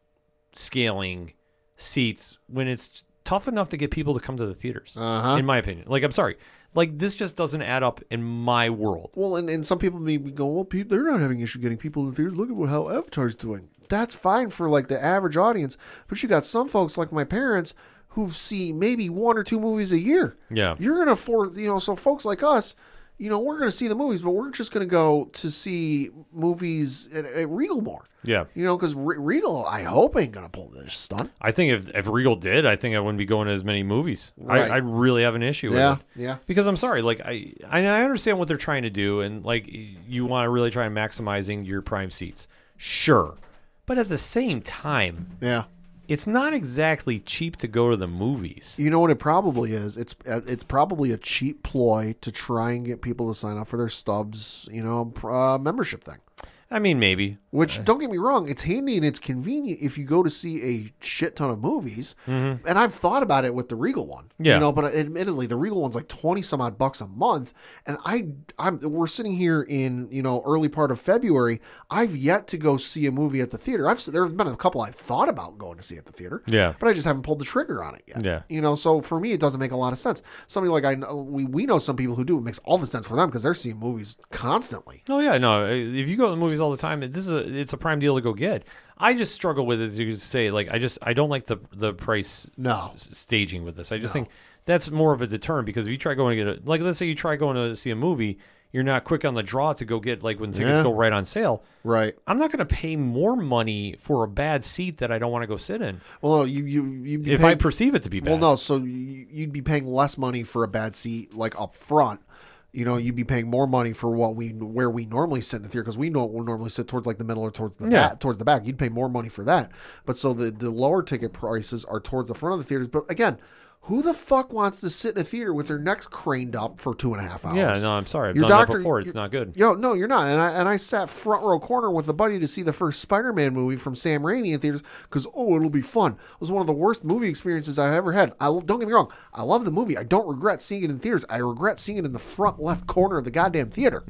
[SPEAKER 1] scaling seats when it's tough enough to get people to come to the theaters?
[SPEAKER 2] Uh-huh.
[SPEAKER 1] In my opinion, like I'm sorry, like this just doesn't add up in my world.
[SPEAKER 2] Well, and, and some people may be going, well, pe- they're not having issue getting people in the theaters. Look at how Avatar's doing. That's fine for like the average audience, but you got some folks like my parents who see maybe one or two movies a year.
[SPEAKER 1] Yeah.
[SPEAKER 2] you're gonna for you know, so folks like us, you know, we're gonna see the movies, but we're just gonna go to see movies at, at Regal more.
[SPEAKER 1] Yeah.
[SPEAKER 2] you know, because Re- Regal, I hope ain't gonna pull this stunt.
[SPEAKER 1] I think if, if Regal did, I think I wouldn't be going to as many movies.
[SPEAKER 2] Right.
[SPEAKER 1] I, I really have an issue
[SPEAKER 2] Yeah,
[SPEAKER 1] with it.
[SPEAKER 2] yeah.
[SPEAKER 1] Because I'm sorry, like I I I understand what they're trying to do and like y- you want to really try and maximizing your prime seats. Sure. But at the same time,
[SPEAKER 2] Yeah,
[SPEAKER 1] it's not exactly cheap to go to the movies.
[SPEAKER 2] You know what it probably is? It's uh, it's probably a cheap ploy to try and get people to sign up for their Stubbs, you know, pr- uh, membership thing.
[SPEAKER 1] I mean, maybe.
[SPEAKER 2] Which don't get me wrong, it's handy and it's convenient if you go to see a shit ton of movies. And I've thought about it with the Regal one,
[SPEAKER 1] Mm-hmm. Yeah.
[SPEAKER 2] You know, but admittedly, the Regal one's like twenty some odd bucks a month, and I, I'm we're sitting here in you know early part of February. I've yet to go see a movie at the theater. I've there have been a couple I've thought about going to see at the theater,
[SPEAKER 1] Yeah.
[SPEAKER 2] but I just haven't pulled the trigger on it yet.
[SPEAKER 1] Yeah.
[SPEAKER 2] You know, so for me, it doesn't make a lot of sense. Somebody like I know, we, we know some people who do. It makes all the sense for them because they're seeing movies constantly.
[SPEAKER 1] No, yeah, no. uh, If you go to the movies all the time, this is a, it's a prime deal to go get. I just struggle with it to say like I just I don't like the the price
[SPEAKER 2] No.
[SPEAKER 1] s- staging with this. I just think that's more of a deterrent because if you try going to get a like let's say you try going to see a movie, you're not quick on the draw to go get like when tickets
[SPEAKER 2] Yeah.
[SPEAKER 1] go right on sale.
[SPEAKER 2] Right.
[SPEAKER 1] I'm not going to pay more money for a bad seat that I don't want to go sit in
[SPEAKER 2] Well, no, you you you.
[SPEAKER 1] if I perceive it to be bad.
[SPEAKER 2] Well, no, so you- you'd be paying less money for a bad seat, like up front. You know, you'd be paying more money for what we where we normally sit in the theater because we don't normally sit towards like the middle or towards the
[SPEAKER 1] Yeah.
[SPEAKER 2] back, towards the back. You'd pay more money for that. But so the the lower ticket prices are towards the front of the theaters. But again, who the fuck wants to sit in a theater with their necks craned up for two and a half hours?
[SPEAKER 1] Yeah, no, I'm sorry. I've
[SPEAKER 2] Your
[SPEAKER 1] done
[SPEAKER 2] doctor-
[SPEAKER 1] that before. It's
[SPEAKER 2] your-
[SPEAKER 1] not good.
[SPEAKER 2] Yo, no, you're not. And I and I sat front row corner with a buddy to see the first Spider-Man movie from Sam Raimi in theaters because oh, it'll be fun. It was one of the worst movie experiences I've ever had. I don't get me wrong, I love the movie. I don't regret seeing it in theaters. I regret seeing it in the front left corner of the goddamn theater.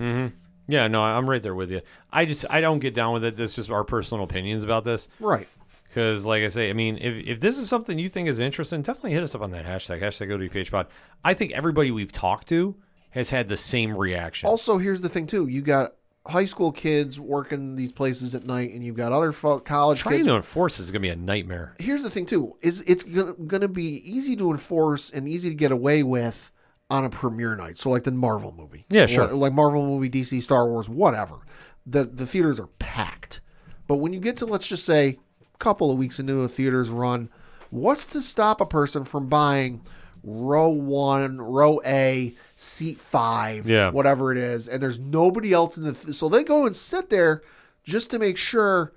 [SPEAKER 1] Yeah, no, I'm right there with you. I just I don't get down with it. That's just our personal opinions about this.
[SPEAKER 2] Right.
[SPEAKER 1] Because, like I say, I mean, if, if this is something you think is interesting, definitely hit us up on that hashtag, hashtag ODPHpod. I think everybody we've talked to has had the same reaction.
[SPEAKER 2] Also, here's the thing too. You got high school kids working these places at night, and you've got other folk, college
[SPEAKER 1] Trying
[SPEAKER 2] kids
[SPEAKER 1] to enforce this is going to be a nightmare.
[SPEAKER 2] here's the thing too is it's going to be easy to enforce and easy to get away with on a premiere night so like the marvel movie
[SPEAKER 1] Yeah, sure.
[SPEAKER 2] Like- like marvel movie dc star wars whatever the the theaters are packed but when you get to let's just say a couple of weeks into a theater's run what's to stop a person from buying row one row a seat five
[SPEAKER 1] Yeah.
[SPEAKER 2] whatever it is and there's nobody else in the th- so they go and sit there just to make sure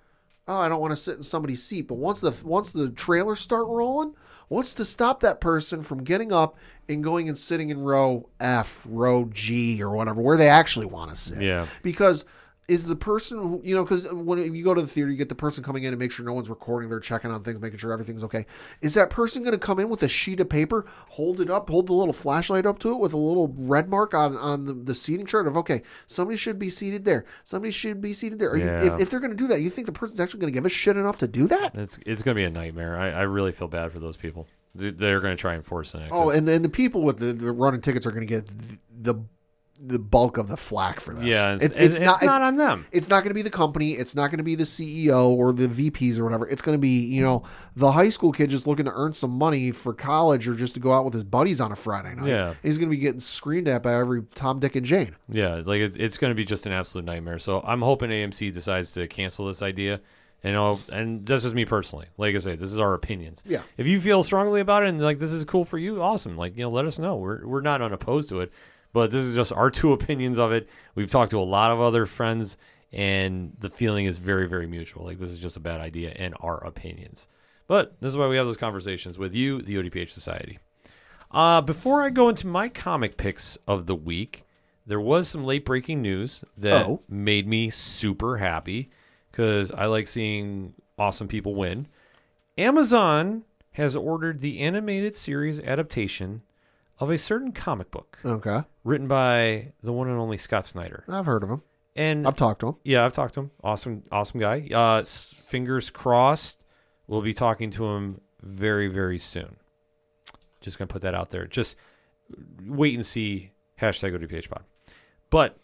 [SPEAKER 2] oh, I don't want to sit in somebody's seat. But once the once the trailers start rolling, what's to stop that person from getting up and going and sitting in row F, row G, or whatever, where they actually want to sit?
[SPEAKER 1] Yeah.
[SPEAKER 2] because. Is the person who, you know? Because when you go to the theater, you get the person coming in to make sure no one's recording. They're checking on things, making sure everything's okay. Is that person going to come in with a sheet of paper, hold it up, hold the little flashlight up to it with a little red mark on on the, the seating chart of okay, somebody should be seated there, somebody should be seated there. Are you,
[SPEAKER 1] Yeah.
[SPEAKER 2] if, if they're going to do that, you think the person's actually going to give a shit enough to do that?
[SPEAKER 1] It's, it's going to be a nightmare. I, I really feel bad for those people. They- They're going to try and force it.
[SPEAKER 2] Oh, and and the people with the, the running tickets are going to get the the bulk of the flack for this.
[SPEAKER 1] Yeah, it's,
[SPEAKER 2] It-
[SPEAKER 1] it's, not, on them.
[SPEAKER 2] It's not going to be the company. It's not going to be the CEO or the VPs or whatever. It's going to be, you know, the high school kid just looking to earn some money for college or just to go out with his buddies on a Friday night.
[SPEAKER 1] Yeah.
[SPEAKER 2] And he's going to be getting screamed at by every Tom, Dick, and Jane.
[SPEAKER 1] Yeah, like it's, it's going to be just an absolute nightmare. So I'm hoping AMC decides to cancel this idea. And I'll, and that's just me personally. Like I say, this is our opinions.
[SPEAKER 2] Yeah.
[SPEAKER 1] If you feel strongly about it and like this is cool for you, awesome. Like you know, let us know. We're we're not unopposed to it, but this is just our two opinions of it. We've talked to a lot of other friends, and the feeling is very very mutual. Like this is just a bad idea in our opinions. But this is why we have those conversations with you, the ODPH Society. Uh, before I go into my comic picks of the week, there was some late breaking news that
[SPEAKER 2] Oh.
[SPEAKER 1] made me super happy because I like seeing awesome people win. Amazon has ordered the animated series adaptation of a certain comic book
[SPEAKER 2] Okay.
[SPEAKER 1] written by the one and only Scott Snyder.
[SPEAKER 2] I've heard of him.
[SPEAKER 1] And
[SPEAKER 2] I've talked to him.
[SPEAKER 1] yeah, I've talked to him. Awesome, awesome guy. Uh, s- fingers crossed, we'll be talking to him very, very soon. Just gonna put that out there. Just wait and see. Hashtag ODPHpod. But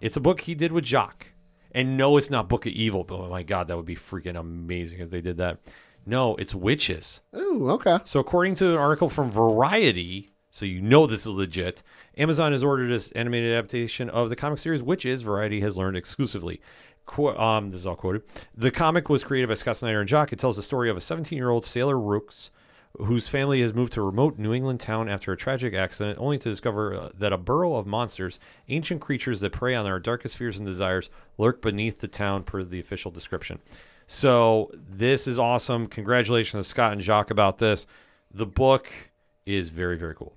[SPEAKER 1] it's a book he did with Jock. And no, it's not Book of Evil. But oh my God, that would be freaking amazing if they did that. No, it's witches.
[SPEAKER 2] Ooh, okay.
[SPEAKER 1] So, according to an article from Variety, so you know this is legit, Amazon has ordered this animated adaptation of the comic series, which is Variety has learned exclusively. Qu- um, this is all quoted. The comic was created by Scott Snyder and Jock. It tells the story of a 17 year old Sailor Rooks whose family has moved to a remote New England town after a tragic accident, only to discover uh, that a burrow of monsters, ancient creatures that prey on our darkest fears and desires, lurk beneath the town, per the official description. So this is awesome. Congratulations to Scott and Jacques about this. The book is very, very cool.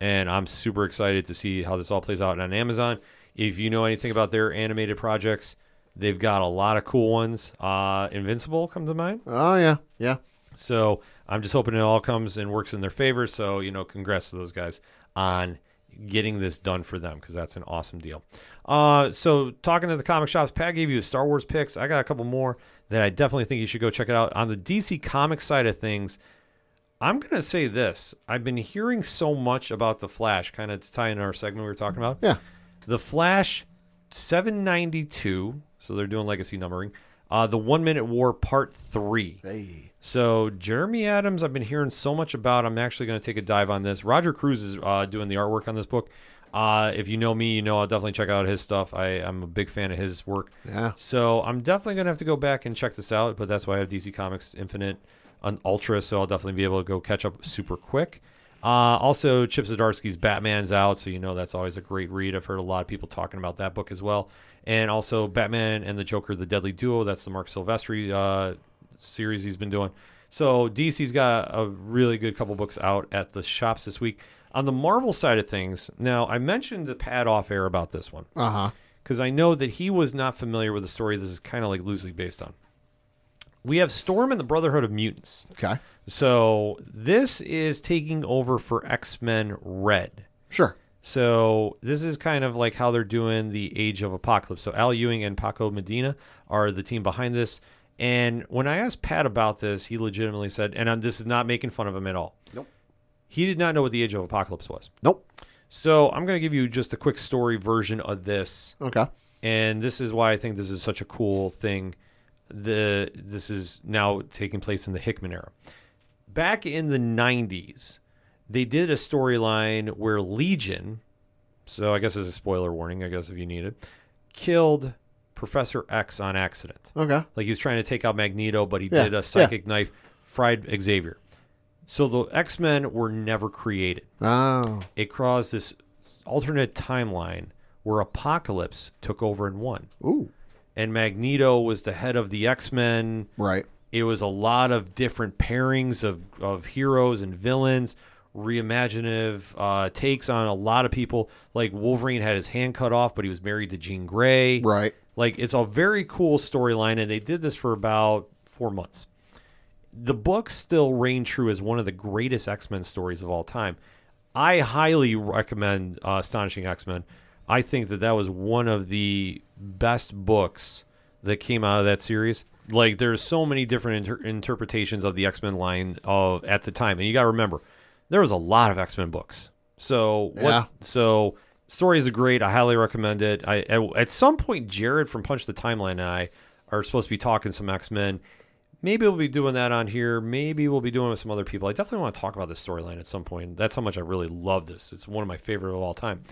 [SPEAKER 1] And I'm super excited to see how this all plays out on Amazon. If you know anything about their animated projects, they've got a lot of cool ones. Uh, Invincible comes to mind.
[SPEAKER 2] Oh, yeah. Yeah.
[SPEAKER 1] So I'm just hoping it all comes and works in their favor. So, you know, congrats to those guys on getting this done for them because that's an awesome deal. Uh, so, talking to the comic shops, Pat gave you the Star Wars picks. I got a couple more that I definitely think you should go check it out. On the DC comic side of things, I'm going to say this I've been hearing so much about The Flash, kind of tying our segment we were talking about.
[SPEAKER 2] Yeah.
[SPEAKER 1] The Flash 792. So they're doing legacy numbering. Uh, the One Minute War Part 3.
[SPEAKER 2] Hey.
[SPEAKER 1] So Jeremy Adams, I've been hearing so much about. I'm actually going to take a dive on this. Roger Cruz is uh, doing the artwork on this book. Uh, if you know me, you know I'll definitely check out his stuff. I, I'm a big fan of his work.
[SPEAKER 2] Yeah.
[SPEAKER 1] So I'm definitely gonna have to go back and check this out, but that's why I have DC Comics Infinite on Ultra, so I'll definitely be able to go catch up super quick. Uh, also, Chip Zdarsky's Batman's out, so you know that's always a great read. I've heard a lot of people talking about that book as well, and also Batman and the Joker, the Deadly Duo. That's the Mark Silvestri uh, series he's been doing. So DC's got a really good couple books out at the shops this week. On the Marvel side of things, now I mentioned the pad off air about this one
[SPEAKER 2] Uh huh.
[SPEAKER 1] because I know that he was not familiar with the story this is kind of like loosely based on. We have Storm and the Brotherhood of Mutants.
[SPEAKER 2] Okay.
[SPEAKER 1] So this is taking over for X Men Red.
[SPEAKER 2] Sure.
[SPEAKER 1] So this is kind of like how they're doing the Age of Apocalypse. So Al Ewing and Paco Medina are the team behind this. And when I asked Pat about this, he legitimately said, and I'm, this is not making fun of him at all.
[SPEAKER 2] Nope.
[SPEAKER 1] He did not know what the Age of Apocalypse was.
[SPEAKER 2] Nope.
[SPEAKER 1] So I'm going to give you just a quick story version of this
[SPEAKER 2] Okay.
[SPEAKER 1] and this is why I think this is such a cool thing. The this is now taking place in the Hickman era. Back in the '90s, they did a storyline where Legion, so I guess as a spoiler warning, I guess if you need it, killed Professor X on accident.
[SPEAKER 2] Okay.
[SPEAKER 1] Like he was trying to take out Magneto, but he
[SPEAKER 2] Yeah,
[SPEAKER 1] did
[SPEAKER 2] yeah.
[SPEAKER 1] a psychic knife, fried Xavier. So the X Men were never created
[SPEAKER 2] Oh.
[SPEAKER 1] it caused this alternate timeline where Apocalypse took over and won.
[SPEAKER 2] Ooh.
[SPEAKER 1] And Magneto was the head of the X Men.
[SPEAKER 2] Right.
[SPEAKER 1] It was a lot of different pairings of, of heroes and villains, reimaginative uh, takes on a lot of people. Like Wolverine had his hand cut off, but he was married to Jean Grey.
[SPEAKER 2] Right.
[SPEAKER 1] Like it's a very cool storyline, and they did this for about four months. The book still reign true as one of the greatest X Men stories of all time. I highly recommend uh, Astonishing X Men. I think that that was one of the best books that came out of that series. Like there's so many different inter- interpretations of the X Men line of at the time, and you got to remember there was a lot of X Men books. So what?
[SPEAKER 2] Yeah.
[SPEAKER 1] So story is great. I highly recommend it. I at, at some point, Jared from Punch the Timeline and I are supposed to be talking some X Men. Maybe we'll be doing that on here. Maybe we'll be doing it with some other people. I definitely want to talk about this storyline at some point. That's how much I really love this. It's one of my favorite of all time.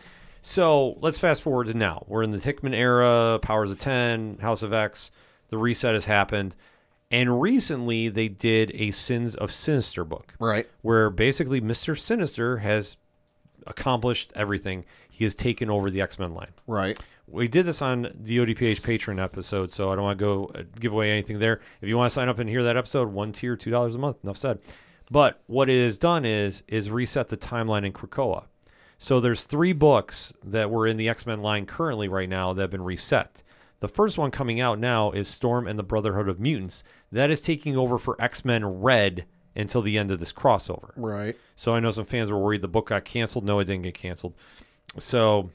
[SPEAKER 1] So let's fast forward to now. We're in the Hickman era, Powers of 10, House of X. The reset has happened. And recently they did a Sins of Sinister book
[SPEAKER 2] Right.
[SPEAKER 1] where basically Mr. Sinister has accomplished everything. He has taken over the X Men line.
[SPEAKER 2] Right.
[SPEAKER 1] We did this on the ODPH Patreon episode, so I don't want to go uh, give away anything there. If you want to sign up and hear that episode, one tier, two dollars a month. Enough said. But what it has done is is reset the timeline in Krakoa. So there's three books that were in the X Men line currently right now that have been reset. The first one coming out now is Storm and the Brotherhood of Mutants. That is taking over for X Men Red until the end of this crossover.
[SPEAKER 2] Right.
[SPEAKER 1] So I know some fans were worried the book got canceled. No, it didn't get canceled. So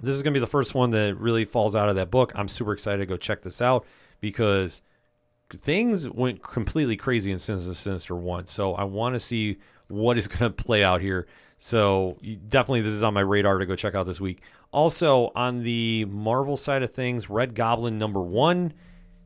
[SPEAKER 1] this is going to be the first one that really falls out of that book. I'm super excited to go check this out because things went completely crazy in Sinister Sinister 1. So I want to see what is going to play out here. So you- definitely this is on my radar to go check out this week. Also on the Marvel side of things, Red Goblin number 1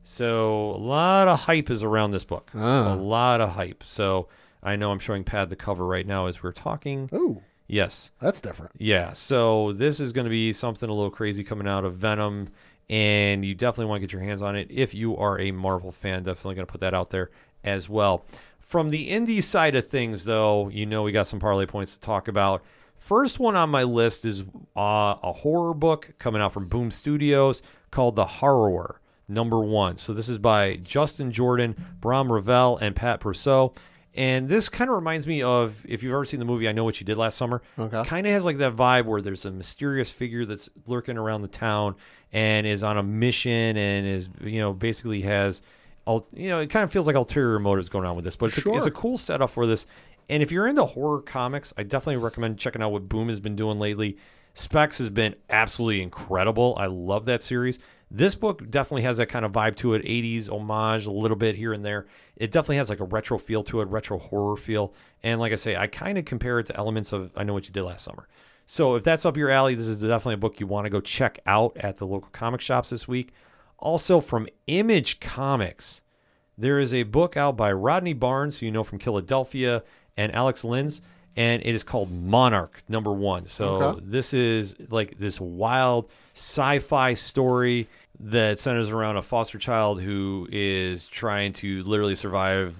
[SPEAKER 1] so a lot of hype is around this book. A lot of hype. So I know I'm showing Pad the cover right now as we're talking.
[SPEAKER 2] Ooh,
[SPEAKER 1] Yes.
[SPEAKER 2] that's different.
[SPEAKER 1] Yeah. So this is going to be something a little crazy coming out of Venom. And you definitely want to get your hands on it. If you are a Marvel fan, definitely going to put that out there as well. From the indie side of things, though, you know we got some parlay points to talk about. First one on my list is uh, a horror book coming out from Boom Studios called The Horror number one. So this is by Justin Jordan, Bram Ravel, and Pat Brousseau. And this kind of reminds me of if you've ever seen the movie I Know What You Did Last Summer. Okay. Kind of has like that vibe where there's a mysterious figure that's lurking around the town and is on a mission and is you know basically has all you know it kind of feels like ulterior motives going on with this, but it's, a, it's a cool setup for this. And if you're into horror comics, I definitely recommend checking out what Boom has been doing lately. Specs has been absolutely incredible. I love that series. This book definitely has that kind of vibe to it 80s homage, a little bit here and there. It definitely has like a retro feel to it, retro horror feel. And like I say, I kind of compare it to elements of I Know What You Did Last Summer. So if that's up your alley, this is definitely a book you want to go check out at the local comic shops this week. Also from Image Comics. There is a book out by Rodney Barnes, who you know from Philadelphia, and Alex Linz, and it is called Monarch Number One. So this is like this wild sci-fi story that centers around a foster child who is trying to literally survive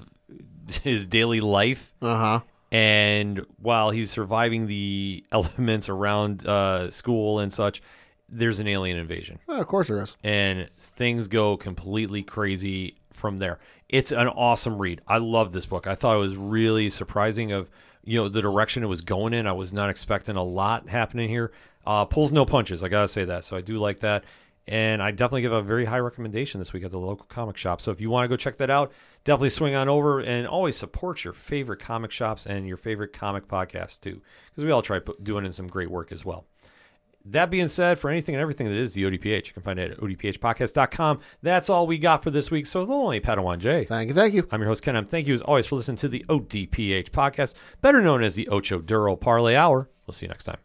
[SPEAKER 1] his daily life
[SPEAKER 2] Uh huh.
[SPEAKER 1] and while he's surviving the elements around uh, school and such, there's an alien invasion
[SPEAKER 2] of course there is.
[SPEAKER 1] and things go completely crazy from there. It's an awesome read. I love this book. I thought it was really surprising of you know the direction it was going in. I was not expecting a lot happening here. Uh, pulls no punches. I gotta say that. So I do like that, and I definitely give a very high recommendation this week at the local comic shop. So if you want to go check that out, definitely swing on over and always support your favorite comic shops and your favorite comic podcasts too, because we all try pu- doing in some great work as well. That being said, for anything and everything that is the ODPH, you can find it at odphpodcast.com. That's all we got for this week. So the only Padawan J.
[SPEAKER 2] Thank you. Thank you.
[SPEAKER 1] I'm your host, Ken. I'm thank you as always for listening to the ODPH podcast, better known as the Ocho Duro Parlay Hour. We'll see you next time.